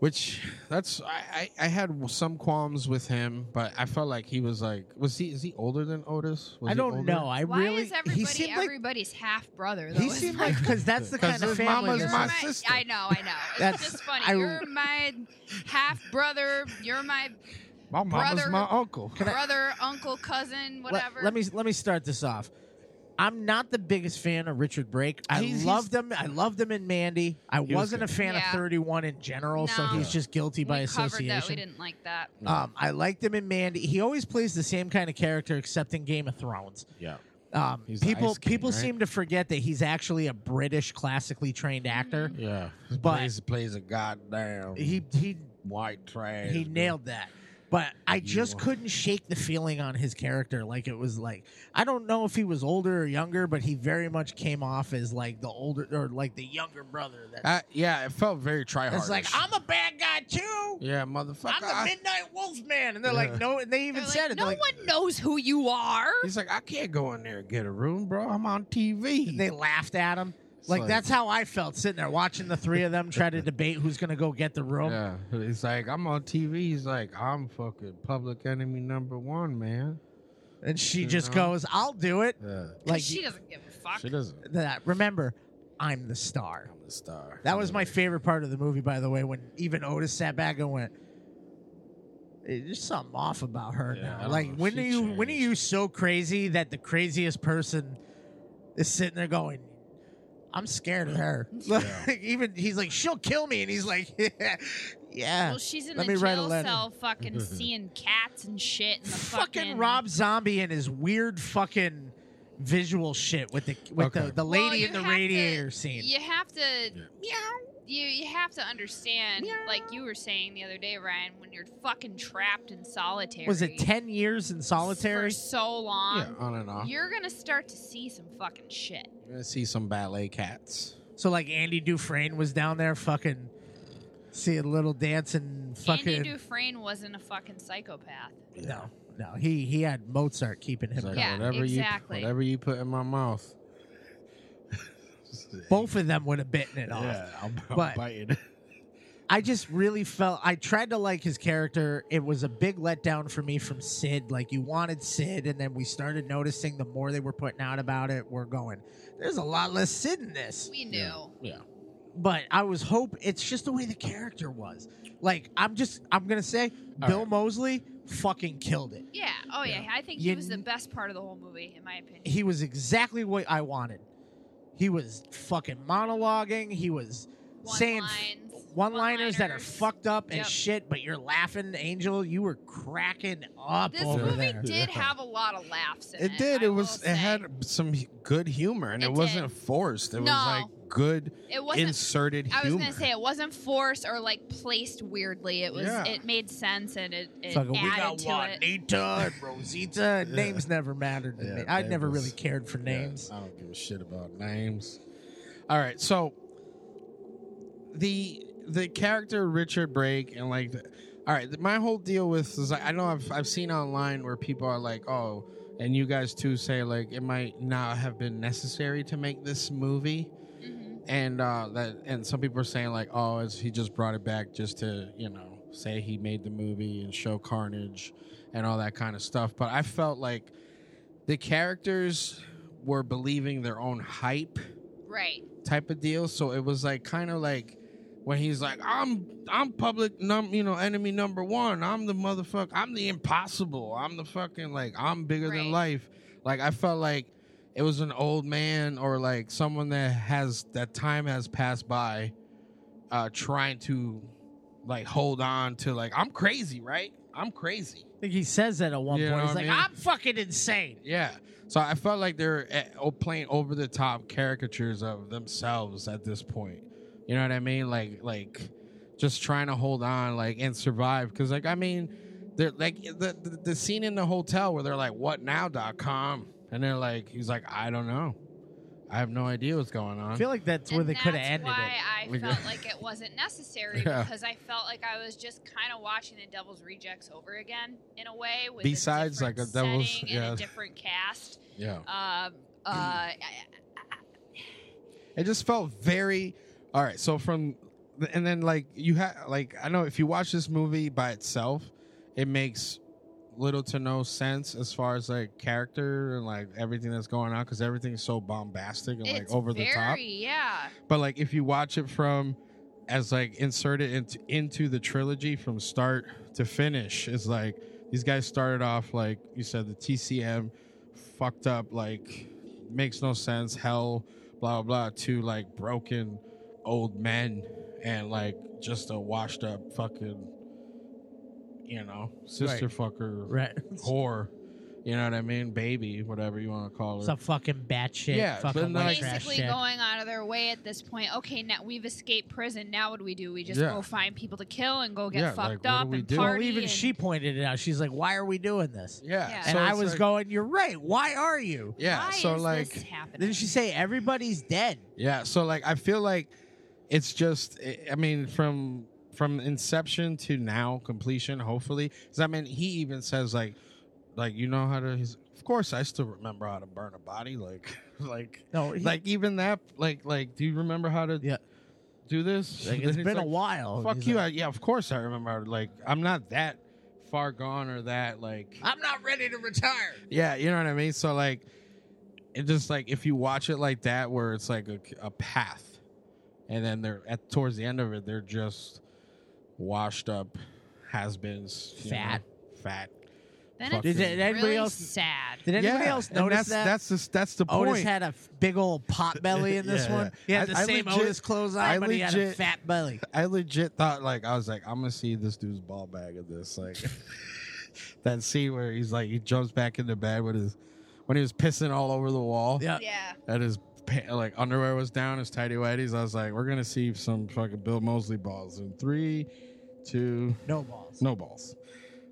Speaker 4: which that's I, I I had some qualms with him, but I felt like he was like was he is he older than Otis? Was
Speaker 6: I
Speaker 4: he
Speaker 6: don't
Speaker 4: older?
Speaker 6: know. I
Speaker 2: Why
Speaker 6: really
Speaker 2: is everybody
Speaker 6: he seemed like
Speaker 2: everybody's half brother? Though?
Speaker 6: he
Speaker 2: It's
Speaker 6: seemed like because that's the
Speaker 4: 'Cause
Speaker 6: kind of
Speaker 4: his
Speaker 6: family.
Speaker 4: mama's
Speaker 2: You're
Speaker 4: my
Speaker 2: my- I know, I know. It's
Speaker 6: That's-
Speaker 2: just funny.
Speaker 6: I-
Speaker 2: you're my half brother. You're my
Speaker 4: My
Speaker 2: mama's Brother- my
Speaker 4: uncle.
Speaker 2: brother, uncle, cousin,
Speaker 6: Let-
Speaker 2: whatever.
Speaker 6: Let, me let me start this off. I'm not the biggest fan of Richard Brake. I
Speaker 2: He's-
Speaker 6: loved him. I loved him in Mandy. I
Speaker 4: was
Speaker 6: wasn't
Speaker 4: good.
Speaker 6: a fan
Speaker 2: Yeah.
Speaker 6: of 31 in general, so
Speaker 2: No.
Speaker 6: he's just guilty by
Speaker 2: we covered
Speaker 6: association.
Speaker 2: that. We didn't like that.
Speaker 6: Um, I liked him in Mandy. He always plays the same kind of character, except in Game of Thrones.
Speaker 4: Yeah.
Speaker 6: Um,
Speaker 4: He's the
Speaker 6: people
Speaker 4: Ice King,
Speaker 6: people
Speaker 4: right?
Speaker 6: seem to forget that he's actually a British classically trained actor.
Speaker 2: Mm.
Speaker 4: Yeah,
Speaker 6: But-
Speaker 4: plays plays a goddamn
Speaker 6: He he
Speaker 4: white trash.
Speaker 6: he
Speaker 4: dude.
Speaker 6: nailed that. But I
Speaker 4: You
Speaker 6: just
Speaker 4: are-
Speaker 6: couldn't shake the feeling on his character. Like it was like I don't know if he was older or younger, but he very much came off as like the older or like the younger brother. That's,
Speaker 4: Uh, yeah, it felt very try
Speaker 6: that's like I'm a bad guy too.
Speaker 4: yeah, motherfucker.
Speaker 6: I'm the
Speaker 4: I-
Speaker 6: Midnight Wolfman, and they're
Speaker 4: Yeah.
Speaker 6: like no, and they even
Speaker 2: They're
Speaker 6: said
Speaker 2: like,
Speaker 6: it.
Speaker 2: no
Speaker 6: They're like,
Speaker 2: one knows who you are.
Speaker 4: He's like, I can't go in there and get a room, bro. I'm on TV.
Speaker 6: they laughed at him. Like,
Speaker 4: like-
Speaker 6: that's how I felt sitting there watching the three of them try to debate who's gonna go get the room.
Speaker 4: yeah, he's like, I'm on TV. He's like, I'm fucking public enemy number one, man.
Speaker 6: And she
Speaker 4: You
Speaker 6: just
Speaker 4: know?
Speaker 6: goes, "I'll do it."
Speaker 4: Yeah,
Speaker 6: Like
Speaker 2: she doesn't give a fuck.
Speaker 4: she doesn't.
Speaker 6: that. Remember, I'm the star.
Speaker 4: I'm the star.
Speaker 6: That was my favorite part of the movie, by the way, when even Otis sat back and went, "Eh, "There's something off about her
Speaker 4: Yeah, I
Speaker 6: now."
Speaker 4: don't
Speaker 6: Like,
Speaker 4: know.
Speaker 6: when
Speaker 4: She
Speaker 6: are you when are
Speaker 4: changed.
Speaker 6: you so crazy that the craziest person is sitting there going, "I'm scared of her." Like, even he's like, "She'll kill me," and he's like, "Yeah."
Speaker 16: Well, she's in
Speaker 6: Let
Speaker 16: the
Speaker 6: me write a
Speaker 16: jail
Speaker 6: letter.
Speaker 16: cell, fucking seeing cats and shit. And the
Speaker 6: fucking, Rob Zombie and his weird fucking visual shit with the with
Speaker 4: Okay.
Speaker 6: the, the
Speaker 2: Well,
Speaker 6: lady
Speaker 2: you
Speaker 6: in the
Speaker 2: have to-
Speaker 6: radiator scene.
Speaker 2: You have to You you have to understand, like you were saying the other day, Ryan, when you're fucking trapped in solitary.
Speaker 6: Was it ten years in solitary?
Speaker 2: for so long?
Speaker 4: Yeah, on and off. You're
Speaker 2: You're gonna start to see some fucking shit.
Speaker 4: gonna see some ballet cats.
Speaker 6: So like Andy Dufresne was down there fucking seeing little dancing fucking
Speaker 2: Andy Dufresne wasn't a fucking psychopath.
Speaker 6: no no he he had Mozart keeping him
Speaker 4: He's like,
Speaker 6: down.
Speaker 2: Yeah,
Speaker 4: whatever
Speaker 2: exactly.
Speaker 4: You, whatever you put in my mouth.
Speaker 6: Both of them would have bitten it off.
Speaker 4: I'm,
Speaker 6: But-
Speaker 4: biting.
Speaker 6: I just really felt I tried to like his character. It was a big letdown for me from Sid. Like you wanted Sid, and then we started noticing the more they were putting out about it, we're going. There's a lot less Sid in this.
Speaker 2: We knew.
Speaker 4: Yeah.
Speaker 6: But I was hope it's just the way the character was. Like I'm just I'm gonna say Bill Mosley fucking killed it.
Speaker 2: Yeah. Oh yeah. I think he
Speaker 6: You
Speaker 2: was the
Speaker 6: kn-
Speaker 2: best part of the whole movie, in my opinion.
Speaker 6: he was exactly what I wanted. He was fucking monologuing. He was saying
Speaker 2: One-lines,
Speaker 6: one liners that are
Speaker 2: one-liners.
Speaker 6: fucked up and
Speaker 2: Yep.
Speaker 6: shit, but you're laughing, Angel. You were cracking up
Speaker 2: This
Speaker 6: over
Speaker 2: movie
Speaker 6: there.
Speaker 2: did have a lot of laughs in it.
Speaker 4: It did.
Speaker 2: I
Speaker 4: It
Speaker 2: will
Speaker 4: was.
Speaker 2: say.
Speaker 4: It had some h- good humor, and
Speaker 2: It
Speaker 4: it,
Speaker 2: did.
Speaker 4: wasn't forced. It was
Speaker 2: No.
Speaker 4: like good
Speaker 2: It wasn't.
Speaker 4: inserted humor.
Speaker 2: I was gonna say it wasn't forced or like placed weirdly. It was.
Speaker 4: Yeah.
Speaker 2: It made sense and it, it
Speaker 6: Fucking,
Speaker 2: added
Speaker 6: we got
Speaker 2: to it.
Speaker 6: Juanita and Rosita. and Names never mattered to
Speaker 4: Yeah,
Speaker 6: me. I
Speaker 4: name
Speaker 6: never
Speaker 4: was-
Speaker 6: really cared for
Speaker 4: Yeah,
Speaker 6: names.
Speaker 4: I don't give a shit about names. All right, so the the character Richard Brake and like, the, all right, my whole deal with is like, I know I've I've seen online where people are like, oh, and you guys too say like it might not have been necessary to make this movie. And uh, that, and some people are saying like, oh, it's, he just brought it back just to you know say he made the movie and show carnage and all that kind of stuff. But I felt like the characters were believing their own hype
Speaker 2: Right.
Speaker 4: type of deal. So it was like kind of like when he's like, "I'm I'm public num you know enemy number one. I'm the motherfucker. I'm the impossible. I'm the fucking like I'm bigger than life." Like I felt like it was an old man or like someone that has that time has passed by, uh, trying to like hold on to like I'm crazy, right? I'm crazy.
Speaker 6: I think he says that at one
Speaker 4: You know
Speaker 6: point. He's
Speaker 4: what I
Speaker 6: like,
Speaker 4: mean?
Speaker 6: "I'm fucking insane."
Speaker 4: Yeah. So I felt like they're eh, oh, playing over the top caricatures of themselves at this point. You know what I mean? Like like just trying to hold on like and survive cuz like I mean they're like the, the the scene in the hotel where they're like what now.com and they're like he's like I don't know. I have no idea what's going on.
Speaker 6: I feel like that's where
Speaker 2: And
Speaker 6: they could have
Speaker 2: that's
Speaker 6: ended
Speaker 2: why
Speaker 6: it.
Speaker 2: I felt like it wasn't necessary
Speaker 4: Yeah.
Speaker 2: because I felt like I was just kind of watching the Devil's Rejects over again in a way with
Speaker 4: Besides,
Speaker 2: a
Speaker 4: like, a
Speaker 2: different
Speaker 4: Devil's-
Speaker 2: setting
Speaker 4: yeah.
Speaker 2: and a different cast.
Speaker 4: Yeah.
Speaker 2: Um, uh, I-
Speaker 4: It just felt very all right. So from and then like you had like I know if you watch this movie by itself, it makes little to no sense as far as like character and like everything that's going on because everything's so bombastic and like
Speaker 2: it's
Speaker 4: over the top.
Speaker 2: very- Yeah.
Speaker 4: But like if you watch it from as like inserted into into the trilogy from start to finish, it's like these guys started off like you said the TCM fucked up like makes no sense, hell, blah blah blah to like broken old men and like just a washed up fucking you know, sister fucker
Speaker 6: Right.
Speaker 4: whore. You know what I mean? Baby, whatever you want to call her.
Speaker 6: It's a fucking batshit
Speaker 4: Yeah, but
Speaker 6: fucking white
Speaker 4: like-
Speaker 6: trash
Speaker 2: Basically
Speaker 6: shit.
Speaker 2: going out of their way at this point. Okay, now we've escaped prison. Now what do we do? We just
Speaker 6: Yeah.
Speaker 2: go find people to kill and go get
Speaker 6: Yeah,
Speaker 2: fucked
Speaker 6: like, what do
Speaker 2: up
Speaker 6: we
Speaker 2: and
Speaker 6: do?
Speaker 2: party.
Speaker 6: Well, even
Speaker 2: and-
Speaker 6: she pointed it out. She's like, "Why are we doing this?"
Speaker 4: Yeah.
Speaker 2: Yeah. So
Speaker 6: And I
Speaker 2: it's
Speaker 6: was
Speaker 2: like-
Speaker 6: going, "You're right. Why are you?"
Speaker 4: Yeah, Why so, is this like-
Speaker 6: didn't she say everybody's dead?
Speaker 4: Yeah, so like I feel like it's just eh, I- I mean from from inception to now completion hopefully cuz I mean he even says like like you know how to he's of course I still remember how to burn a body like like
Speaker 6: No, he-
Speaker 4: like even that like like do you remember how to
Speaker 6: yeah
Speaker 4: do this
Speaker 6: Like,
Speaker 4: it's
Speaker 6: it's been a while.
Speaker 4: fuck
Speaker 6: He's
Speaker 4: you I, yeah of course I remember how to, like I'm not that far gone or that like
Speaker 6: I'm not ready to retire.
Speaker 4: yeah, you know what I mean. So like, it just like if you watch it like that, where it's like a, a path, and then they're at towards the end of it, they're just washed up has-beens, you
Speaker 6: Fat.
Speaker 4: know, fat.
Speaker 2: Then
Speaker 4: fucking-
Speaker 2: it's
Speaker 6: Did anybody
Speaker 2: really
Speaker 6: else-
Speaker 2: sad.
Speaker 6: Did anybody
Speaker 4: Yeah,
Speaker 6: else
Speaker 4: and that's-
Speaker 6: notice that?
Speaker 4: that's the- that's the
Speaker 6: Otis
Speaker 4: point.
Speaker 6: had a f- big old pot belly in this
Speaker 4: Yeah,
Speaker 6: one.
Speaker 4: yeah.
Speaker 6: He had
Speaker 4: I-
Speaker 6: the
Speaker 4: I
Speaker 6: same
Speaker 4: legit-
Speaker 6: Otis clothes on,
Speaker 4: I
Speaker 6: but he had a
Speaker 4: legit-
Speaker 6: fat belly.
Speaker 4: I legit thought like I was like I'm gonna see this dude's ball bag in this like that scene where he's like he jumps back into bed with his when he was pissing all over the wall.
Speaker 6: Yeah.
Speaker 2: Yeah.
Speaker 4: And his pa- like underwear was down, his tidy whities. I was like, we're gonna see some fucking Bill Mosley balls in three, two,
Speaker 6: no balls,
Speaker 4: no balls.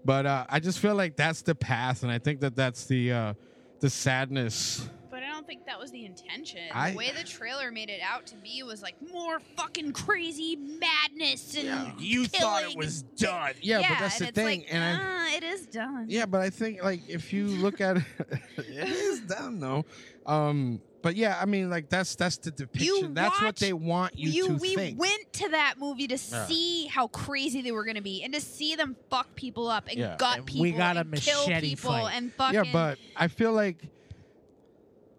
Speaker 4: But uh, I just feel like that's the path, and I think that that's the uh, the sadness.
Speaker 16: But I don't think that was the intention.
Speaker 4: I-
Speaker 2: the way the trailer made it out to be was like more fucking crazy madness and
Speaker 6: You
Speaker 2: thought it
Speaker 6: was done.
Speaker 4: Yeah, but that's the
Speaker 2: and it's
Speaker 4: thing,
Speaker 2: like,
Speaker 4: and I.
Speaker 2: "Ah, it is done.
Speaker 4: Yeah, but I think like if you look at it, it is dumb though. Um, but yeah, I mean like that's that's the depiction. that's what
Speaker 2: watched-
Speaker 4: they want you, to
Speaker 2: we
Speaker 4: think.
Speaker 2: went to that movie to
Speaker 4: Yeah.
Speaker 2: see how crazy they were going to be and to see them fuck people up and
Speaker 4: Yeah.
Speaker 2: gut
Speaker 4: And
Speaker 2: people
Speaker 4: we got a
Speaker 2: and kill
Speaker 4: machete
Speaker 2: people
Speaker 4: fight.
Speaker 2: and fucking
Speaker 4: yeah, but I feel like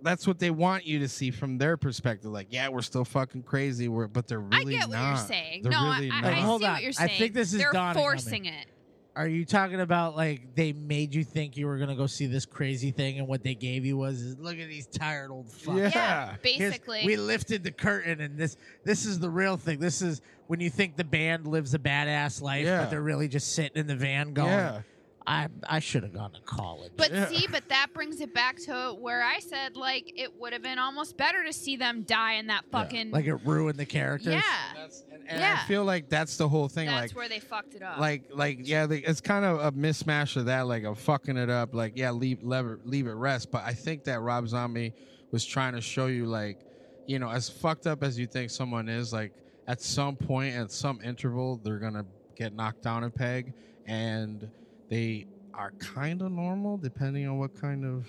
Speaker 4: that's what they want you to see from their perspective. Like, yeah, we're still fucking crazy, we're, but they're really
Speaker 2: I get what
Speaker 4: not.
Speaker 2: you're saying.
Speaker 4: They're
Speaker 2: no,
Speaker 4: really
Speaker 2: I, I-
Speaker 4: not.
Speaker 2: I see
Speaker 6: Hold on.
Speaker 2: what you're
Speaker 6: I
Speaker 2: saying.
Speaker 6: think this is
Speaker 2: They're
Speaker 6: dawning on me.
Speaker 2: forcing it.
Speaker 6: Are you talking about like they made you think you were gonna go see this crazy thing, and what they gave you was is, look at these tired old fucks?
Speaker 4: Yeah. Yeah,
Speaker 6: Here's-
Speaker 2: basically.
Speaker 6: we lifted the curtain, and this this is the real thing. This is when you think the band lives a badass life,
Speaker 4: Yeah.
Speaker 6: but they're really just sitting in the van going,
Speaker 4: Yeah.
Speaker 6: "I I should have gone to college."
Speaker 2: But see, but that brings it back to where I said like it would have been almost better to see them die in that fucking
Speaker 6: like it ruined the characters.
Speaker 2: yeah.
Speaker 4: And
Speaker 2: yeah.
Speaker 4: I feel like that's the whole thing.
Speaker 2: That's
Speaker 4: like,
Speaker 2: where they fucked it up.
Speaker 4: like, like, yeah, they, it's kind of a mismatch of that, like a fucking it up. Like, yeah, leave, leave, leave it rest. But I think that Rob Zombie was trying to show you, like, you know, as fucked up as you think someone is, like, at some point, at some interval, they're gonna get knocked down a peg, and they are kind of normal, depending on what kind of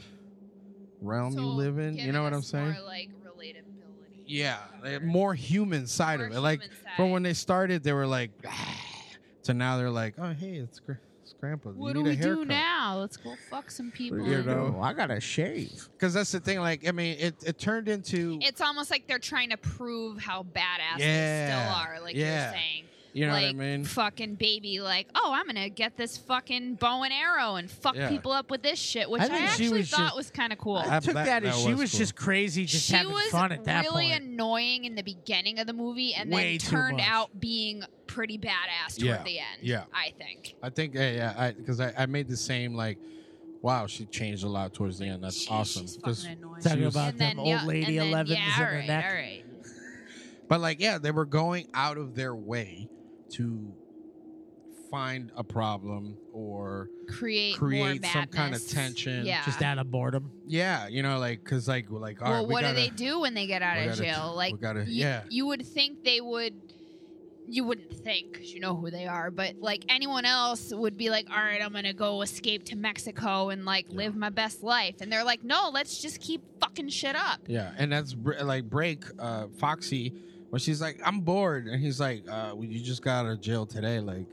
Speaker 4: realm you live in. You know what I'm saying?
Speaker 2: More like relatability.
Speaker 4: Yeah, the more human side of it. Like from when they started, they were like, to now they're like, oh hey, it's gra- it's grandpa.
Speaker 16: What
Speaker 4: you
Speaker 16: do
Speaker 4: need
Speaker 16: we
Speaker 4: a
Speaker 16: do
Speaker 4: haircut.
Speaker 16: now? Let's go fuck some people.
Speaker 4: You know,
Speaker 6: I gotta shave.
Speaker 4: Because that's the thing. Like, I mean, it, it turned into
Speaker 2: It's almost like they're trying to prove how
Speaker 4: Yeah,
Speaker 2: badass they still are, like
Speaker 4: yeah.
Speaker 2: you're saying.
Speaker 4: You know what I
Speaker 2: like,
Speaker 4: mean?
Speaker 2: Fucking baby, like, oh, I'm gonna get this fucking bow and arrow and fuck
Speaker 6: Yeah.
Speaker 2: people up with this shit, which
Speaker 6: I
Speaker 2: I,
Speaker 6: think she
Speaker 2: actually
Speaker 6: was
Speaker 2: thought
Speaker 6: just-
Speaker 2: was kind of cool.
Speaker 6: I took that, as she was, just crazy, just
Speaker 2: she
Speaker 6: having
Speaker 2: was
Speaker 6: fun at that
Speaker 2: really
Speaker 6: point.
Speaker 2: annoying in the beginning of the movie, and
Speaker 4: Way
Speaker 2: then
Speaker 4: too
Speaker 2: turned
Speaker 4: much.
Speaker 2: out being pretty badass toward
Speaker 4: Yeah,
Speaker 2: the end.
Speaker 4: yeah.
Speaker 2: I think.
Speaker 4: I think yeah, yeah, because I, I, made the same like, wow, she changed a lot towards the end. That's awesome. Because
Speaker 6: Talking about them old
Speaker 2: yeah,
Speaker 6: lady
Speaker 2: and then,
Speaker 6: 11s
Speaker 2: yeah,
Speaker 6: in
Speaker 2: all
Speaker 6: the
Speaker 2: right,
Speaker 6: neck.
Speaker 2: all right.
Speaker 4: But like, yeah, they were going out of their way to find a problem or
Speaker 16: Create more
Speaker 4: create some kind of
Speaker 16: madness.
Speaker 4: tension.
Speaker 16: Yeah. Just
Speaker 6: out of boredom.
Speaker 4: Yeah, you know, like because like we're like all right,
Speaker 16: well,
Speaker 4: we
Speaker 16: what
Speaker 4: gotta,
Speaker 16: do they do when they get out
Speaker 4: we
Speaker 16: of
Speaker 4: gotta-
Speaker 16: jail?
Speaker 4: we
Speaker 16: Like,
Speaker 4: gotta-
Speaker 16: y-
Speaker 4: yeah.
Speaker 16: you would think they would. You wouldn't think, 'cause you know who they are, but like anyone else would be like, "All right, I'm gonna go escape to Mexico and like live my best life," and they're like, "No, let's just keep fucking shit up."
Speaker 4: Yeah, and that's br- like break uh, Foxy when she's like, "I'm bored," and he's like, uh, well, "You just got out of jail today. Like,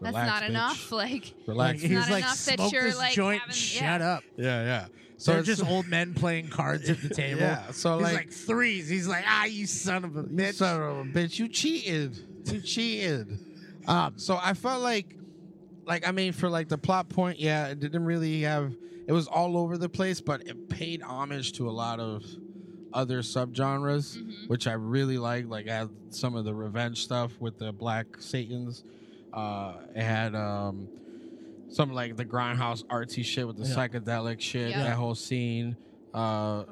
Speaker 16: That's
Speaker 4: relax,
Speaker 16: not
Speaker 4: bitch.
Speaker 16: enough. Like,
Speaker 4: Relax.
Speaker 16: it's
Speaker 4: bitch."
Speaker 16: not enough that you're like having, yeah.
Speaker 6: up.
Speaker 4: Yeah, yeah.
Speaker 6: So
Speaker 4: So
Speaker 6: They're
Speaker 4: it's-
Speaker 6: just old men playing cards at the table.
Speaker 4: Yeah, so
Speaker 6: He's
Speaker 4: like-
Speaker 6: threes. He's like, ah, you son of a
Speaker 4: You
Speaker 6: bitch.
Speaker 4: son of a bitch, you cheated. You cheated. Um, so I felt like, like I mean, for like the plot point, yeah, it didn't really have. It was all over the place, but it paid homage to a lot of other subgenres, which I really liked. Like, I had some of the revenge stuff with the Black Satans. Uh, it had um, some like the grindhouse artsy shit with the
Speaker 17: Yeah.
Speaker 4: psychedelic shit,
Speaker 17: Yeah.
Speaker 4: that whole scene. Uh,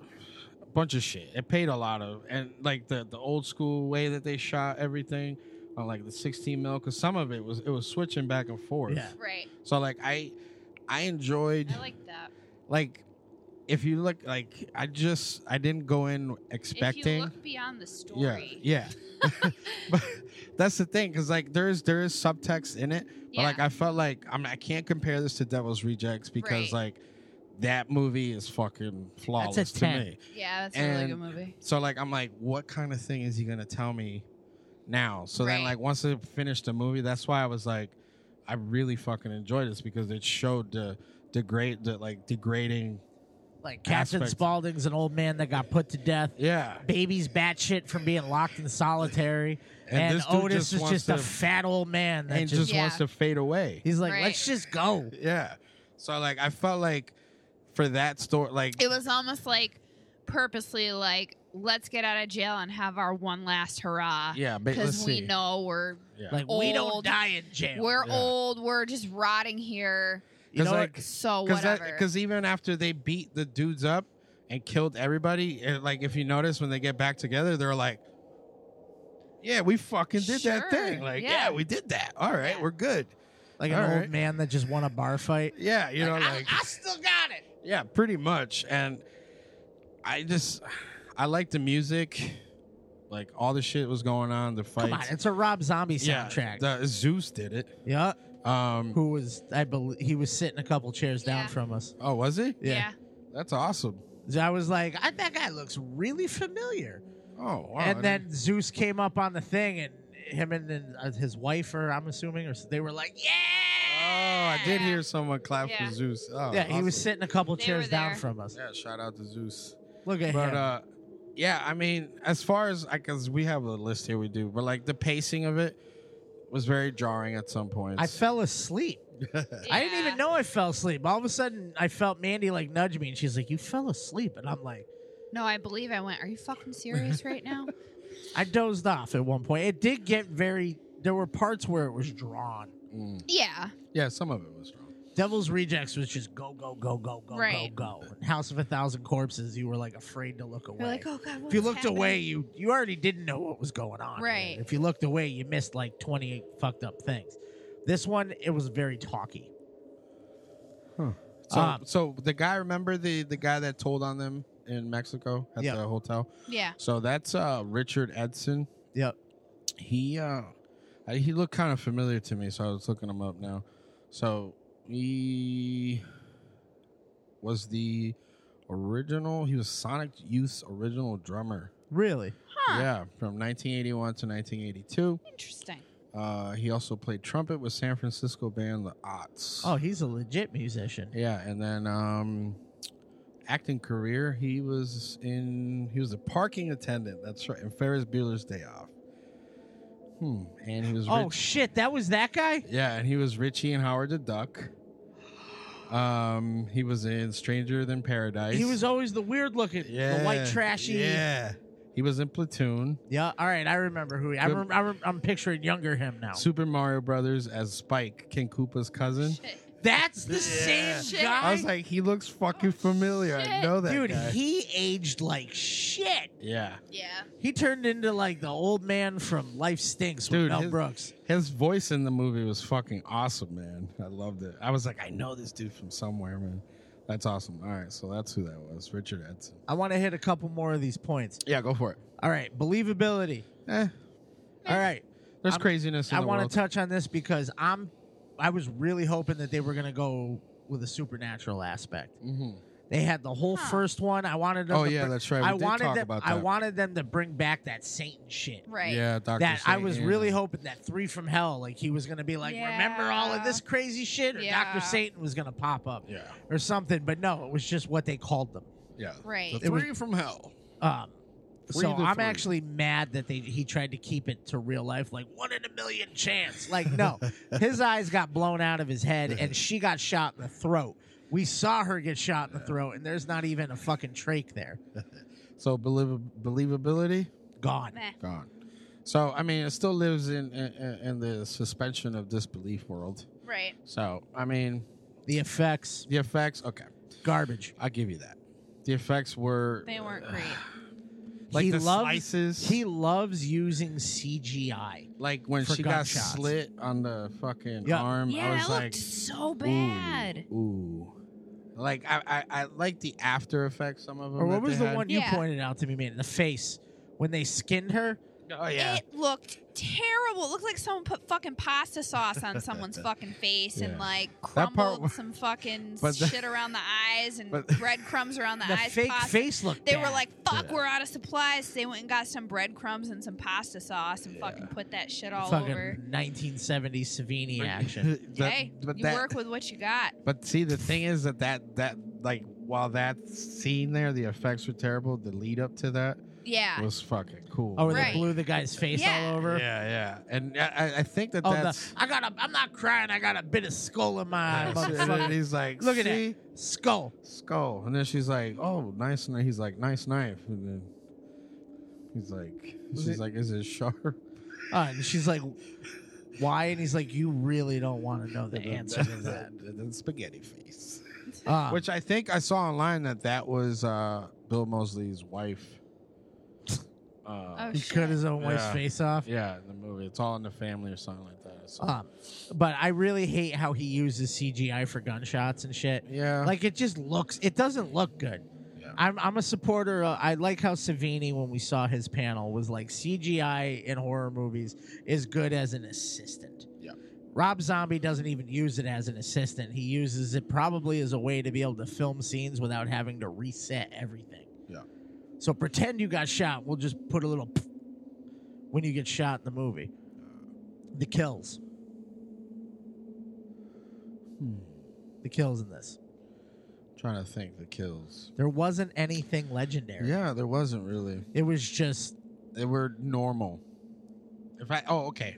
Speaker 4: a bunch of shit. It paid a lot of, and like the the old school way that they shot everything on like the 16 mil, because some of it was it was switching back and forth.
Speaker 6: Yeah.
Speaker 16: Right.
Speaker 4: So like I I enjoyed
Speaker 16: I like that.
Speaker 4: like if you look like I just I didn't go
Speaker 16: If
Speaker 4: in
Speaker 16: you
Speaker 4: expecting.
Speaker 16: look beyond the story,
Speaker 4: Yeah, yeah. but that's the thing, because like there's there is subtext in it, but like I felt like I'm I can't compare this to Devil's Rejects because
Speaker 16: Right.
Speaker 4: like that movie is fucking flawless to
Speaker 16: 10.
Speaker 4: me.
Speaker 16: Yeah, that's a
Speaker 4: and
Speaker 16: really good movie.
Speaker 4: So like I'm like, what kind of thing is he gonna tell me now? So then
Speaker 16: Right.
Speaker 4: like once I finished the movie, that's why I was like, I really fucking enjoyed this because it showed the degrade the like degrading
Speaker 6: Like Captain
Speaker 4: aspect.
Speaker 6: Spaulding's an old man that got put to death.
Speaker 4: Yeah.
Speaker 6: Baby's batshit from being locked in solitary.
Speaker 4: And
Speaker 6: And,
Speaker 4: this dude
Speaker 6: Otis
Speaker 4: just
Speaker 6: is
Speaker 4: wants
Speaker 6: just a
Speaker 4: to-
Speaker 6: fat old man that
Speaker 4: and just wants to fade away.
Speaker 6: He's like, Right. "Let's just go.
Speaker 4: Yeah. So like I felt like for that story like
Speaker 16: it was almost like purposely like let's get out of jail and have our one last hurrah.
Speaker 4: Yeah, but
Speaker 16: because
Speaker 4: let's
Speaker 16: we
Speaker 4: see.
Speaker 16: know we're
Speaker 4: Yeah.
Speaker 6: Like,
Speaker 16: old.
Speaker 6: we don't die in jail.
Speaker 16: We're
Speaker 4: Yeah.
Speaker 16: old. We're just rotting here.
Speaker 4: Because like,
Speaker 16: so
Speaker 4: cause that-
Speaker 16: whatever.
Speaker 4: 'cause even after they beat the dudes up and killed everybody, it, like if you notice when they get back together, they're like, "Yeah, we fucking did that thing.
Speaker 6: Sure,
Speaker 4: Like, yeah.
Speaker 6: yeah.
Speaker 4: we did that. All right, we're good."
Speaker 6: Like an
Speaker 4: All
Speaker 6: old
Speaker 4: right.
Speaker 6: man that just won a bar fight.
Speaker 4: Yeah, you know, like
Speaker 6: still got it.
Speaker 4: yeah, pretty much. And I just, I like the music, like all the shit was going on, the fight.
Speaker 6: Come on, it's a Rob Zombie soundtrack.
Speaker 4: Yeah, the, Zeus did it.
Speaker 6: Yeah.
Speaker 4: Um,
Speaker 6: Who was I believe he was sitting a couple chairs down from us.
Speaker 4: Oh, was he?
Speaker 6: Yeah.
Speaker 4: That's awesome.
Speaker 6: So I was like, I, that guy looks really familiar.
Speaker 4: Oh, wow.
Speaker 6: and then Zeus came up on the thing, and him and then, uh, his wife, or I'm assuming, or s- they were like, yeah,
Speaker 4: Oh, I did hear someone clap
Speaker 6: Yeah.
Speaker 4: for Zeus. Oh,
Speaker 6: yeah. He was
Speaker 4: awesome.
Speaker 6: sitting a couple
Speaker 4: They
Speaker 6: chairs
Speaker 4: were
Speaker 6: down
Speaker 4: there.
Speaker 6: from us.
Speaker 4: Yeah, shout out to Zeus.
Speaker 6: Look at
Speaker 4: but,
Speaker 6: him.
Speaker 4: uh, yeah, I mean, as far as I, cause we have a list here, we do, but like the pacing of it was very jarring at some points.
Speaker 6: I fell asleep. I didn't even know I fell asleep. All of a sudden, I felt Mandy like nudge me, and she's like, "You fell asleep," and I'm like,
Speaker 16: No, I believe I went. Are you fucking serious right now?
Speaker 6: I dozed off at one point. It did get very. There were parts where it was drawn.
Speaker 16: yeah.
Speaker 4: yeah, some of it was wrong.
Speaker 6: Devil's Rejects was just go go go go go
Speaker 16: Right.
Speaker 6: go go. And House of a Thousand Corpses, you were like afraid to look away.
Speaker 16: You're like, oh god.
Speaker 6: if you
Speaker 16: what's
Speaker 6: looked away,
Speaker 16: happening?"
Speaker 6: you you already didn't know what was going on.
Speaker 16: Right.
Speaker 6: If you looked away, you missed like 28 fucked up things. This one, it was very talky.
Speaker 4: So,
Speaker 6: Um,
Speaker 4: so the guy, remember the, the guy that told on them in Mexico at the hotel?
Speaker 16: Yeah.
Speaker 4: So that's uh, Richard Edson.
Speaker 6: Yep.
Speaker 4: He uh, I- he looked kind of familiar to me, so I was looking him up now. So he was the original. He was Sonic Youth's original drummer.
Speaker 6: Really?
Speaker 16: Huh.
Speaker 4: Yeah, from 1981 to 1982.
Speaker 16: Interesting.
Speaker 4: Uh, he also played trumpet with San Francisco band The Ots.
Speaker 6: Oh, he's a legit musician.
Speaker 4: Yeah, and then um acting career, he was in he was a parking attendant, that's right, in Ferris Bueller's Day Off. Hmm. And he was
Speaker 6: Oh
Speaker 4: Rich-
Speaker 6: shit, that was that guy.
Speaker 4: Yeah, and he was Richie and Howard the Duck. Um he was in Stranger Than Paradise.
Speaker 6: He was always the weird looking, the white
Speaker 4: Yeah,
Speaker 6: trashy.
Speaker 4: Yeah. He was in Platoon.
Speaker 6: Yeah. All right, I remember who. He, I
Speaker 4: Good-
Speaker 6: rem, I rem, I'm picturing younger him now.
Speaker 4: Super Mario Brothers as Spike, King Koopa's cousin.
Speaker 6: That's the
Speaker 4: Yeah.
Speaker 6: same guy.
Speaker 4: I was like, he looks fucking familiar. I know that
Speaker 6: Dude,
Speaker 4: guy.
Speaker 6: he aged like shit.
Speaker 4: Yeah.
Speaker 2: Yeah.
Speaker 6: He turned into like the old man from Life Stinks with
Speaker 4: Dude,
Speaker 6: Mel
Speaker 4: his,
Speaker 6: Brooks.
Speaker 4: his voice in the movie was fucking awesome, man. I loved it. I was like, I know this dude from somewhere, man. That's awesome. All right, so that's who that was, Richard Edson.
Speaker 6: I want to hit a couple more of these points.
Speaker 4: Yeah, go for it.
Speaker 6: All right, believability. All right.
Speaker 4: Eh, There's
Speaker 6: I'm-
Speaker 4: craziness in
Speaker 6: I
Speaker 4: the
Speaker 6: wanna
Speaker 4: world.
Speaker 6: touch on this because I'm, I was really hoping that they were gonna go with a supernatural aspect.
Speaker 4: Mm-hmm.
Speaker 6: They had the whole first one. I wanted. Them
Speaker 4: Oh,
Speaker 6: to
Speaker 4: yeah,
Speaker 6: bring-
Speaker 4: that's right. We
Speaker 6: I
Speaker 4: did
Speaker 6: wanted
Speaker 4: talk
Speaker 6: them.
Speaker 4: about
Speaker 6: I
Speaker 4: that.
Speaker 6: wanted them to bring back that Satan shit.
Speaker 2: Right.
Speaker 4: Yeah, Dr.
Speaker 6: That I was
Speaker 4: Satan.
Speaker 6: really hoping that three from hell, like he was gonna be like, remember all of this crazy shit, or
Speaker 2: Yeah.
Speaker 6: Doctor Satan was gonna pop up,
Speaker 4: Yeah.
Speaker 6: or something. But no, it was just what they called them.
Speaker 4: Yeah.
Speaker 2: Right.
Speaker 4: The
Speaker 6: It was-
Speaker 4: three from hell.
Speaker 6: Um,
Speaker 4: Three
Speaker 6: so
Speaker 4: to
Speaker 6: I'm
Speaker 4: three.
Speaker 6: actually mad that they he tried to keep it to real life, like one in a million chance. Like no, his eyes got blown out of his head, and she got shot in the throat. We saw her get shot in the throat, and there's not even a fucking trach there.
Speaker 4: So believ- believability
Speaker 6: Gone.
Speaker 16: Meh.
Speaker 4: gone. So I mean, it still lives in in, in the suspension of disbelief world.
Speaker 2: Right.
Speaker 4: So I mean,
Speaker 6: the effects,
Speaker 4: the effects. Okay,
Speaker 6: garbage.
Speaker 4: I'll give you that. The effects were
Speaker 16: They weren't great.
Speaker 4: Like
Speaker 6: he
Speaker 4: the
Speaker 6: loves,
Speaker 4: slices.
Speaker 6: He loves using CGI.
Speaker 4: like when
Speaker 6: for
Speaker 4: she got
Speaker 6: gunshots.
Speaker 4: slit on the fucking
Speaker 6: Yeah.
Speaker 4: arm.
Speaker 16: Yeah,
Speaker 4: I was
Speaker 16: that
Speaker 4: like,
Speaker 16: looked so bad.
Speaker 4: Ooh, like I, I I like the after effects. Some of them.
Speaker 6: Or what
Speaker 4: that
Speaker 6: was
Speaker 4: they
Speaker 6: the
Speaker 4: had.
Speaker 6: one you pointed out to me, man? The face when they skinned her.
Speaker 4: Oh yeah.
Speaker 2: It looked terrible. It looked like someone put fucking pasta sauce on someone's fucking face
Speaker 4: Yeah.
Speaker 2: and like
Speaker 4: part
Speaker 2: crumbled
Speaker 4: wa-
Speaker 2: some fucking
Speaker 4: But the-
Speaker 2: shit around the eyes and
Speaker 4: but-
Speaker 2: breadcrumbs around the,
Speaker 6: The
Speaker 2: eyes.
Speaker 6: fake
Speaker 2: pasta.
Speaker 6: face looked
Speaker 2: They were
Speaker 6: bad.
Speaker 2: like, "Fuck,
Speaker 4: Yeah.
Speaker 2: we're out of supplies." They went and got some breadcrumbs and some pasta sauce and fucking put that shit all
Speaker 6: fucking
Speaker 2: over.
Speaker 6: 1970s Savini action.
Speaker 4: That-
Speaker 2: hey,
Speaker 4: but
Speaker 2: you
Speaker 4: that-
Speaker 2: work with what you got.
Speaker 4: But see, the thing is that that that like while that scene there, the effects were terrible. The lead up to that
Speaker 2: Yeah.
Speaker 4: was fucking cool.
Speaker 6: Oh, where
Speaker 2: Right.
Speaker 6: they blew the guy's face
Speaker 2: Yeah.
Speaker 6: all over.
Speaker 4: Yeah, yeah, and I, I- I think that
Speaker 6: Oh, the,
Speaker 4: that's.
Speaker 6: I got a. I'm not crying. I got a bit of skull in my eye.
Speaker 4: that's it. And
Speaker 6: Ah, motherfucker.
Speaker 4: he's like,
Speaker 6: Look at
Speaker 4: "See?
Speaker 6: that skull.
Speaker 4: skull, and then she's like, "Oh, nice knife." He's like, "Nice knife," and then he's like,
Speaker 6: Was
Speaker 4: "She's
Speaker 6: it-
Speaker 4: like, is it sharp?"
Speaker 6: Uh, and she's like, "Why?" And he's like, "You really don't want to know the answer to that."
Speaker 4: And then spaghetti face,
Speaker 6: Uh,
Speaker 4: which I think I saw online that that was uh, Bill Mosley's wife. Uh,
Speaker 2: Oh,
Speaker 6: he
Speaker 2: shit.
Speaker 6: cut his own wife's
Speaker 4: Yeah.
Speaker 6: face off.
Speaker 4: yeah, in the movie, it's all in the family or something like that. So,
Speaker 6: Um, but I really hate how he uses CGI for gunshots and shit.
Speaker 4: yeah,
Speaker 6: Like it just looks, it doesn't look good. I'm, I'm a supporter. Of, I like how Savini, when we saw his panel, was like CGI in horror movies is good as an assistant.
Speaker 4: Yeah.
Speaker 6: Rob Zombie doesn't even use it as an assistant. He uses it probably as a way to be able to film scenes without having to reset everything.
Speaker 4: Yeah.
Speaker 6: So pretend you got shot. We'll just put a little when you get shot in the movie. The kills. The kills in this.
Speaker 4: trying to think the kills.
Speaker 6: There wasn't anything legendary.
Speaker 4: Yeah, there wasn't really.
Speaker 6: It was just
Speaker 4: They were normal. If I oh okay,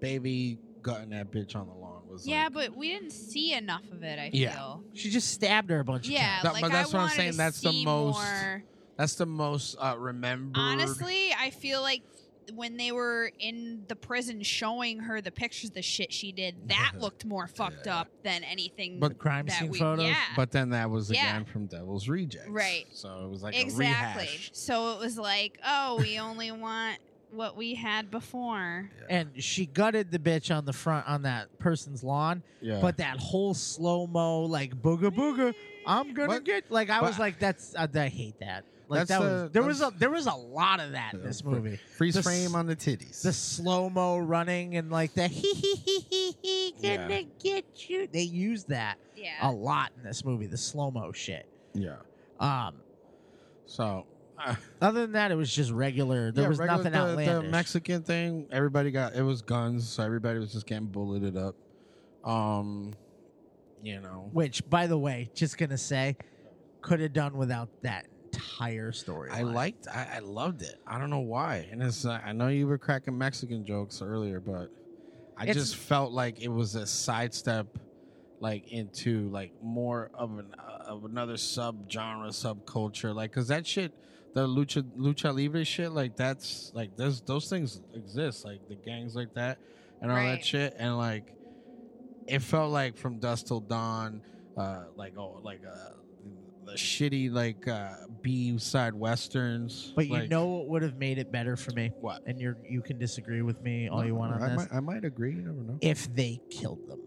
Speaker 4: baby gutting that bitch on the lawn was
Speaker 2: Yeah,
Speaker 4: like-
Speaker 2: but we didn't see enough of it. I
Speaker 4: Yeah.
Speaker 2: feel.
Speaker 6: she just stabbed her a bunch of
Speaker 2: Yeah,
Speaker 6: times.
Speaker 4: That-
Speaker 2: like
Speaker 4: but that's
Speaker 2: I
Speaker 4: what I'm
Speaker 2: wanted
Speaker 4: saying,
Speaker 2: To
Speaker 4: that's the
Speaker 2: see
Speaker 4: most
Speaker 2: more.
Speaker 4: that's the most uh, remembered.
Speaker 2: Honestly, I feel like when they were in the prison showing her the pictures of the shit she did, that looked more fucked up than anything.
Speaker 4: But-
Speaker 6: The crime
Speaker 2: that
Speaker 6: scene
Speaker 2: we-
Speaker 6: photos.
Speaker 2: yeah.
Speaker 4: but then that was
Speaker 2: Yeah.
Speaker 4: again from Devil's Rejects,
Speaker 2: Right.
Speaker 4: So it was like
Speaker 2: exactly.
Speaker 4: a rehash.
Speaker 2: So it was like, oh, we only want what we had before.
Speaker 6: And she gutted the bitch on the front on that person's lawn.
Speaker 4: Yeah,
Speaker 6: But that whole slow mo like booga booga, I'm gonna
Speaker 4: But-
Speaker 6: get like I was
Speaker 4: but-
Speaker 6: like that's uh, I, I hate that. Like
Speaker 4: That's
Speaker 6: that
Speaker 4: the-
Speaker 6: was there was a
Speaker 4: that's-
Speaker 6: there was a lot of that in
Speaker 4: Yeah,
Speaker 6: this
Speaker 4: fr-
Speaker 6: movie.
Speaker 4: freeze
Speaker 6: the s-
Speaker 4: frame on the titties.
Speaker 6: The slow mo running and like the hee hee hee hee hee gonna
Speaker 4: Yeah.
Speaker 6: get you. They used that
Speaker 2: Yeah.
Speaker 6: a
Speaker 4: Oh,
Speaker 6: lot in this movie. The slow mo shit.
Speaker 4: yeah.
Speaker 6: Um,
Speaker 4: So. uh,
Speaker 6: Other than that, it was just regular. There
Speaker 4: yeah,
Speaker 6: was
Speaker 4: regular-
Speaker 6: nothing
Speaker 4: the,
Speaker 6: outlandish.
Speaker 4: The Mexican thing, everybody got it was guns, so everybody was just getting bulleted up. Um, you know,
Speaker 6: Which, by the way, just gonna say, could have done without that entire story.
Speaker 4: I liked, I, I loved it. I don't know why, and it's uh, I know you were cracking Mexican jokes earlier, but I
Speaker 6: It's-
Speaker 4: just felt like it was a sidestep, like into like more of an uh, of another subgenre, subculture, like because that shit, the lucha lucha libre shit, like that's like there's those things exist, like the gangs like that and all
Speaker 2: Right.
Speaker 4: that shit, and like it felt like from dusk till dawn, uh, like oh, like uh, the shitty like uh, B side westerns.
Speaker 6: But you
Speaker 4: like-
Speaker 6: know what would have made it better for me?
Speaker 4: What?
Speaker 6: And you're you can disagree with me all
Speaker 17: No,
Speaker 6: you want on
Speaker 17: I
Speaker 6: this.
Speaker 17: Might, I might agree. You never know.
Speaker 6: If they killed them,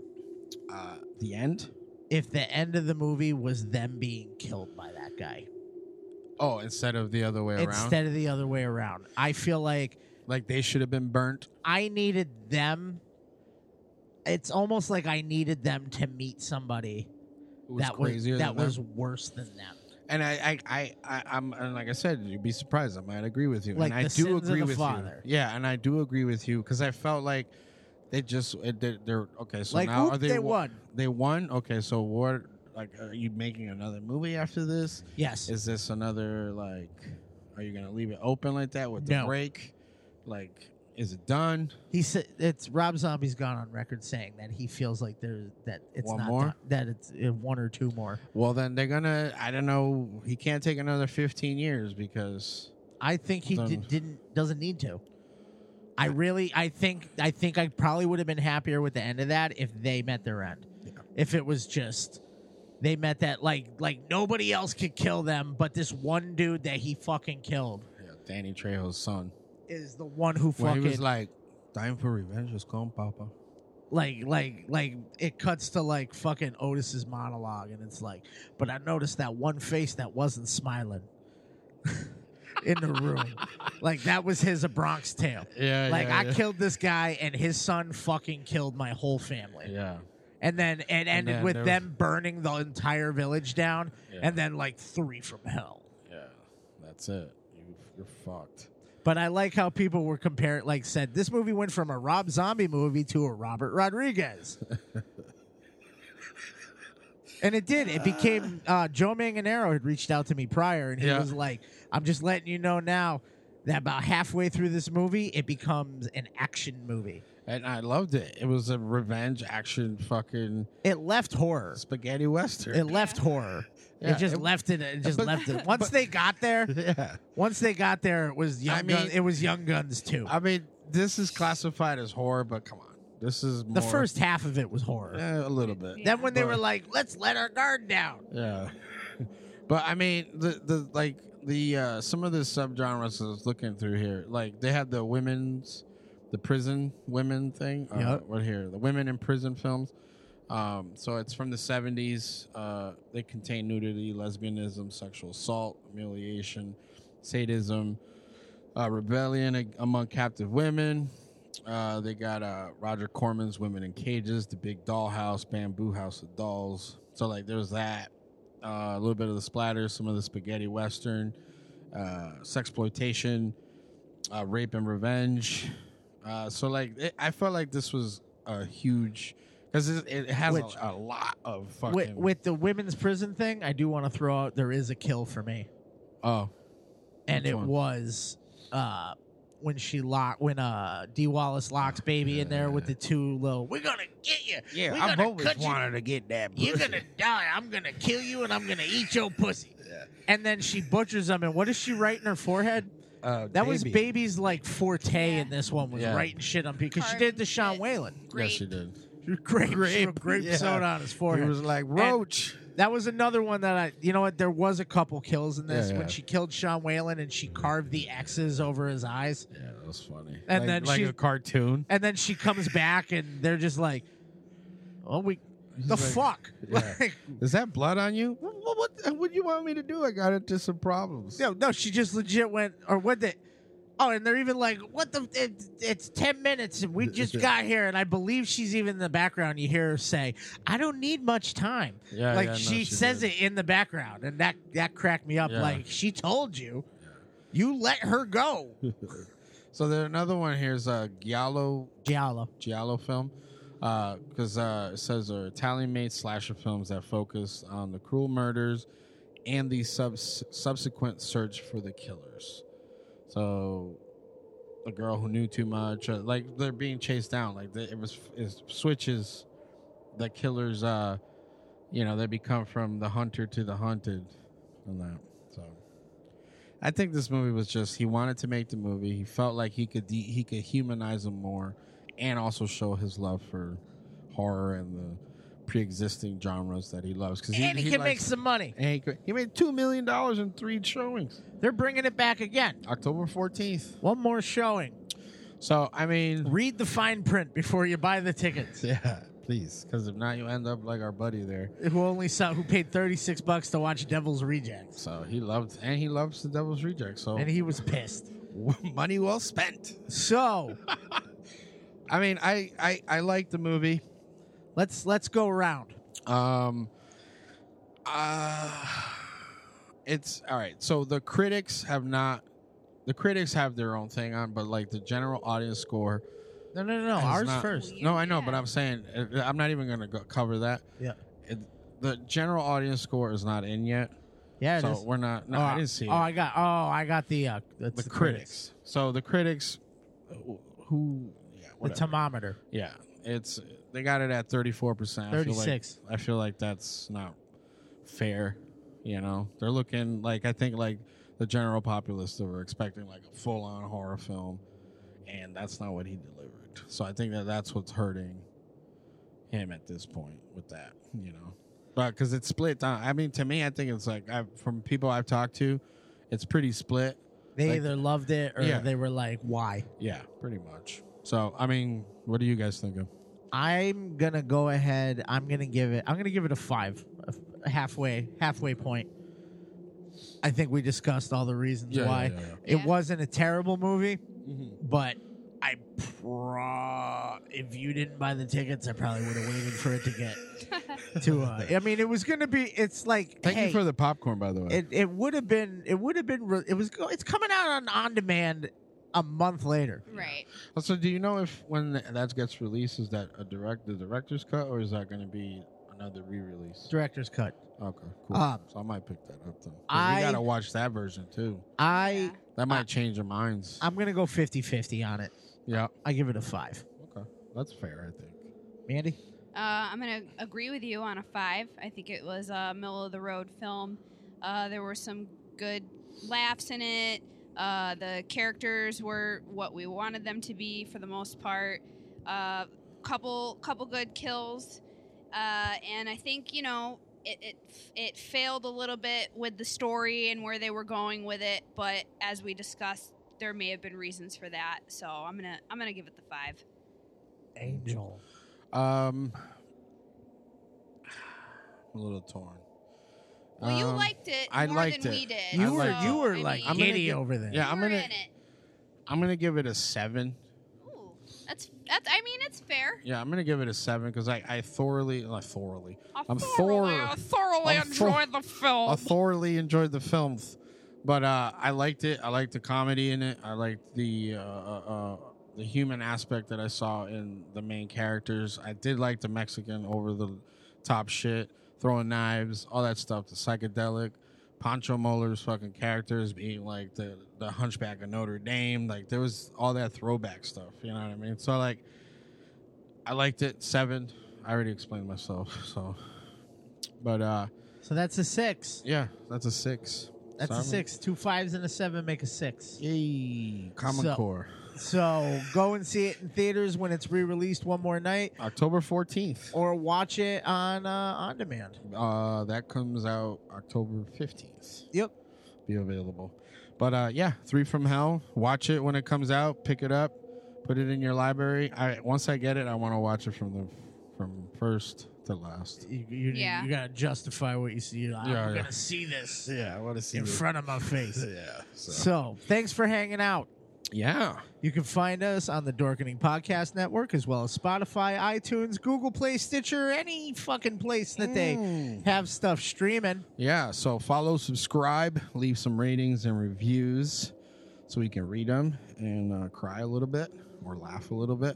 Speaker 4: uh, the end.
Speaker 6: If the end of the movie was them being killed by that guy
Speaker 4: oh, instead of the other way around,
Speaker 6: instead of the other way around, I feel like
Speaker 4: like they should have been burnt.
Speaker 6: I needed them. It's almost like I needed them to meet somebody
Speaker 4: was
Speaker 6: that was
Speaker 4: crazier
Speaker 6: that
Speaker 4: than them.
Speaker 6: was worse than them.
Speaker 4: And I, I, I, I I'm, and like I said, you'd be surprised. I might agree with you,
Speaker 6: Like
Speaker 4: and I
Speaker 6: the
Speaker 4: do
Speaker 6: sins of
Speaker 4: agree
Speaker 6: the
Speaker 4: with
Speaker 6: father.
Speaker 4: you. Yeah, and I do agree with you because I felt like they just it- they're, they're okay. So
Speaker 6: Like,
Speaker 4: now
Speaker 6: oop,
Speaker 4: are they
Speaker 6: they
Speaker 4: wa-
Speaker 6: won.
Speaker 4: They won. Okay, so what? Like, are you making another movie after this?
Speaker 6: Yes.
Speaker 4: Is this another like? Are you gonna leave it open like that with the
Speaker 6: No.
Speaker 4: break? Like, is it done?
Speaker 6: He said it's Rob Zombie's gone on record saying that he feels like there's that it's
Speaker 4: One
Speaker 6: not
Speaker 4: more?
Speaker 6: done- that it's uh, one or two more.
Speaker 4: Well, then they're gonna. I don't know. He can't take another fifteen years because
Speaker 6: I think he
Speaker 4: Then-
Speaker 6: did, didn't doesn't need to. I really I think I think I probably would have been happier with the end of that if they met their end. If it was just they met that like like nobody else could kill them but this one dude that he fucking killed
Speaker 4: Danny Trejo's son.
Speaker 6: is the one who
Speaker 4: When
Speaker 6: fucking
Speaker 4: he was like, "Time for revenge is come, Papa."
Speaker 6: like like like it cuts to like fucking Otis's monologue and it's like but I noticed that one face that wasn't smiling in the room. like that was his a Bronx tale.
Speaker 4: Yeah,
Speaker 6: Like
Speaker 4: yeah,
Speaker 6: I
Speaker 4: yeah.
Speaker 6: killed this guy and his son fucking killed my whole family.
Speaker 4: Yeah.
Speaker 6: And then it ended
Speaker 4: then
Speaker 6: with
Speaker 4: there was-
Speaker 6: them burning the entire village down
Speaker 4: Yeah.
Speaker 6: and then like three from hell.
Speaker 4: Yeah, that's it. You, you're fucked.
Speaker 6: But I like how people were comparing like said this movie went from a Rob Zombie movie to a Robert Rodriguez. And it did. It became uh, Joe Manganero had reached out to me prior, and he
Speaker 4: Yeah.
Speaker 6: was like, "I'm just letting you know now that about halfway through this movie, it becomes an action movie.
Speaker 4: And I loved it. It was a revenge action fucking
Speaker 6: It left horror,
Speaker 4: spaghetti western.
Speaker 6: It left horror.
Speaker 4: Yeah,
Speaker 6: it just
Speaker 4: it-
Speaker 6: left it. It just
Speaker 4: but-
Speaker 6: left it. Once they got there,
Speaker 4: yeah.
Speaker 6: Once they got there, it was young.
Speaker 4: I mean-
Speaker 6: Gun- it was Young Guns too.
Speaker 4: I mean, this is classified as horror, but come on, this is more,
Speaker 6: the first half of it was horror.
Speaker 4: Eh, a little bit.
Speaker 6: Then when they
Speaker 4: But-
Speaker 6: were like, "Let's let our guard down,"
Speaker 4: Yeah. but I mean the the like the uh some of the subgenres I was looking through here, like they had the women's the prison women thing. Uh,
Speaker 6: Yep.
Speaker 4: right here. The women in prison films. Um, so it's from the 70s. Uh, they contain nudity, lesbianism, sexual assault, humiliation, sadism, uh, rebellion a- among captive women. Uh, they got uh, Roger Corman's Women in Cages, The Big Dollhouse, Bamboo House of Dolls. So, like, there's that. Uh, a little bit of the splatter, some of the spaghetti western, uh, sexploitation, uh, rape and revenge. Uh, so, like, it, I felt like this was a huge. Because it, it has a-
Speaker 6: Which-
Speaker 4: a, lot of fucking.
Speaker 6: with, with the women's prison thing. I do want to throw out there is a kill for me.
Speaker 4: oh.
Speaker 6: and
Speaker 4: Which
Speaker 6: it
Speaker 4: one?
Speaker 6: was uh when she locked when uh D Wallace locks baby in there with the two little we're gonna get you
Speaker 4: Yeah,
Speaker 6: we're
Speaker 4: I've
Speaker 6: gonna
Speaker 4: always
Speaker 6: cut you.
Speaker 4: wanted to get that.
Speaker 6: you're
Speaker 4: pussy.
Speaker 6: gonna die I'm gonna kill you and I'm gonna eat your pussy and then she butchers them and what does she write in her forehead
Speaker 4: Uh,
Speaker 6: that was baby's like forte in this one was
Speaker 4: Yeah.
Speaker 6: writing shit on because she did it to Sean Whalen
Speaker 4: Yes, she did.
Speaker 6: grape, grape, grape
Speaker 4: yeah.
Speaker 6: soda on his forehead.
Speaker 4: He was like,
Speaker 6: And
Speaker 4: Roach.
Speaker 6: that was another one that I, you know what? There was a couple kills in this
Speaker 4: Yeah, yeah.
Speaker 6: when she killed Sean Whalen and she carved the X's over his eyes,
Speaker 4: yeah, that was funny.
Speaker 6: And
Speaker 4: like,
Speaker 6: then
Speaker 4: like
Speaker 6: she-
Speaker 4: a cartoon.
Speaker 6: and then she comes back and they're just like, "Oh, we, the
Speaker 4: like-
Speaker 6: fuck."
Speaker 4: Yeah.
Speaker 6: Like,
Speaker 4: Is that blood on you? What, what, what, do you want me to do? I got into some problems.
Speaker 6: no, no, she just legit went or what the. Oh, and they're even like, "What the? It, it's ten minutes, and we just got here." And I believe she's even in the background. You hear her say, "I don't need much time."
Speaker 4: Yeah,
Speaker 6: like
Speaker 4: yeah, no,
Speaker 6: she,
Speaker 4: she
Speaker 6: says
Speaker 4: did.
Speaker 6: it in the background, and that that cracked me up.
Speaker 4: Yeah.
Speaker 6: Like she told you, you let her go.
Speaker 4: So there another one here is a Giallo
Speaker 6: Giallo
Speaker 4: Giallo film, because uh, it says are Italian-made slasher films that focus on the cruel murders and the subs- subsequent search for the killers. So a girl who knew too much, uh, like they're being chased down. Like they, it was it switches the killers. Uh, you know they become from the hunter to the hunted, and that so. I think this movie was just he wanted to make the movie. He felt like he could de- he could humanize him more, and also show his love for horror and the pre-existing genres that he loves because
Speaker 6: and he, can make some money.
Speaker 4: And he, could- he made two million dollars in three showings.
Speaker 6: They're bringing it back again.
Speaker 4: October fourteenth.
Speaker 6: One more showing.
Speaker 4: So I mean,
Speaker 6: read the fine print before you buy the tickets.
Speaker 4: Yeah, please, because if not, you end up like our buddy there.
Speaker 6: Who only saw? Who paid thirty six bucks to watch Devil's Rejects?
Speaker 4: So he loved, and he loves the Devil's Reject. So
Speaker 6: And he was pissed.
Speaker 4: money well spent.
Speaker 6: So,
Speaker 4: I mean, I I I like the movie.
Speaker 6: Let's let's go around.
Speaker 4: Um, uh, it's all right. So the critics have not. The critics have their own thing on, but like the general audience score.
Speaker 6: No, no, no, no.
Speaker 4: has
Speaker 6: Ours
Speaker 4: not-
Speaker 6: first.
Speaker 4: No, I know, but I'm saying uh, I'm not even going to go cover that.
Speaker 6: Yeah.
Speaker 4: It, the general audience score is not in yet.
Speaker 6: Yeah, it
Speaker 4: so
Speaker 6: is.
Speaker 4: we're not. No,
Speaker 6: oh,
Speaker 4: I didn't see
Speaker 6: Oh,
Speaker 4: it
Speaker 6: I got. Oh, I got the uh, that's
Speaker 4: the, critics. So the critics, uh, who, yeah,
Speaker 6: the
Speaker 4: whatever.
Speaker 6: thermometer.
Speaker 4: yeah, it's they got it at thirty four percent.
Speaker 6: 36.
Speaker 4: I feel like that's not fair. You know, they're looking like I think like the general populace that were expecting like a full on horror film, and that's not what he delivered. So I think that that's what's hurting him at this point with that. You know, but because it's split down. I mean, to me, I think it's like I've, from people I've talked to, it's pretty split.
Speaker 6: They
Speaker 4: Like,
Speaker 6: either loved it or
Speaker 4: Yeah.
Speaker 6: they were like, "Why?"
Speaker 4: yeah, pretty much. So, I mean, what do you guys think of?
Speaker 6: I'm gonna go ahead. I'm gonna give it. I'm gonna give it a five, a f- a halfway halfway point. I think we discussed all the reasons
Speaker 4: Yeah, yeah,
Speaker 6: why
Speaker 4: yeah, yeah. Mm-hmm.
Speaker 6: it wasn't a terrible movie, but I pro if you didn't buy the tickets, I probably would have waited for it to get to. Uh, I mean, it was gonna be. It's like
Speaker 4: Thank
Speaker 6: hey,
Speaker 4: you for the popcorn, by the way.
Speaker 6: It it would have been. It would have been. re- It was. go- It's coming out on on demand a month later.
Speaker 16: Right.
Speaker 4: also, do you know if when that gets released, is that a direct the director's cut, or is that going to be another re-release?
Speaker 6: Director's cut.
Speaker 4: Okay, cool.
Speaker 6: Um,
Speaker 4: so I might pick that up then. 'Cause
Speaker 6: I-
Speaker 4: we gotta watch that version too.
Speaker 6: I
Speaker 4: That might change our minds.
Speaker 6: I'm gonna go 50-50 on it.
Speaker 4: Yeah,
Speaker 6: I give it a five.
Speaker 4: Okay, that's fair. I think.
Speaker 6: Mandy.
Speaker 16: Uh, I'm going to agree with you on a five. I think it was a middle of the road film. Uh, there were some good laughs in it. Uh, the characters were what we wanted them to be for the most part. Uh, couple couple good kills, uh, and I think you know it, it it failed a little bit with the story and where they were going with it. But as we discussed, there may have been reasons for that. So I'm gonna I'm gonna give it the five.
Speaker 6: Angel.
Speaker 4: Um, I'm a little torn.
Speaker 16: Well, you
Speaker 4: Um,
Speaker 16: liked it
Speaker 4: I
Speaker 16: more
Speaker 4: liked
Speaker 16: than
Speaker 4: it.
Speaker 16: we did,
Speaker 4: I
Speaker 6: You were-
Speaker 4: liked
Speaker 6: you
Speaker 4: it.
Speaker 6: were, I like, mean-
Speaker 4: I'm gonna
Speaker 6: giddy
Speaker 4: give-
Speaker 6: over there.
Speaker 4: Yeah, I'm
Speaker 16: We're
Speaker 4: gonna
Speaker 16: in it.
Speaker 4: I'm gonna give it a seven.
Speaker 16: That's that's. I mean, it's fair.
Speaker 4: Yeah, I'm gonna give it a seven because I, I thoroughly, not thoroughly,
Speaker 16: I
Speaker 4: I'm
Speaker 16: thoroughly-
Speaker 4: thoroughly,
Speaker 16: I thoroughly
Speaker 4: I'm thor-
Speaker 16: enjoyed the film.
Speaker 4: I thoroughly enjoyed the film, but uh, I liked it. I liked the comedy in it. I liked the uh, uh, uh, the human aspect that I saw in the main characters. I did like the Mexican over the top shit, throwing knives, all that stuff. The psychedelic, Pancho Moller's fucking characters being like the the Hunchback of Notre Dame. Like there was all that throwback stuff. You know what I mean? So like. I liked it. Seven. I already explained myself. So, but uh,
Speaker 6: So that's a six.
Speaker 4: yeah, that's a six.
Speaker 6: That's
Speaker 4: So
Speaker 6: a
Speaker 4: I'm-
Speaker 6: six. Two fives and a seven make a six.
Speaker 4: Yay. Common
Speaker 6: So-
Speaker 4: Core.
Speaker 6: So go and see it in theaters when it's re-released one more night,
Speaker 4: October fourteenth.
Speaker 6: or watch it on uh, on demand.
Speaker 4: Uh, that comes out October fifteenth.
Speaker 6: Yep.
Speaker 4: Be available. But uh, yeah, Three from Hell. Watch it when it comes out. Pick it up. Put it in your library. I once I get it, I want to watch it from the from first to last.
Speaker 6: You, you,
Speaker 16: Yeah.
Speaker 6: you gotta justify what you see. You're like, I'm
Speaker 4: Yeah, yeah.
Speaker 6: gonna see this
Speaker 4: Yeah, I want to see
Speaker 6: in front of my face.
Speaker 4: Yeah.
Speaker 6: so. thanks for hanging out.
Speaker 4: Yeah.
Speaker 6: You can find us on the Dorkening Podcast Network as well as Spotify, iTunes, Google Play, Stitcher, any fucking place that they have stuff streaming.
Speaker 4: Yeah, so follow, subscribe, leave some ratings and reviews so we can read them and uh, cry a little bit or laugh a little bit.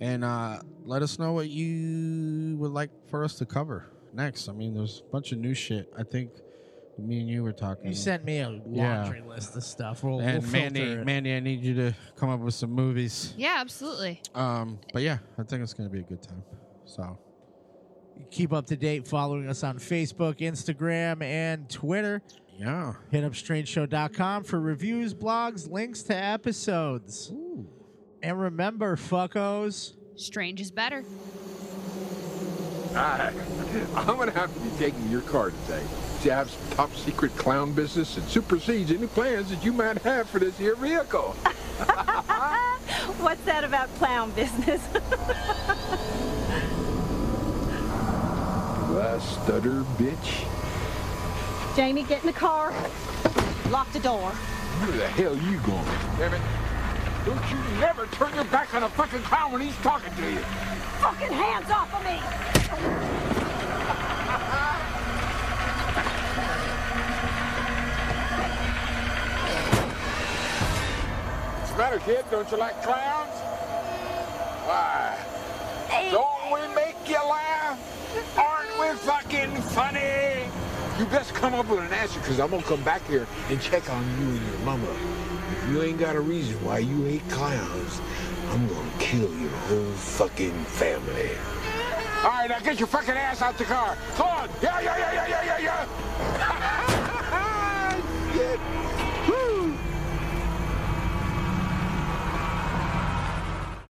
Speaker 4: And uh, let us know what you would like for us to cover next. I mean, there's a bunch of new shit. I think me and you were talking.
Speaker 6: You sent me a laundry list of stuff. We'll,
Speaker 4: Mm-hmm. and
Speaker 6: we'll filter
Speaker 4: Mandy,
Speaker 6: it.
Speaker 4: Mandy, I need you to come up with some movies.
Speaker 16: Yeah, absolutely.
Speaker 4: Um, but yeah, I think it's going to be a good time. So,
Speaker 6: keep up to date following us on Facebook, Instagram, and Twitter.
Speaker 4: yeah.
Speaker 6: Hit up strangeshow.com for reviews, blogs, links to episodes. And remember, fuckos.
Speaker 16: Strange is better.
Speaker 3: Hi. I'm going to have to be taking your car today. Jab's top secret clown business and supersedes any plans that you might have for this here vehicle.
Speaker 19: What's that about clown business?
Speaker 3: Do I stutter, bitch?
Speaker 19: Jamie, get in the car. Lock the door.
Speaker 3: Where the hell you going? Damn it. Don't you never turn your back on a fucking clown when he's talking to you.
Speaker 19: Fucking hands off of me!
Speaker 3: What's the matter, kid? Don't you like clowns? Why? Don't we make you laugh? Aren't we fucking funny? You best come up with an answer, because I'm going to come back here and check on you and your mama. If you ain't got a reason why you hate clowns, I'm going to kill your whole fucking family. All right, now get your fucking ass out the car. Come on. Yeah, yeah, yeah, yeah, yeah, yeah, yeah. Shit.